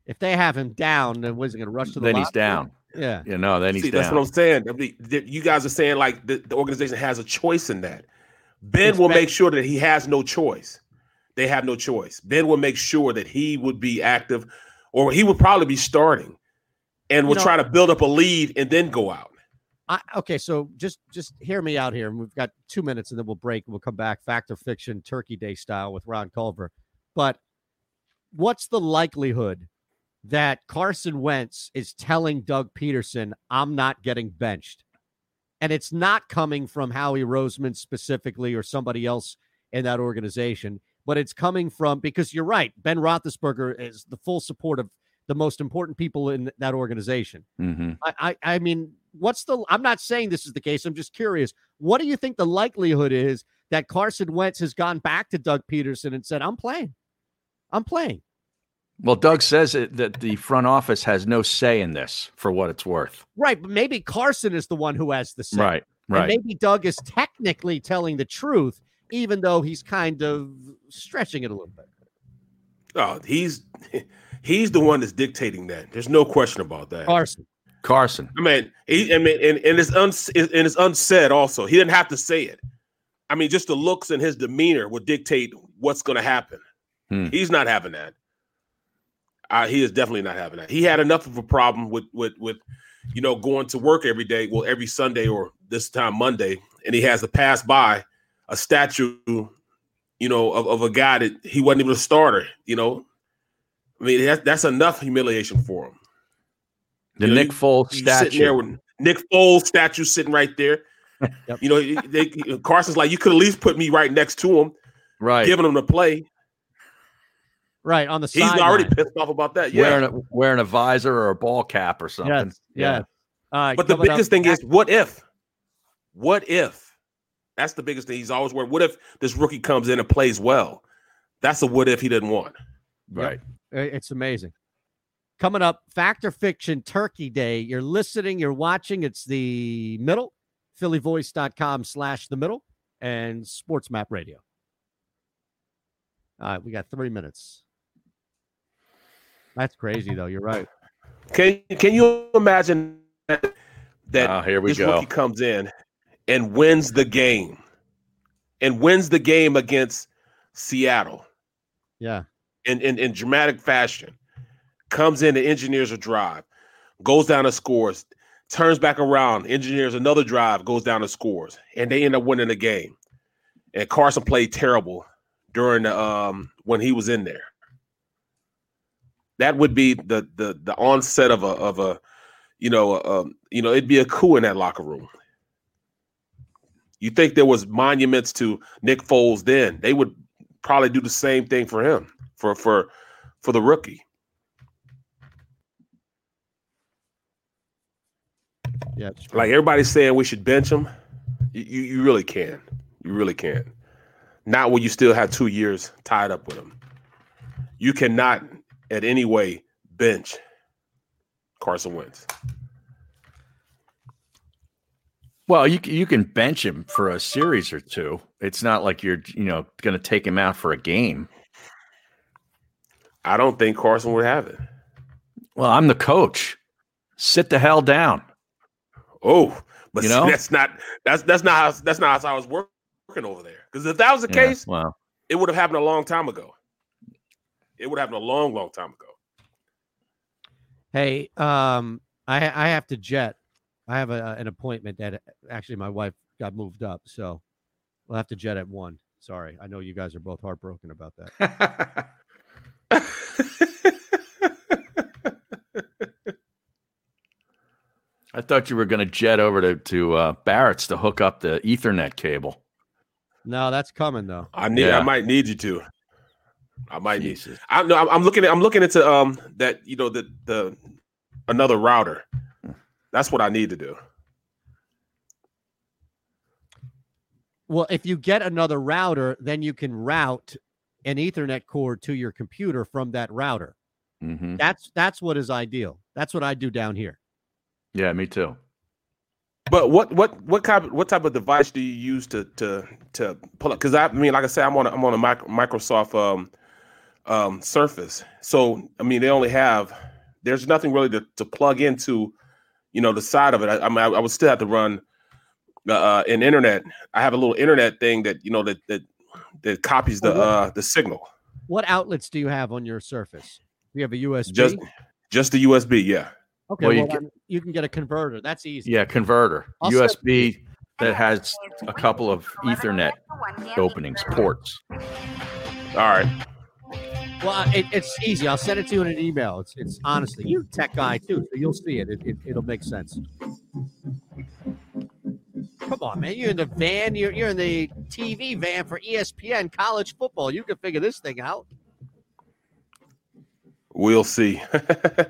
S2: If they have him down, then what is he going to rush to the
S1: Then he's
S2: locker
S1: down.
S2: room? Yeah.
S1: You know, then he's
S3: See,
S1: down.
S3: that's what I'm saying. I mean, th- You guys are saying like the, the organization has a choice in that. Ben
S2: It's
S3: will
S2: ba-
S3: make sure that he has no choice. They have no choice. Ben will make sure that he would be active, or he would probably be starting, and will
S2: You know-
S3: try to build up a lead and then go out.
S2: I, okay, so just just hear me out here, and we've got two minutes, and then we'll break. and We'll come back, fact or fiction, Turkey Day style with Ron Culver. But what's the likelihood that Carson Wentz is telling Doug Peterson, "I'm not getting benched," and it's not coming from Howie Roseman specifically or somebody else in that organization, but it's coming from because you're right, Ben Roethlisberger is the full support of the most important people in that organization.
S1: Mm-hmm.
S2: I, I, I mean, what's the? I'm not saying this is the case. I'm just curious. What do you think the likelihood is that Carson Wentz has gone back to Doug Peterson and said, "I'm playing, I'm playing"?
S1: Well, Doug says it, that the front office has no say in this, for what it's worth.
S2: Right, but maybe Carson is the one who has the say.
S1: Right,
S2: And
S1: right.
S2: maybe Doug is technically telling the truth, even though he's kind of stretching it a little bit.
S3: Oh, he's <laughs> he's the one that's dictating that. There's no question about that.
S2: Carson.
S1: Carson.
S3: I mean, he, I mean, and, and it's uns, and it's unsaid also. He didn't have to say it. I mean, just the looks and his demeanor will dictate what's going to happen.
S1: Hmm.
S3: He's not having that. Uh, he is definitely not having that. He had enough of a problem with with with you know going to work every day, well every Sunday or this time Monday, and he has to pass by a statue, you know, of, of a guy that he wasn't even a starter. You know, I mean that's that's enough humiliation for him.
S1: The
S3: You know,
S1: Nick Foles
S3: He's sitting there
S1: statue.
S3: with Nick Foles statue sitting right
S1: <laughs>
S3: there. You know, they, Carson's like, you could at least put me right next to him,
S1: right?
S3: Giving him the play.
S2: Right on the
S3: He's
S2: sideline.
S3: already pissed off about that. Yeah,
S1: Wearing a, wearing a visor or a ball cap or something.
S2: Yes, yes. All right,
S3: but the
S2: coming up-
S3: biggest thing is, what if? What if? That's the biggest thing. He's always worried. What if this rookie comes in and plays well? That's a what if he didn't want.
S1: Right.
S2: Uh, It's amazing. Coming up, Fact or Fiction Turkey Day. You're listening, you're watching. It's the middle, phillyvoice.com slash the middle, and Sports Map Radio. All right, we got three minutes. That's crazy, though. You're right.
S3: Can Can you imagine that? That
S1: Oh, here we
S3: this
S1: go.
S3: rookie comes in and wins the game, and wins the game against Seattle.
S2: Yeah.
S3: in, in, in dramatic fashion, comes in and engineers a drive, goes down and scores, turns back around, engineers another drive, goes down and scores, and they end up winning the game. And Carson played terrible during the um when he was in there. That would be the the the onset of a of a you know a, um you know it'd be a coup in that locker room. You think there was monuments to Nick Foles then? They would probably do the same thing for him for for for the rookie.
S2: Yeah. it's-
S3: Like everybody's saying, we should bench him. You you, you really can. You really can. Not when you still have two years tied up with him. You cannot, at any way, bench Carson Wentz.
S1: Well, you c- you can bench him for a series or two. It's not like you're you know going to take him out for a game.
S3: I don't think Carson would have it.
S1: Well, I'm the coach. Sit the hell down.
S3: Oh, but
S1: You know?
S3: that's not that's that's not how that's not how I was working over there. Because if that was the <laughs>
S1: Yeah,
S3: case,
S1: well,
S3: it would have happened a long time ago. It would happen a long, long time ago.
S2: Hey, um, I I have to jet. I have a, an appointment that actually my wife got moved up, so we'll have to jet at one. Sorry, I know you guys are both heartbroken about that.
S1: I thought you were going to jet over to to uh, Barrett's to hook up the Ethernet cable.
S2: no, that's coming though.
S3: I need.
S1: Yeah.
S3: I might need you to. I might need. I no. I'm, I'm looking. At, I'm looking into um that you know the the another router. That's what I need to do.
S2: Well, if you get another router, then you can route an Ethernet cord to your computer from that router.
S1: Mm-hmm.
S2: That's that's what is ideal. That's what I do down here.
S1: Yeah, me too.
S3: But what what what type what type of device do you use to to to pull up? Because I mean, like I said, I'm on a, I'm on a mic- Microsoft um um Surface, so I mean they only have there's nothing really to, to plug into, you know, the side of it. I, I mean, I, I would still have to run uh, uh, an internet. I have a little internet thing that you know that that that copies the uh the signal.
S2: What outlets do you have on your Surface? Do you have a USB?
S3: Just just the USB, yeah.
S2: okay,
S1: well,
S2: well,
S1: you
S2: then you,
S1: can-
S2: can, get a converter. That's easy.
S1: Yeah, converter
S2: I'll step-
S1: USB that has a couple of Ethernet openings ports.
S3: All right.
S2: Well, I- it, it's easy. I'll send it to you in an email. It's it's honestly, you're a tech guy too, so you'll see it. It, it it'll make sense. Come on, man. You're in the van. You're you're in the TV van for E ESPN college football. You can figure this thing out.
S3: We'll see. <laughs>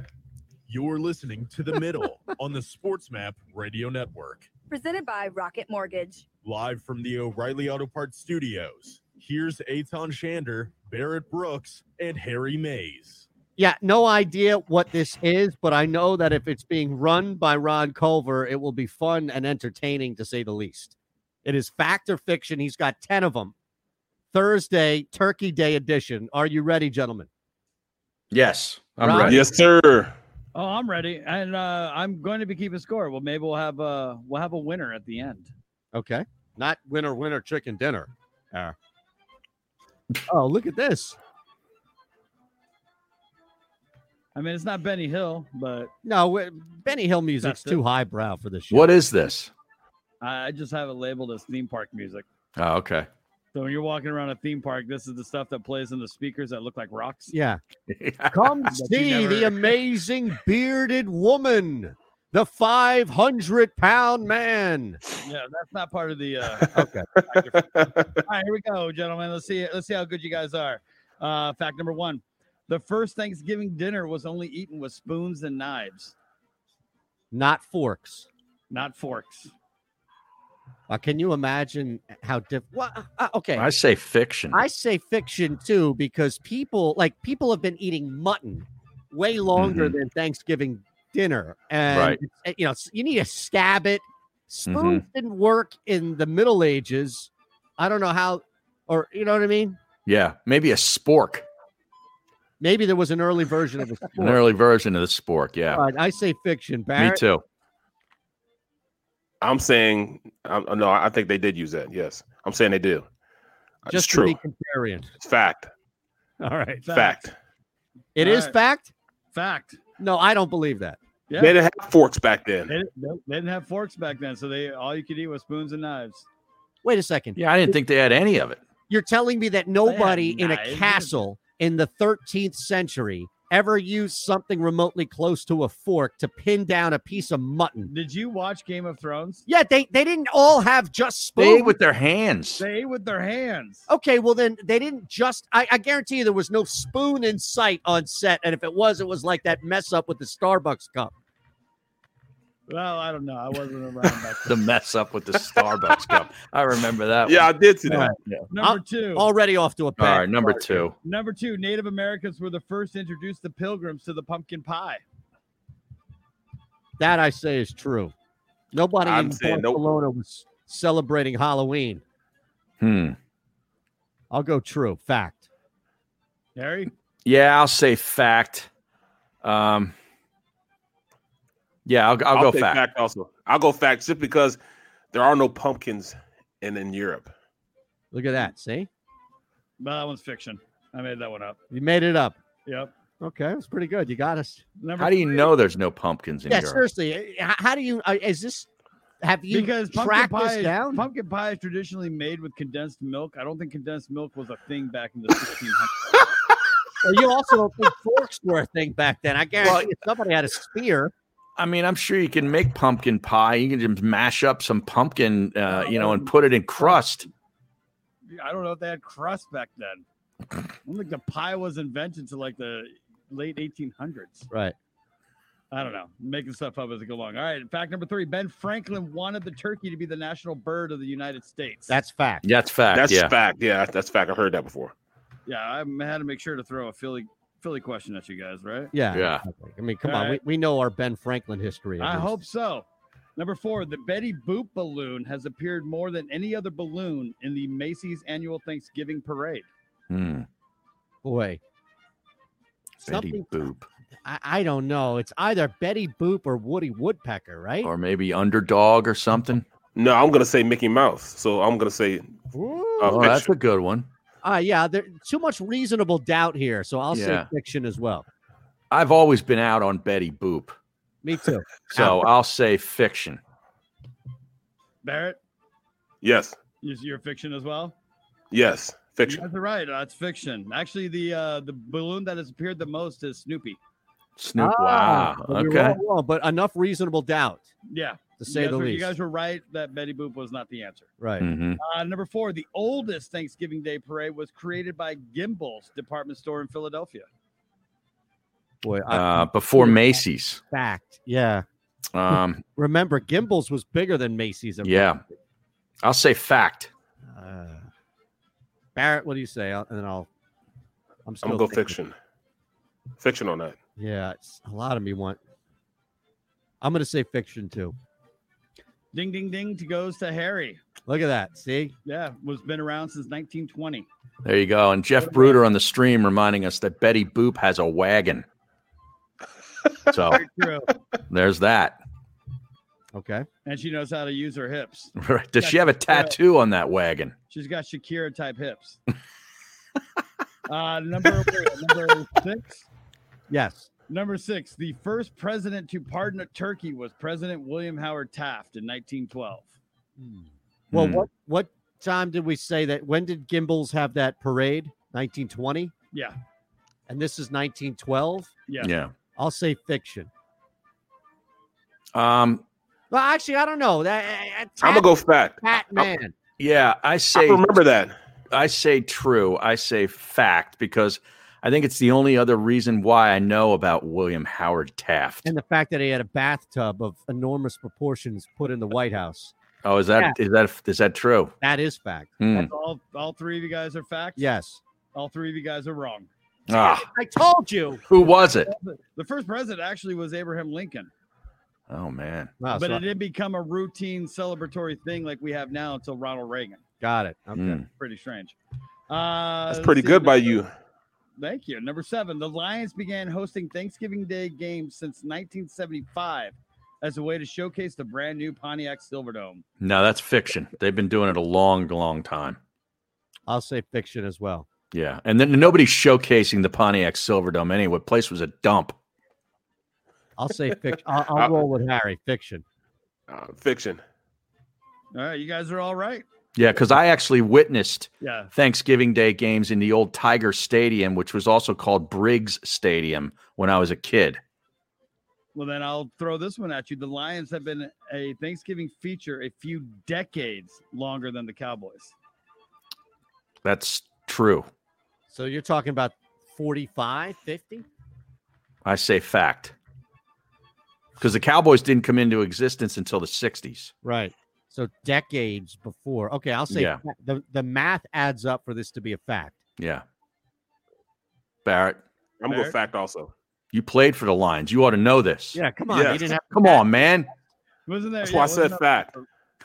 S6: You're listening to The Middle <laughs> on the Sports Map Radio Network.
S11: Presented by Rocket Mortgage.
S6: Live from the O'Reilly Auto Parts Studios, here's Aton Shander, Barrett Brooks, and Harry Mays.
S2: Yeah, no idea what this is, but I know that if it's being run by Ron Culver, it will be fun and entertaining to say the least. It is fact or fiction. He's got 10 of them. Thursday, Turkey Day edition. Are you ready, gentlemen?
S1: Yes, I'm
S2: Rob?
S1: ready.
S3: Yes, sir.
S8: Oh, I'm ready, and uh, I'm going to be keeping score. Well, maybe we'll have a we'll have a winner at the end.
S2: Okay. Not winner, winner, chicken dinner. Uh, oh, look at this.
S8: I mean, it's not Benny Hill, but
S2: No, w- Benny Hill music's
S8: That's it.
S2: too highbrow for this show.
S1: What is this?
S8: I I just have it labeled as theme park music.
S1: Oh, okay.
S8: So when you're walking around a theme park, this is the stuff that plays in the speakers that look like rocks.
S2: Yeah. <laughs> Come
S8: That you
S2: see the
S8: never-
S2: amazing bearded woman, the 500 pound man.
S8: Yeah, that's not part of the. Uh,
S2: <laughs> Okay.
S8: <laughs> All right, here we go, gentlemen. Let's see. Let's see how good you guys are. Uh, fact number one: the first Thanksgiving dinner was only eaten with spoons and knives,
S2: Not forks.
S8: not forks.
S2: Uh, can you imagine how diff? Well, uh, okay.
S1: I say fiction.
S2: I say fiction too because people like people have been eating mutton way longer
S1: Mhm.
S2: than Thanksgiving dinner, and
S1: Right.
S2: it's- eh, you know s- you need to stab it. Spoons didn't work in the Middle Ages. I don't know how, or you know what I mean.
S1: yeah, maybe a spork,
S2: Maybe there was an early version of a
S1: an
S2: sport.
S1: early version of the spork. Yeah,
S2: But I say fiction.
S1: me
S2: Barrett,
S1: too.
S3: I'm saying um, no. I think they did use that. Yes, I'm saying they do. Uh, it's
S2: just to
S3: true.
S2: be contrarian. <laughs>
S3: It's fact.
S2: All right,
S3: Fact.
S2: It
S8: All
S2: is
S8: right.
S2: fact.
S8: Fact.
S2: No, I don't believe that.
S8: Yeah.
S3: They didn't have forks back then.
S8: They didn't, nope, they didn't have forks back then, so they all you could eat was spoons and knives.
S2: Wait a second.
S1: Yeah, I didn't think they had any of it.
S2: You're telling me that nobody in a
S8: knives.
S2: castle in the 13th century ever used something remotely close to a fork to pin down a piece of mutton.
S8: Did you watch Game of Thrones?
S2: Yeah, they, they didn't all have just
S1: They
S2: spoons.
S1: ate with their hands.
S8: They ate with their hands.
S2: okay, well then they didn't just I, I guarantee you there was no spoon in sight on set. And if it was, it was like that mess up with the Starbucks cup.
S8: Well, I don't know. I
S2: <laughs>
S8: wasn't around back
S1: The
S8: then.
S1: mess up with the Starbucks cup. I remember that.
S3: Yeah, I did see that.
S2: Alright.
S8: Number two.
S2: Already off to a
S1: One.
S2: bad
S1: All right, number
S2: start.
S1: two.
S8: Number two. Native Americans were the first to introduce the Pilgrims to the pumpkin pie.
S2: That I say is true. Nobody
S3: I'm
S2: in
S3: saying nope.
S2: Barcelona was celebrating Halloween.
S1: Hmm.
S2: I'll go true. Fact.
S8: Harry,
S1: Yeah, I'll say fact. Um. Yeah, I'll, I'll, go
S3: say
S1: fact.
S3: Also, I'll go fact just because there are no pumpkins in in Europe.
S2: Look at that. See?
S8: well, that one's fiction. I made that one up.
S2: You made it up.
S8: Yep.
S2: Okay, that's pretty good. You got us.
S8: Number
S1: How do you
S8: three.
S1: know there's no pumpkins in
S2: Yeah,
S1: Europe?
S2: seriously. eh, h- How do you? uh, Is this? Have you
S8: because pumpkin
S2: tracked
S8: pie,
S2: this
S8: is-
S2: down?
S8: pumpkin pie is traditionally made with condensed milk. I don't think condensed milk was a thing back in the 1600s.
S2: Well, you also don't think forks were a thing back then. I guarantee
S1: Well,
S2: you somebody had a spear.
S1: I mean, I'm sure you can make pumpkin pie. You can just mash up some pumpkin, uh, you know, and put it in crust.
S8: I don't know if they had crust back then. I don't think the pie was invented to like the late 1800s.
S2: Right.
S8: I don't know. Making stuff up as I go along. All right. Fact number three Ben Franklin wanted the turkey to be the national bird of the United States.
S2: That's fact.
S1: That's fact.
S3: That's
S1: yeah.
S3: fact. Yeah, that's fact. I've heard that before.
S8: Yeah. I had to make sure to throw a Philly Philly question at you guys, right?
S2: Yeah.
S1: Yeah.
S2: exactly. I mean, come
S8: All
S2: on.
S8: right.
S2: We, we know our Ben Franklin history. at
S8: I
S2: least.
S8: hope so. Number four, the Betty Boop balloon has appeared more than any other balloon in the Macy's annual Thanksgiving parade.
S1: Hmm.
S2: Boy.
S1: Betty
S2: Something
S1: Boop,
S2: I, I don't know. It's either Betty Boop or Woody Woodpecker, right?
S1: or maybe Underdog or something.
S3: No, I'm gonna say Mickey Mouse. So I'm gonna say
S2: Ooh.
S3: uh,
S1: Oh, that's
S3: fiction.
S1: a good one.
S2: Uh, yeah, there too much reasonable doubt here, so I'll
S1: Yeah.
S2: say fiction as well.
S1: I've always been out on Betty Boop, <laughs>
S2: Me too.
S1: so I'll say fiction.
S8: Barrett,
S3: yes,
S8: is your fiction as well?
S3: yes,
S8: You
S3: fiction.
S8: guys are right. That's fiction. Actually, the uh, the balloon that has appeared the most is Snoopy.
S1: Snoop.
S2: Ah,
S1: wow.
S2: but we were
S1: okay.
S2: all wrong, but enough reasonable doubt
S8: Yeah.
S2: to
S8: You
S2: say
S8: guys
S2: the
S8: were-
S2: least.
S8: You guys were right that Betty Boop was not the answer.
S2: right.
S1: hmm
S8: Uh, number four, the oldest Thanksgiving Day parade was created by Gimbel's department store in Philadelphia.
S2: Boy, I,
S1: Uh, before Macy's.
S2: fact. Yeah.
S1: Um,
S2: Remember, Gimbals was bigger than Macy's. at one
S1: yeah. I'll say fact.
S2: Uh, Barrett, what do you say? I'll, and then I'll. I'm
S3: I'm
S2: still
S3: gonna go
S2: thinking.
S3: fiction. Fiction on that.
S2: Yeah, it's, a lot of me want. I'm going to say fiction too.
S8: Ding, ding, ding to goes to Harry.
S2: Look at that. See,
S8: Yeah, was been around since 1920.
S1: There you go. And Jeff Bruder on the stream reminding us that Betty Boop has a wagon. So
S8: True.
S1: there's that. <laughs>
S2: okay.
S8: and she knows how to use her hips.
S1: Right. Does she have a tattoo on that wagon?
S8: She's got Shakira type hips. uh, number number six.
S2: Yes.
S8: Number six. The first president to pardon a turkey was President William Howard Taft in 1912.
S2: Well,
S1: Hmm.
S2: what what time did we say that? When did Gimbals have that parade? 1920,
S8: Yeah,
S2: and this is 1912.
S8: yeah.
S1: Yeah.
S2: I'll say fiction.
S1: Um.
S2: Well, actually, I don't know. That eh,
S3: I'm gonna go fact.
S2: Batman.
S1: Yeah. I
S3: I
S1: say.
S3: remember that.
S1: I say true. I say fact because I think it's the only other reason why I know about William Howard Taft.
S2: and the fact that he had a bathtub of enormous proportions put in the White House.
S1: oh, is that is that is that true?
S2: That is fact.
S1: Hmm.
S8: That's all. All three of you guys are facts.
S2: Yes.
S8: All three of you guys are wrong.
S1: Ah,
S2: I told you.
S1: who was it?
S8: The first president actually was Abraham Lincoln,
S1: Oh man.
S2: Wow,
S8: but
S2: so
S8: it didn't become a routine celebratory thing like we have now until Ronald Reagan.
S2: got it. Okay.
S1: Hmm.
S8: Pretty strange. Uh,
S3: That's
S8: let's
S3: pretty
S8: see,
S3: good by
S8: number-
S3: you.
S8: Thank you. Number seven, the Lions began hosting Thanksgiving Day games since 1975 as a way to showcase the brand new Pontiac Silverdome.
S1: No, that's fiction. They've been doing it a long, long time.
S2: I'll say fiction as well.
S1: Yeah, and then nobody's showcasing the Pontiac Silverdome anyway. Place was a dump.
S2: I'll say fiction. I'll,
S8: Uh,
S2: I'll roll with Harry. Fiction.
S3: Uh, fiction.
S8: All right, you guys are all right.
S1: Yeah, because I actually witnessed
S8: Yeah.
S1: Thanksgiving Day games in the old Tiger Stadium, which was also called Briggs Stadium when I was a kid.
S8: Well, then I'll throw this one at you. The Lions have been a Thanksgiving feature a few decades longer than the Cowboys.
S1: That's true.
S2: So you're talking about 45, 50?
S1: I say fact. Because the Cowboys didn't come into existence until the 60s.
S2: Right. So decades before. Okay. I'll say
S1: Yeah.
S2: fa- the, the math adds up for this to be a fact.
S1: Yeah. Barrett,
S3: I'm gonna go
S8: Fair.
S3: fact also.
S1: you played for the Lions. You ought to know this.
S2: Yeah. Come on.
S3: Yeah.
S2: They didn't have
S1: Come on, man.
S8: Wasn't there?
S3: That's
S8: yeah,
S3: why I
S8: wasn't
S3: said
S8: there-
S3: fact.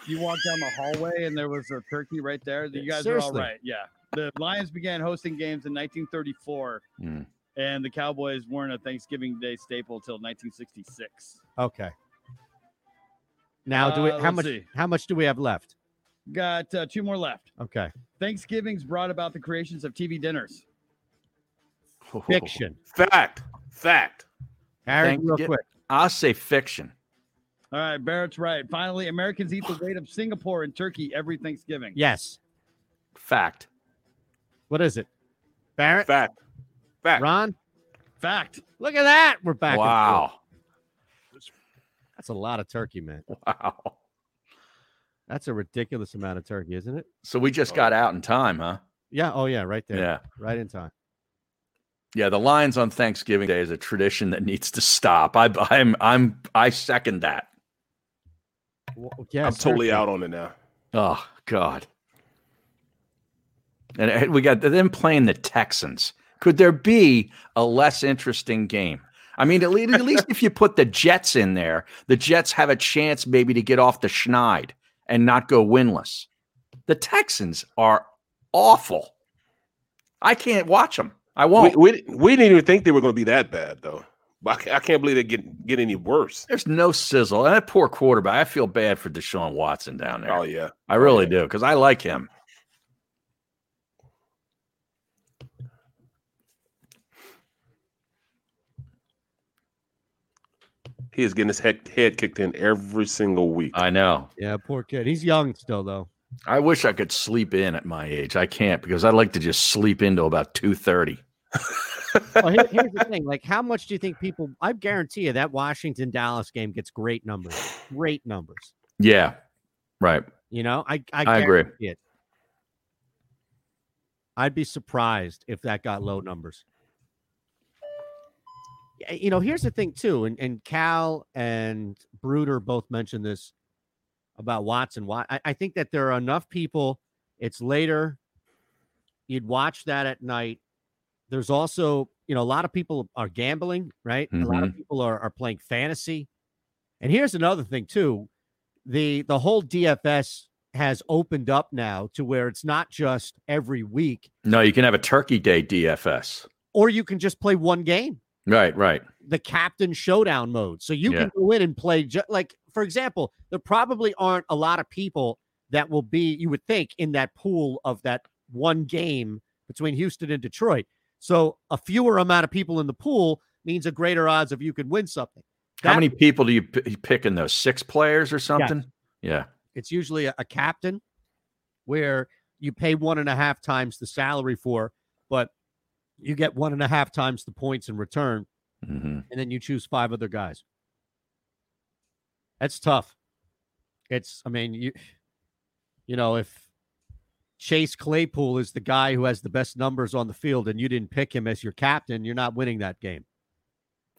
S8: you walked down the hallway and there was a turkey right there. You
S2: Yeah,
S8: guys are all
S2: seriously.
S8: right. Yeah. The Lions began hosting games in 1934,
S1: Mm.
S8: and the Cowboys weren't a Thanksgiving Day staple till 1966.
S2: Okay. Now, do we?
S8: Uh,
S2: How
S8: let's
S2: much?
S8: see.
S2: How much do we have left?
S8: Got uh, two more left.
S2: Okay.
S8: Thanksgivings brought about the creations of TV dinners.
S2: Fiction.
S3: Fact. Fact.
S2: Harry,
S1: Thank-
S2: real quick.
S1: I'll say fiction.
S8: All right, Barrett's right. Finally, Americans eat the weight of Singapore and Turkey every Thanksgiving.
S2: Yes.
S1: Fact.
S2: What is it? Barrett?
S3: Fact. Fact.
S2: Ron?
S8: Fact.
S2: Look at that. We're back. and
S1: Wow.
S2: forth. That's a lot of turkey, man.
S1: <laughs> Wow.
S2: That's a ridiculous amount of turkey, isn't it?
S1: So we just got out in time, huh?
S2: Yeah. Oh, yeah. Right there.
S1: Yeah.
S2: Right in time.
S1: Yeah, the lines on Thanksgiving Day is a tradition that needs to stop. I, I'm, I'm, I second that.
S2: Well, yeah.
S3: I'm totally
S2: turkey.
S3: out on it now.
S1: Oh God! And it- we got them playing the Texans. Could there be a less interesting game? I mean, at least, at least if you put the Jets in there, the Jets have a chance maybe to get off the schneid and not go winless. The Texans are awful. I can't watch them. I
S3: We,
S1: won't.
S3: we, we didn't even think they were going to be that bad, though. But I, ca- I can't believe they get get any worse.
S1: There's no sizzle. And that poor quarterback. I feel bad for Deshaun Watson down there.
S3: Oh yeah,
S1: I really do because I like him.
S3: he is getting his head, head kicked in every single week.
S8: Uh.
S1: I know.
S2: Yeah. Poor kid. He's young still, though.
S1: I wish I could sleep in at my age. I can't because I like to just sleep into about two thirty.
S2: well, Oh, here- here's the thing: like, how much do you think people? I guarantee you that Washington Dallas game gets great numbers, great numbers.
S1: Yeah, right.
S2: You know, I I,
S1: I agree.
S2: guarantee It. I'd be surprised if that got low numbers. Y- You know, here's the thing too, and and Cal and Bruder both mentioned this about Watson. Why I, I think that there are enough people. It's later. You'd watch that at night. There's also, you know, a lot of people are gambling, right? A lot of people are, are playing fantasy. And here's another thing too. The the whole DFS has opened up now to where it's not just every week,
S1: No, you can have a turkey day DFS.
S2: or you can just play one game,
S1: Right, right.
S2: the captain showdown mode. So you
S1: Yeah.
S2: can go in and play ju- like for example, there probably aren't a lot of people that will be, you would think, in that pool of that one game between Houston and Detroit. So a fewer amount of people in the pool means a greater odds of you could win something.
S1: How
S2: That-
S1: many people do you p- pick in those six players or something? Yeah,
S2: It's usually a, a captain where you pay one and a half times the salary for, but you get one and a half times the points in return,
S1: hmm
S2: and then you choose five other guys. That's tough. It's, I mean, you, you know, if Chase Claypool is the guy who has the best numbers on the field and you didn't pick him as your captain, you're not winning that game.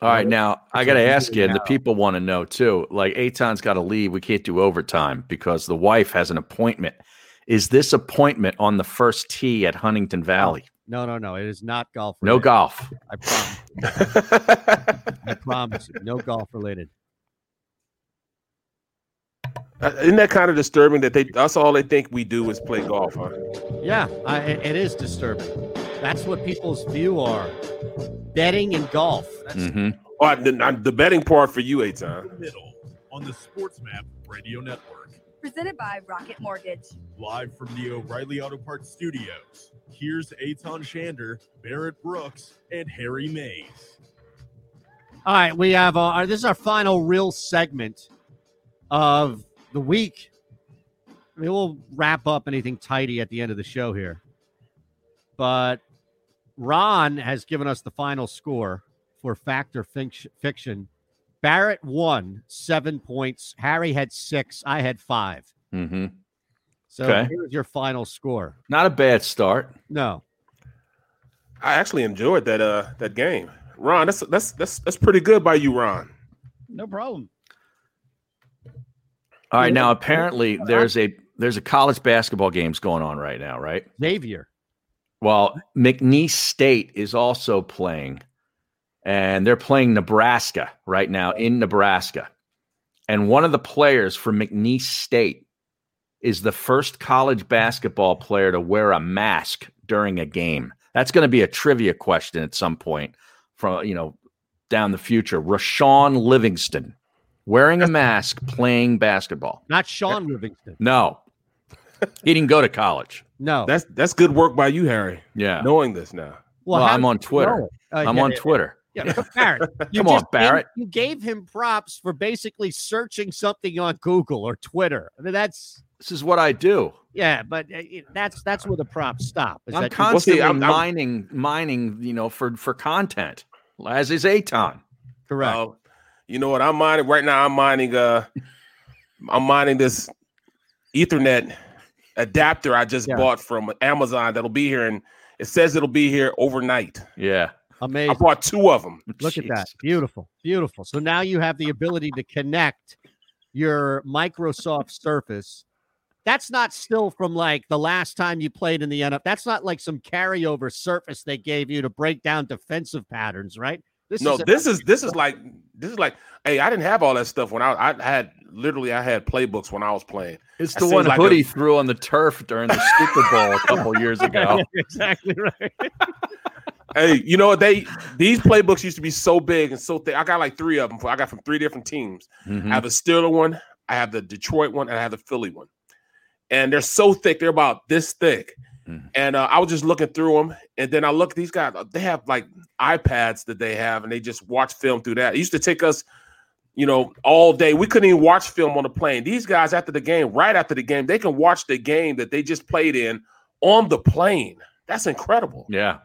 S1: All right, now I
S2: It's
S1: got to
S2: like
S1: ask you, and the
S2: now.
S1: people want to know too. Like Aton's got to leave. We can't do overtime because the wife has an appointment. Is this appointment on the first tee at Huntington Valley?
S2: No, no, no. It is not golf.
S1: No
S2: related.
S1: golf.
S2: I promise. I promise you, no golf related.
S3: <laughs> Uh, Isn't that kind of disturbing that they that's all they think we do is play golf? Huh?
S2: Yeah, I, it it is disturbing. That's what people's view are. Betting and golf. That's,
S1: hmm
S3: Oh, the, uh, the betting part for you, Aton.
S6: Middle on the Sports Map Radio Network.
S11: Presented by Rocket Mortgage.
S6: Live from the O'Reilly Auto Parts studios, here's Aton Shander, Barrett Brooks, and Harry Mays.
S2: All right, we have our this is our final real segment of the week. I mean, we'll wrap up anything tidy at the end of the show here. But Ron has given us the final score for Factor Finc- Fiction. Barrett won seven points. Harry had six. I had five.
S1: hmm
S2: So
S1: Okay.
S2: here's your final score.
S1: Not a bad start.
S2: No,
S3: I actually enjoyed that uh that game, Ron. That's that's that's that's pretty good by you, Ron.
S8: No problem.
S1: All right, now apparently there's a there's a college basketball games going on right now, right?
S2: Xavier.
S1: Well, McNeese State is also playing, and they're playing Nebraska right now in Nebraska. And one of the players from McNeese State is the first college basketball player to wear a mask during a game. That's going to be a trivia question at some point from you know down the future. Rashawn Livingston wearing a mask playing basketball.
S2: Not Sean Livingston.
S1: No. he didn't go to college.
S2: No.
S8: Oh.
S3: That's that's good work by you, Harry.
S1: Yeah.
S3: Knowing this now,
S1: well,
S2: how
S1: I'm
S2: did
S1: on
S2: you
S1: Twitter.
S2: know it? Uh,
S1: I'm
S2: yeah,
S1: on
S2: yeah,
S1: Twitter.
S2: Yeah, Barrett. you
S1: Come on,
S2: just gave-
S1: Barrett.
S2: you gave him props for basically searching something on Google or Twitter. I mean, that's
S1: This is what I do.
S2: yeah, but uh, it- that's that's where the props stop. is
S1: I'm
S2: that-
S1: constantly mining, mining, you know, for for content. As is Aton.
S2: Correct.
S3: uh, you know what? I'm mining right now. I'm mining. Uh, I'm mining this Ethernet adapter I just bought from Amazon. That'll be here, and it says it'll be here overnight.
S1: Yeah,
S2: amazing. I
S3: bought two of them.
S2: Look at that. Beautiful. Beautiful. So now you have the ability to connect your Microsoft Surface. That's not still from like the last time you played in the NFL. That's not like some carryover surface they gave you to break down defensive patterns, right?
S3: no,
S2: a- <laughs>
S3: this is <laughs> this is like this is like. Hey, I didn't have all that stuff when I I had literally I had playbooks when I was playing.
S1: It's
S3: That
S1: the
S3: seems
S1: one
S3: like
S1: Hoodie
S3: a-
S1: threw on the turf during the Super Bowl a couple years ago.
S2: exactly right.
S3: hey, you know what? They these playbooks used to be so big and so thick. I got like three of them. I got from three different teams.
S1: Mhm.
S3: I have a Steeler one, I have the Detroit one, and I have the Philly one. And they're so thick; they're about this thick.
S1: Mm-hmm.
S3: And uh, I was just looking through them, and then I look. These guys, uh, they have like iPads that they have, and they just watch film through that. It used to take us, you know, all day. We couldn't even watch film on the plane. These guys, after the game, right after the game, they can watch the game that they just played in on the plane. That's incredible
S1: Yeah.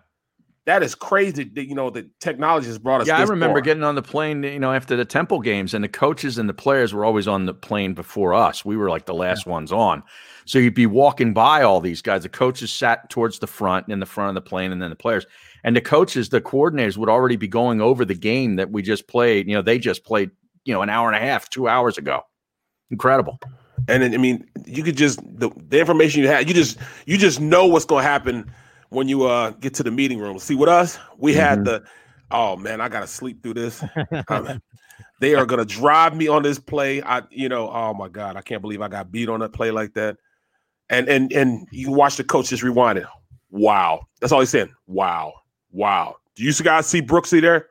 S3: that is crazy. That, you know, the technology has brought us.
S1: Yeah, I
S3: this
S1: remember
S3: far.
S1: getting on the plane, you know, after the Temple games, and the coaches and the players were always on the plane before us. We were like the last ones on. So you'd be walking by all these guys. The coaches sat towards the front and in the front of the plane, and then the players. And the coaches, the coordinators would already be going over the game that we just played. You know, they just played, you know, an hour and a half, two hours ago. Incredible.
S3: and then, I mean, you could just the, the information you have, you just you just know what's going to happen when you uh get to the meeting room. See, with us, we had the oh man, I got to sleep through this. Um, they are going to drive me on this play. I, you know, oh my god, I can't believe I got beat on a play like that. And and and you can watch the coach just rewind it. Wow, that's all he's saying. Wow, wow. Do you guys see Brooksy there?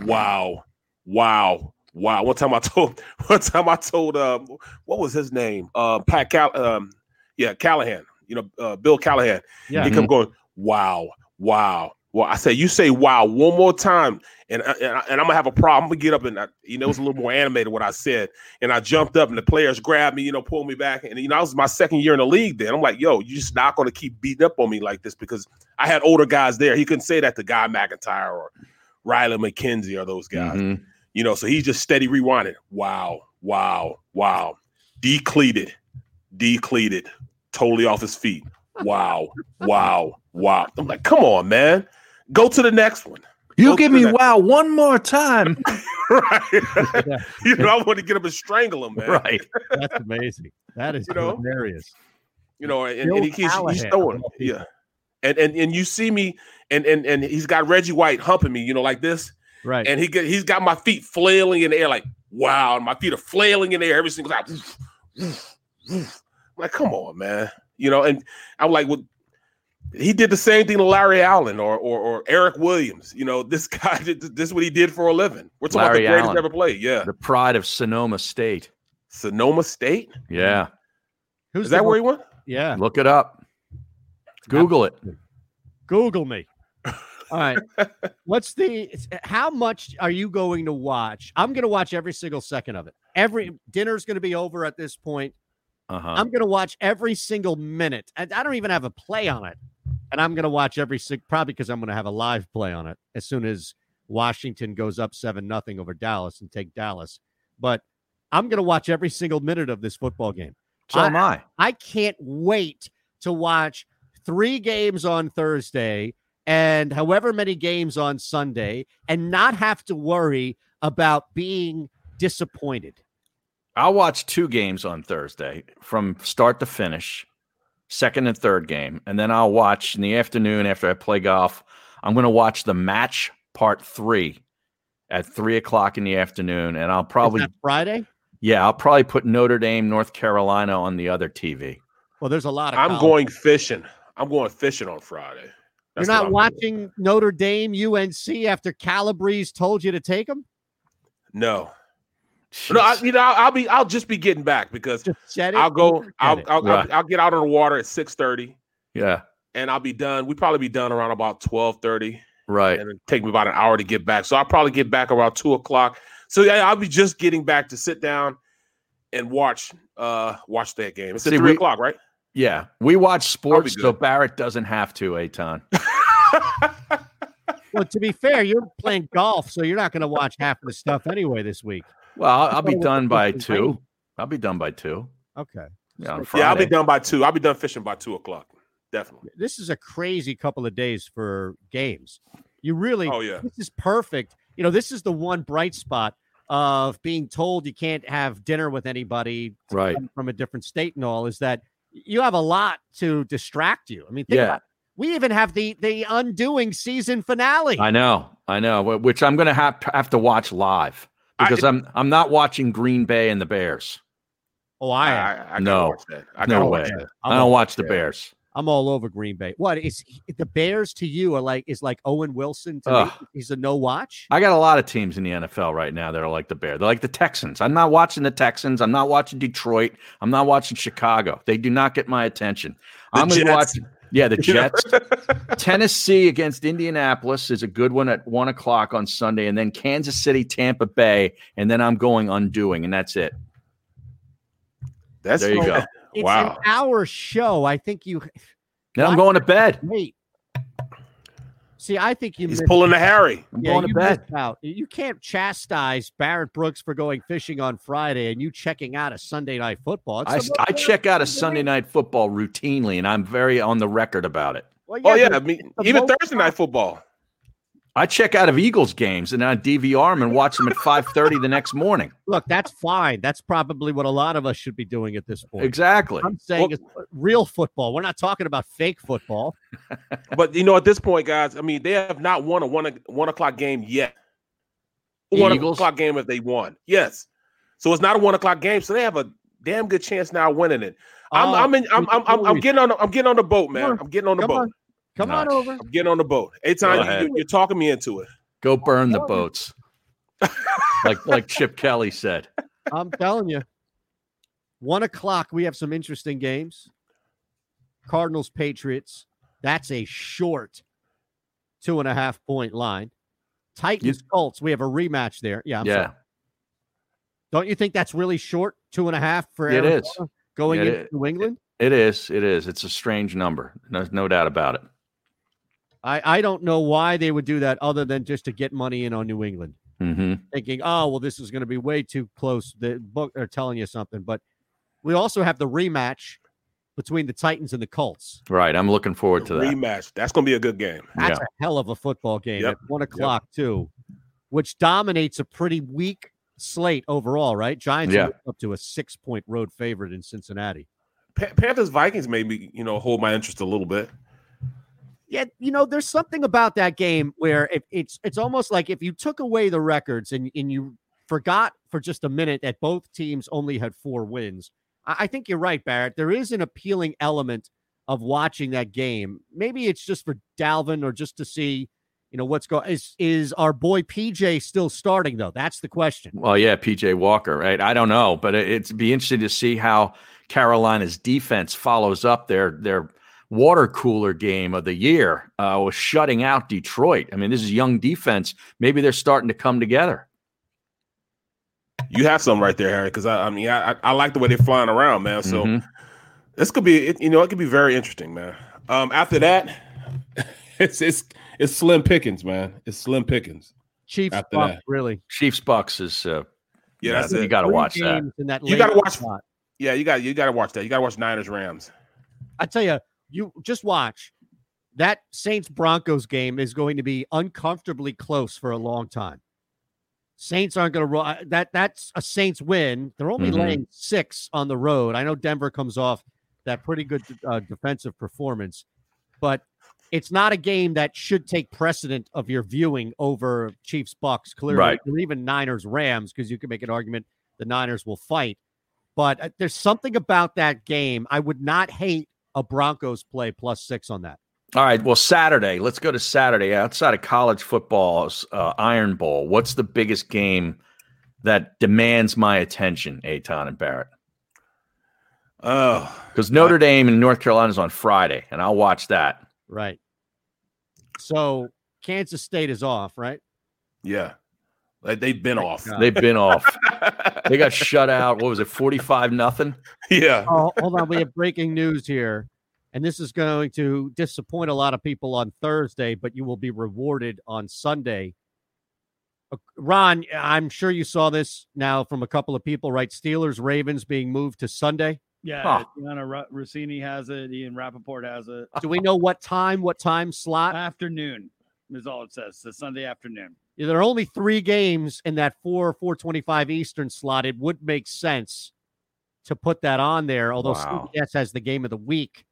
S3: Wow. Wow. Wow. One time I <laughs> told one time I told um what was his name? Uh Pat Cal um yeah, Callahan, you know, uh, Bill Callahan.
S6: Yeah.
S3: He kept going, wow, wow. Well, I said, you say wow one more time, and I- and, I, and I'm gonna have a problem. I'm gonna get up and I, you know it was a little more animated what I said, and I jumped up and the players grabbed me, you know, pulled me back, and you know I was my second year in the league. Then I'm like, yo, you just not gonna keep beating up on me like this because I had older guys there. He couldn't say that to Guy McIntyre or Riley McKenzie or those guys.
S1: Mm-hmm.
S3: You know, so he's just steady rewinding. Wow, wow, wow. Decleated, decleated, totally off his feet. Wow, wow, wow. I'm like, come on, man. Go to the next one. <laughs>
S1: You give me wow one more time.
S3: right. <laughs> you know, I want to get up and strangle him, man.
S1: Right.
S2: That's amazing. That is
S3: You know?
S2: hilarious.
S3: You know, and,
S2: Bill
S3: and he keeps he's
S2: Callahan.
S3: throwing. Yeah. And and and you see me and and and he's got Reggie White humping me, you know, like this.
S2: Right.
S3: And he get, he's got my feet flailing in the air, like wow, and my feet are flailing in the air every single time. I'm like, come on, man. You know, and I'm like, well, he did the same thing to Larry Allen or or, or Eric Williams. You know, this <laughs> guy, did- this is what he did for a living. We're talking about
S1: Larry
S3: the greatest
S1: Allen.
S3: ever played. Yeah,
S1: <laughs> The pride of Sonoma State.
S3: Sonoma State.
S1: Yeah.
S2: Who's
S3: is that where he went?
S2: Yeah.
S1: Look it up. Google it.
S2: Google me.
S3: <laughs>
S2: All right. What's the how much are you going to watch? I'm going to watch every single second of it. Every
S3: Mm.
S2: dinner's going to be over at this point.
S1: Uh-huh.
S2: I'm going to watch every single minute. I, I don't even have a play on it. And I'm going to watch every sing- probably because I'm going to have a live play on it as soon as Washington goes up 7 nothing over Dallas and take Dallas. But I'm going to watch every single minute of this football game.
S1: So am I.
S2: I can't wait to watch three games on Thursday and however many games on Sunday and not have to worry about being disappointed.
S1: I'll watch two games on Thursday from start to finish, second and third game. And then I'll watch in the afternoon after I play golf. I'm going to watch the match part three at three o'clock in the afternoon. And
S3: <laughs>
S1: I'll probably,
S2: Friday?
S1: yeah, I'll probably put Notre Dame, North Carolina on the other TV.
S2: Well, there's a lot of
S3: I'm
S2: college.
S3: going fishing. I'm going fishing on Friday.
S2: You're
S3: That's what
S2: not
S3: I'm
S2: watching Notre Dame UNC after Calabrese told you to
S3: <laughs>
S2: take them?
S3: No. <laughs> No, I, you know, I'll, I'll be, I'll just be getting back because
S2: set it
S3: I'll go,
S2: and
S3: I'll,
S2: forget it.
S3: I'll, I'll,
S2: Right.
S3: I'll get out on the water at six thirty,
S1: Yeah.
S3: and I'll be done. We probably be done around about twelve thirty,
S1: Right.
S3: And it'd take me about an hour to get back. So I'll probably get back around two o'clock. So yeah, I'll be just getting back to sit down and watch uh watch that game. It's at
S1: See,
S3: three
S1: we-
S3: o'clock, right?
S1: Yeah, we watch sports,
S3: good.
S1: so Barrett doesn't have to. Aton,
S2: Well, to be fair, you're playing golf, so you're not going to watch half of the stuff anyway this week.
S1: well,
S3: <laughs>
S1: I'll, I'll be
S2: Well,
S1: done by
S2: it's
S1: two. I'll be done by two.
S2: Okay.
S1: Yeah, on
S3: Yeah, I'll be
S1: Friday.
S3: done by two. I'll be done fishing by two o'clock. Definitely.
S2: This is a crazy couple of days for games. You really,
S3: Oh, yeah.
S2: this is perfect. You know, this is the one bright spot of being told you can't have dinner with anybody to
S1: Right.
S2: come from a different state and all is that you have a lot to distract you. I mean, think
S1: Yeah.
S2: about it. we even have the the undoing season finale.
S1: I know, I know. wh- Which I'm going to have have to watch live because I, am I'm not watching Green Bay and the Bears.
S2: oh, I, am.
S3: I, I
S1: no,
S3: gotta
S1: no way.
S3: watch
S1: I don't watch the Bears.
S2: I'm all over Green Bay. What is the Bears to you are like is like Owen Wilson to
S1: Ugh.
S2: me? He's a no watch.
S1: I got a lot of teams in the NFL right now that are like the Bears. They're like the Texans. I'm not watching the Texans. I'm not watching Detroit. I'm not watching Chicago. They do not get my attention. I'm going to watch.
S3: Jets.
S1: Yeah,
S3: <laughs>
S1: the
S3: You know?
S1: Jets. Tennessee against Indianapolis is a good one at one o'clock on Sunday, and then Kansas City, Tampa Bay, and then I'm going undoing, and that's it.
S3: That's
S1: there you go.
S2: It's
S3: wow.
S2: an hour show. I think you
S1: Then I'm going to bed.
S2: wait. See, I think you
S3: He's
S2: missed-
S3: pulling the Harry.
S1: I'm
S2: yeah,
S1: going to
S2: you
S1: bed.
S2: missed out. You can't chastise Barrett Brooks for going fishing on Friday and you checking out of Sunday night football. It's
S1: I,
S2: the-
S1: I check out a Sunday night football routinely, and I'm very on the record about it.
S2: well,
S3: Oh yeah,
S2: but
S3: I mean,
S2: it's the
S3: even
S2: most-
S3: Thursday night football.
S1: I check out of Eagles games and I DVR them and watch them at 5:30 the next morning.
S2: Look, that's fine. That's probably what a lot of us should be doing at this point.
S1: Exactly.
S2: I'm saying it's real football. We're not talking about fake football.
S3: But you know, at this point, guys, I mean, they have not won a one o- one o'clock game yet.
S1: The
S3: One
S1: Eagles?
S3: o'clock game if they won, yes. So it's not a one o'clock game, so they have a damn good chance now of winning it. I'm,
S2: Oh,
S3: I'm, in, I'm, I'm, I'm, I'm
S2: Missouri.
S3: getting on, I'm getting on the boat,
S2: Come
S3: man.
S2: on.
S3: I'm getting on the
S2: Come
S3: boat.
S2: on. Come on
S1: Nice.
S2: over.
S3: I'm getting on the boat.
S1: Go
S3: Anytime
S1: ahead.
S3: you, you're talking me into it,
S1: Go burn the boats, <laughs> like like Chip Kelly said.
S2: I'm telling you. One o'clock, we have some interesting games. Cardinals, Patriots. That's a short two and a half point line. Titans, Colts. We have a rematch there. Yeah. I'm
S1: yeah,
S2: Sorry. Don't you think that's really short? Two and a half for
S1: It
S2: Arizona
S1: is.
S2: going
S1: It
S2: into
S1: is.
S2: New England.
S1: it is. It is. It's a strange number. There's no doubt about it.
S2: I, I don't know why they would do that other than just to get money in on New England.
S1: hmm
S2: thinking, oh, well, this is going to be way too close. The book are telling you something. But we also have the rematch between the Titans and the Colts.
S1: Right. I'm looking forward to that.
S3: rematch. That's going to be a good game.
S2: That's
S1: Yeah.
S2: a hell of a football game
S3: Yep.
S2: at one o'clock, too, which dominates a pretty weak slate overall, right? Giants are
S1: Yeah.
S2: up to a six point road favorite in Cincinnati.
S3: Pa- Panthers Vikings made me, you know, hold my interest a little bit.
S2: Yeah, you know, there's something about that game where it, it's it's almost like if you took away the records and and you forgot for just a minute that both teams only had four wins. I, I think you're right, Barrett. There is an appealing element of watching that game. Maybe it's just for Dalvin or just to see, you know, what's going. Is is our boy PJ still starting though? That's the question.
S1: Well, yeah, PJ Walker, right? I don't know, but it, it'd be interesting to see how Carolina's defense follows up their their water cooler game of the year uh, with shutting out Detroit. I mean, this is young defense. Maybe they're starting to come together.
S3: You have some right there, Harry, because I, I mean, I, I- I like the way they're flying around, man. So
S1: Mhm.
S3: this could be, it, you know, it could be very interesting, man. Um, after that, <laughs> it's it's it's slim pickings, man. It's slim pickings.
S2: Chiefs,
S3: After
S2: Bucs,
S3: that.
S2: really.
S1: Chiefs Bucks is uh,
S3: Yeah, that's
S1: you
S3: it.
S1: got to
S2: Three
S1: watch that.
S2: games in that
S3: You gotta
S2: late
S3: watch-
S2: spot.
S3: Yeah, you got you got to watch that. You got to watch Niners Rams.
S2: I tell you, you just watch that Saints Broncos game is going to be uncomfortably close for a long time. Saints aren't going to roll that. That's a Saints win. They're only
S1: Mhm.
S2: laying six on the road. I know Denver comes off that pretty good uh, defensive performance, but it's not a game that should take precedent of your viewing over Chiefs Bucks clearly,
S1: Right.
S2: or even Niners Rams because you can make an argument the Niners will fight. But uh, there's something about that game. I would not hate a Broncos play plus six on that.
S1: All right. Well, Saturday. Let's go to Saturday. Outside of college football's uh, Iron Bowl, what's the biggest game that demands my attention, Aton and Barrett?
S3: Oh,
S1: Because Notre Dame and North Carolina is on Friday, and I'll watch that.
S2: Right. So Kansas State is off, right?
S3: Yeah. Like they've been off.
S1: They've been off. they got shut out. What was it? Forty-five nothing.
S3: <laughs> Yeah.
S2: Oh, hold on. We have breaking news here. And this is going to disappoint a lot of people on Thursday, but you will be rewarded on Sunday. Uh, Ron, I'm sure you saw this now from a couple of people, right? Steelers, Ravens being moved to Sunday.
S8: Yeah,
S2: Huh.
S8: Deanna Ru- Rossini has it. Ian Rappaport has it.
S2: Do we know what time, what time slot?
S8: Afternoon is all it says. The Sunday afternoon.
S2: There are only three games in that four four twenty five Eastern slot. It would make sense to put that on there, although
S8: Wow.
S2: CBS has the game of the week,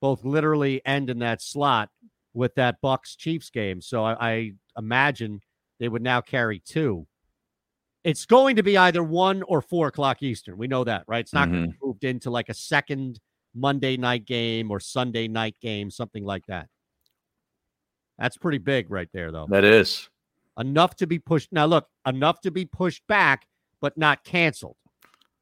S2: both literally and in that slot with that Bucks Chiefs game. So I, I imagine they would now carry two. It's going to be either one or four o'clock Eastern. We know that, right? It's not going to
S1: Mhm.
S2: be moved into like a second Monday night game or Sunday night game, something like that. That's pretty big right there, though
S1: That is.
S2: enough to be pushed. Now, look, enough to be pushed back, but not canceled.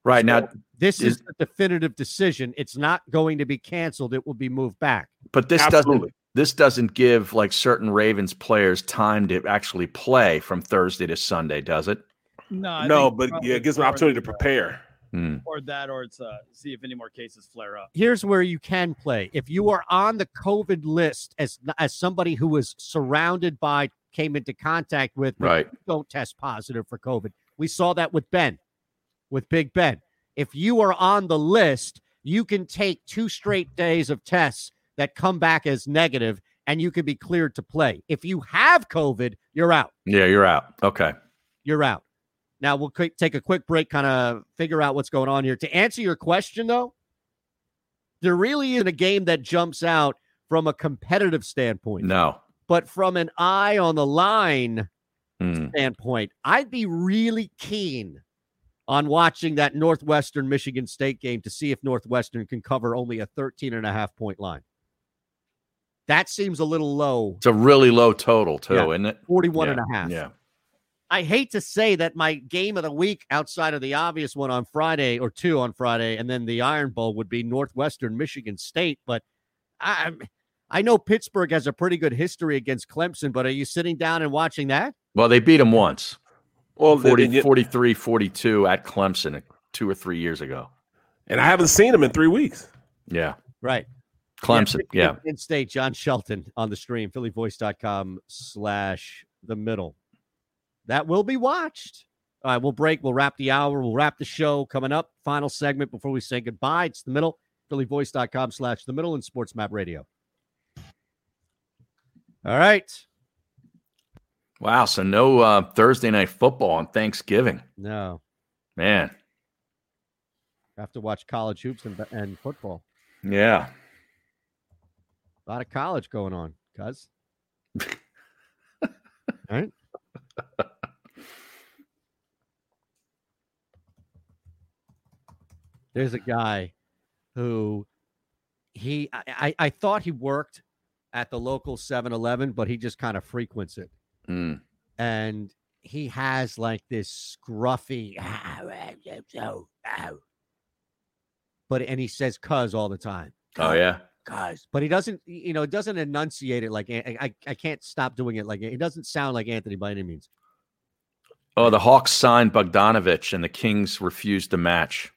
S1: Right now,
S2: This is,
S1: Is-
S2: the definitive decision. It's not going to be canceled. It will be moved back.
S1: But this
S2: Absolutely.
S1: doesn't this doesn't give like certain Ravens players time to actually play from Thursday to Sunday, does it?
S8: No, I
S3: no,
S8: think
S3: but
S8: probably
S3: yeah, it gives them an
S8: four-
S3: opportunity to prepare.
S1: Hmm.
S2: Mm,
S8: Or that, or it's uh, see if any more cases flare up.
S2: Here's where you can play. If you are on the COVID list as as somebody who was surrounded by, came into contact with, but
S1: Right.
S2: you don't test positive for COVID. We saw that with Ben, with Big Ben. If you are on the list, you can take two straight days of tests that come back as negative, and you can be cleared to play. If you have COVID, you're out
S1: Yeah, you're out. Okay.
S2: you're out. Now we'll quick, take a quick break, kind of figure out what's going on here. To answer your question, though, there really isn't a game that jumps out from a competitive standpoint,
S1: No.
S2: but from an eye on the line
S1: Hmm.
S2: Mm. standpoint, I'd be really keen on watching that Northwestern Michigan State game to see if Northwestern can cover only a 13 and a half point line. That seems a little low.
S1: It's a really low total too,
S2: Yeah,
S1: isn't it?
S2: 41
S1: yeah.
S2: and a half.
S1: Yeah.
S2: I hate to say that my game of the week outside of the obvious one on Friday or two on Friday and then the Iron Bowl would be Northwestern Michigan State, but I I'm- I know Pittsburgh has a pretty good history against Clemson, but are you sitting down and watching that?
S1: Well, they beat them once.
S3: Well,
S1: 40,
S3: and you-
S1: 43 42 at Clemson uh, two or three years ago.
S3: And I haven't seen them in three weeks.
S1: Yeah.
S2: Right.
S1: Clemson. Yeah.
S2: In state, John Shelton on the stream, phillyvoice.com slash the middle. That will be watched. All right, we'll break. We'll wrap the hour. We'll wrap the show coming up. Final segment before we say goodbye. It's the middle, phillyvoice.com slash the middle and sports map radio. All right.
S1: Wow. So no uh, Thursday night football on Thanksgiving.
S2: No,
S1: Man.
S2: have to watch college hoops and, and football.
S1: Yeah.
S2: A lot of college going on, cuz. All right. There's a guy who he I, I, I thought he worked at the local 7-Eleven, but he just kind of frequents it.
S1: Mm.
S2: And he has like this scruffy "Ah, oh." but and he says cuz all the time.
S1: Oh yeah.
S2: Cuz. But he doesn't, you know, it doesn't enunciate it like An- I, I can't stop doing it like it doesn't sound like Anthony by any means.
S1: Oh, the Hawks signed Bogdanovich and the Kings refused to match.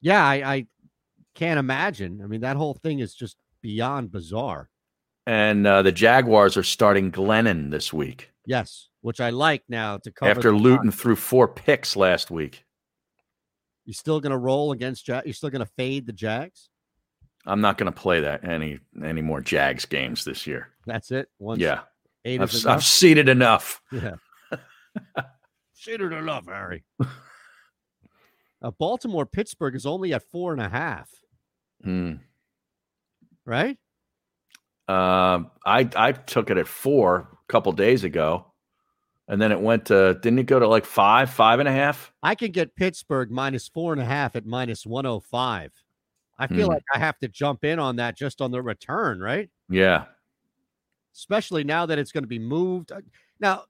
S2: Yeah, I, I can't imagine. I mean, that whole thing is just beyond bizarre.
S1: And uh, the Jaguars are starting Glennon this week
S2: Yes, which I like now to cover
S1: after
S2: the
S1: Luton
S2: line.
S1: threw four picks last week.
S2: You're still going to roll against Jag. You're still going to fade the Jags.
S1: I'm not going to play that any any more Jags games this year.
S2: That's it. Once
S1: yeah,
S2: eight
S1: I've,
S2: is
S1: I've
S2: enough?
S1: seen it enough.
S2: Yeah. Shitted enough, Harry. uh, Baltimore Pittsburgh is only at four and a half,
S1: Hmm.
S2: right?
S1: Um, I I took it at four a couple days ago, and then it went to didn't it go to like five, five and a half?
S2: I can get Pittsburgh minus four and a half at minus 105. I feel
S1: Hmm.
S2: like I have to jump in on that just on the return, right?
S1: Yeah,
S2: Especially now that it's going to be moved. Uh, Now,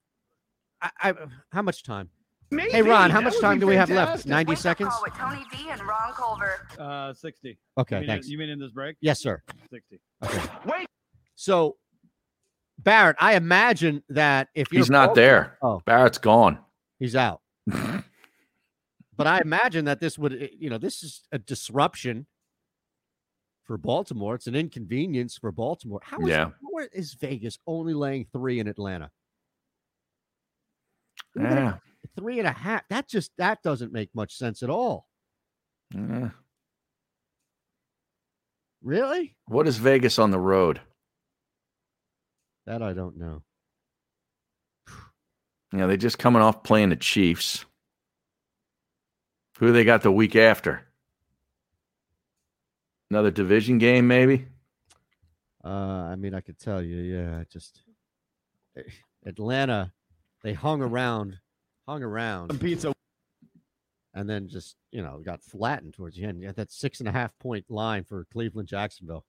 S2: I, I how much time? hey, Ron, how much time do we have left? 90
S4: Wake up
S2: seconds?
S4: Call with Tony V and Ron Culver.
S8: Uh, sixty.
S2: Okay,
S8: You mean,
S2: thanks.
S8: You mean in this break?
S2: Yes, sir.
S8: Sixty.
S2: Okay. So Barrett, I imagine that if you're
S1: He's not
S2: Baltimore-
S1: there.
S2: Oh,
S1: Barrett's gone. <laughs>
S2: he's out. but I imagine that this would, you know, this is a disruption for Baltimore. It's an inconvenience for Baltimore. How is,
S1: Yeah.
S2: how is Vegas only laying three in Atlanta? Even
S1: Yeah.
S2: at Three and a half. That just that doesn't make much sense at all.
S1: Yeah.
S2: Really?
S1: What is Vegas on the road?
S2: That I don't know.
S1: You know, they're just coming off playing the Chiefs. Who they got the week after? Another division game, maybe?
S2: Uh, I mean, I could tell you, yeah. I just eh, Atlanta, they <laughs> hung around, hung around. pizza, and then just you know got flattened towards the end. You had that six and a half point line for Cleveland Jacksonville.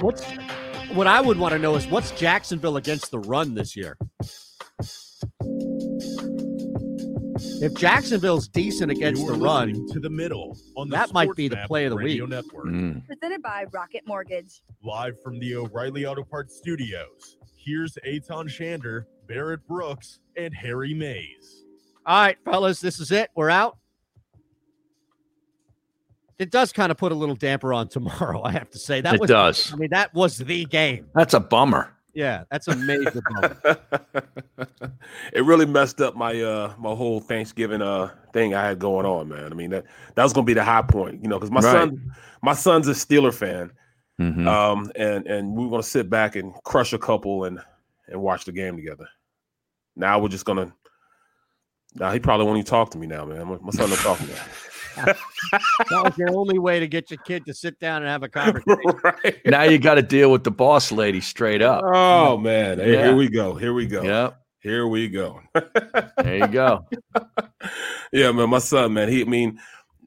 S2: What's what I would want to know is what's Jacksonville against the run this year? If Jacksonville's decent against
S6: You're
S2: the run,
S6: listening to the middle on the
S2: that might
S6: Sports
S2: be the
S6: Map
S2: play of the
S6: Radio
S2: week.
S6: Network.
S1: Hmm.
S11: Presented by Rocket Mortgage.
S6: Live from the O'Reilly Auto Parts studios, here's Aton Shander, Barrett Brooks, and Harry Mays.
S2: All right, fellas, this is it. We're out. It does kind of put a little damper on tomorrow, <laughs> I have to say. That
S1: It
S2: was,
S1: does.
S2: I mean, that was the game.
S1: That's a bummer.
S2: Yeah, that's a major
S1: <laughs>
S2: bummer.
S3: it really messed up my uh my whole Thanksgiving uh thing I had going on, man. I mean that that was gonna be the high point, you know, because my
S1: Right.
S3: son my son's a Steeler fan,
S1: Mhm.
S3: um, and and we were gonna sit back and crush a couple and and watch the game together. Now we're just gonna. Now he probably won't even talk to me now, man. My, my son don't talk to me. <laughs>
S1: <laughs>
S2: that was your only way to get your kid to sit down and have
S1: <laughs>
S2: a conversation.
S1: now you got to deal with the boss lady
S3: <laughs>
S1: straight up.
S3: Oh man, Hey,
S1: Yeah.
S3: here we go. Here we go.
S1: Yep.
S3: Here we go.
S1: There you go.
S3: Yeah, man, my son, man. He, I mean,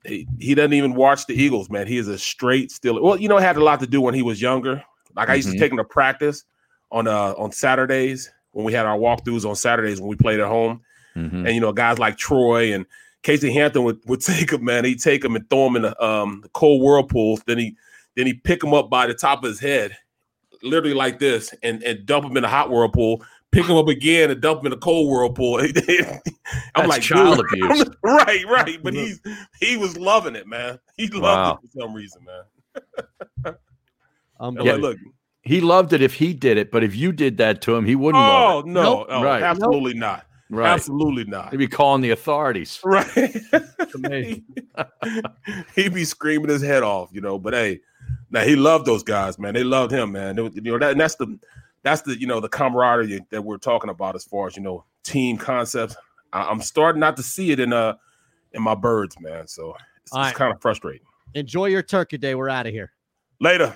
S3: he, he doesn't even watch the Eagles, man. He is a straight still. Well, you know, it had a lot to do when he was younger. Like I used
S1: Mhm.
S3: to take him to practice on uh on Saturdays when we had our walkthroughs on Saturdays when we played at home,
S1: Mhm.
S3: and you know, guys like Troy and Casey Hampton would, would <laughs> take him, man. He'd take him and throw him in the um the cold whirlpools. Then he then he pick him up by the top of his head, literally like this, and and dump him in a hot whirlpool. Pick him up again and dump him in a cold whirlpool. <laughs> I'm
S1: That's
S3: like
S1: child
S3: dude,
S1: abuse.
S3: <laughs> right, right. But he's he was loving it, man. He loved
S1: Wow.
S3: it for some reason, man.
S2: Um,
S3: Yeah, look.
S1: He loved it if he did it, but if you did that to him, he wouldn't.
S3: Oh
S1: love it.
S3: no, oh,
S1: right,
S3: absolutely not.
S1: right,
S3: Absolutely not.
S1: He'd be calling the authorities.
S3: <laughs> Right.
S1: amazing.
S3: <laughs> He'd be screaming his head off, you know. But hey, now he loved those guys, man. They loved him, man. They, you know that, and that's the that's the you know the camaraderie that we're talking about as far as you know team concepts. I, I'm starting not to see it in uh in my birds, man. So it's,
S2: All right.
S3: it's kind of frustrating.
S2: Enjoy your turkey day. We're out of here.
S3: Later.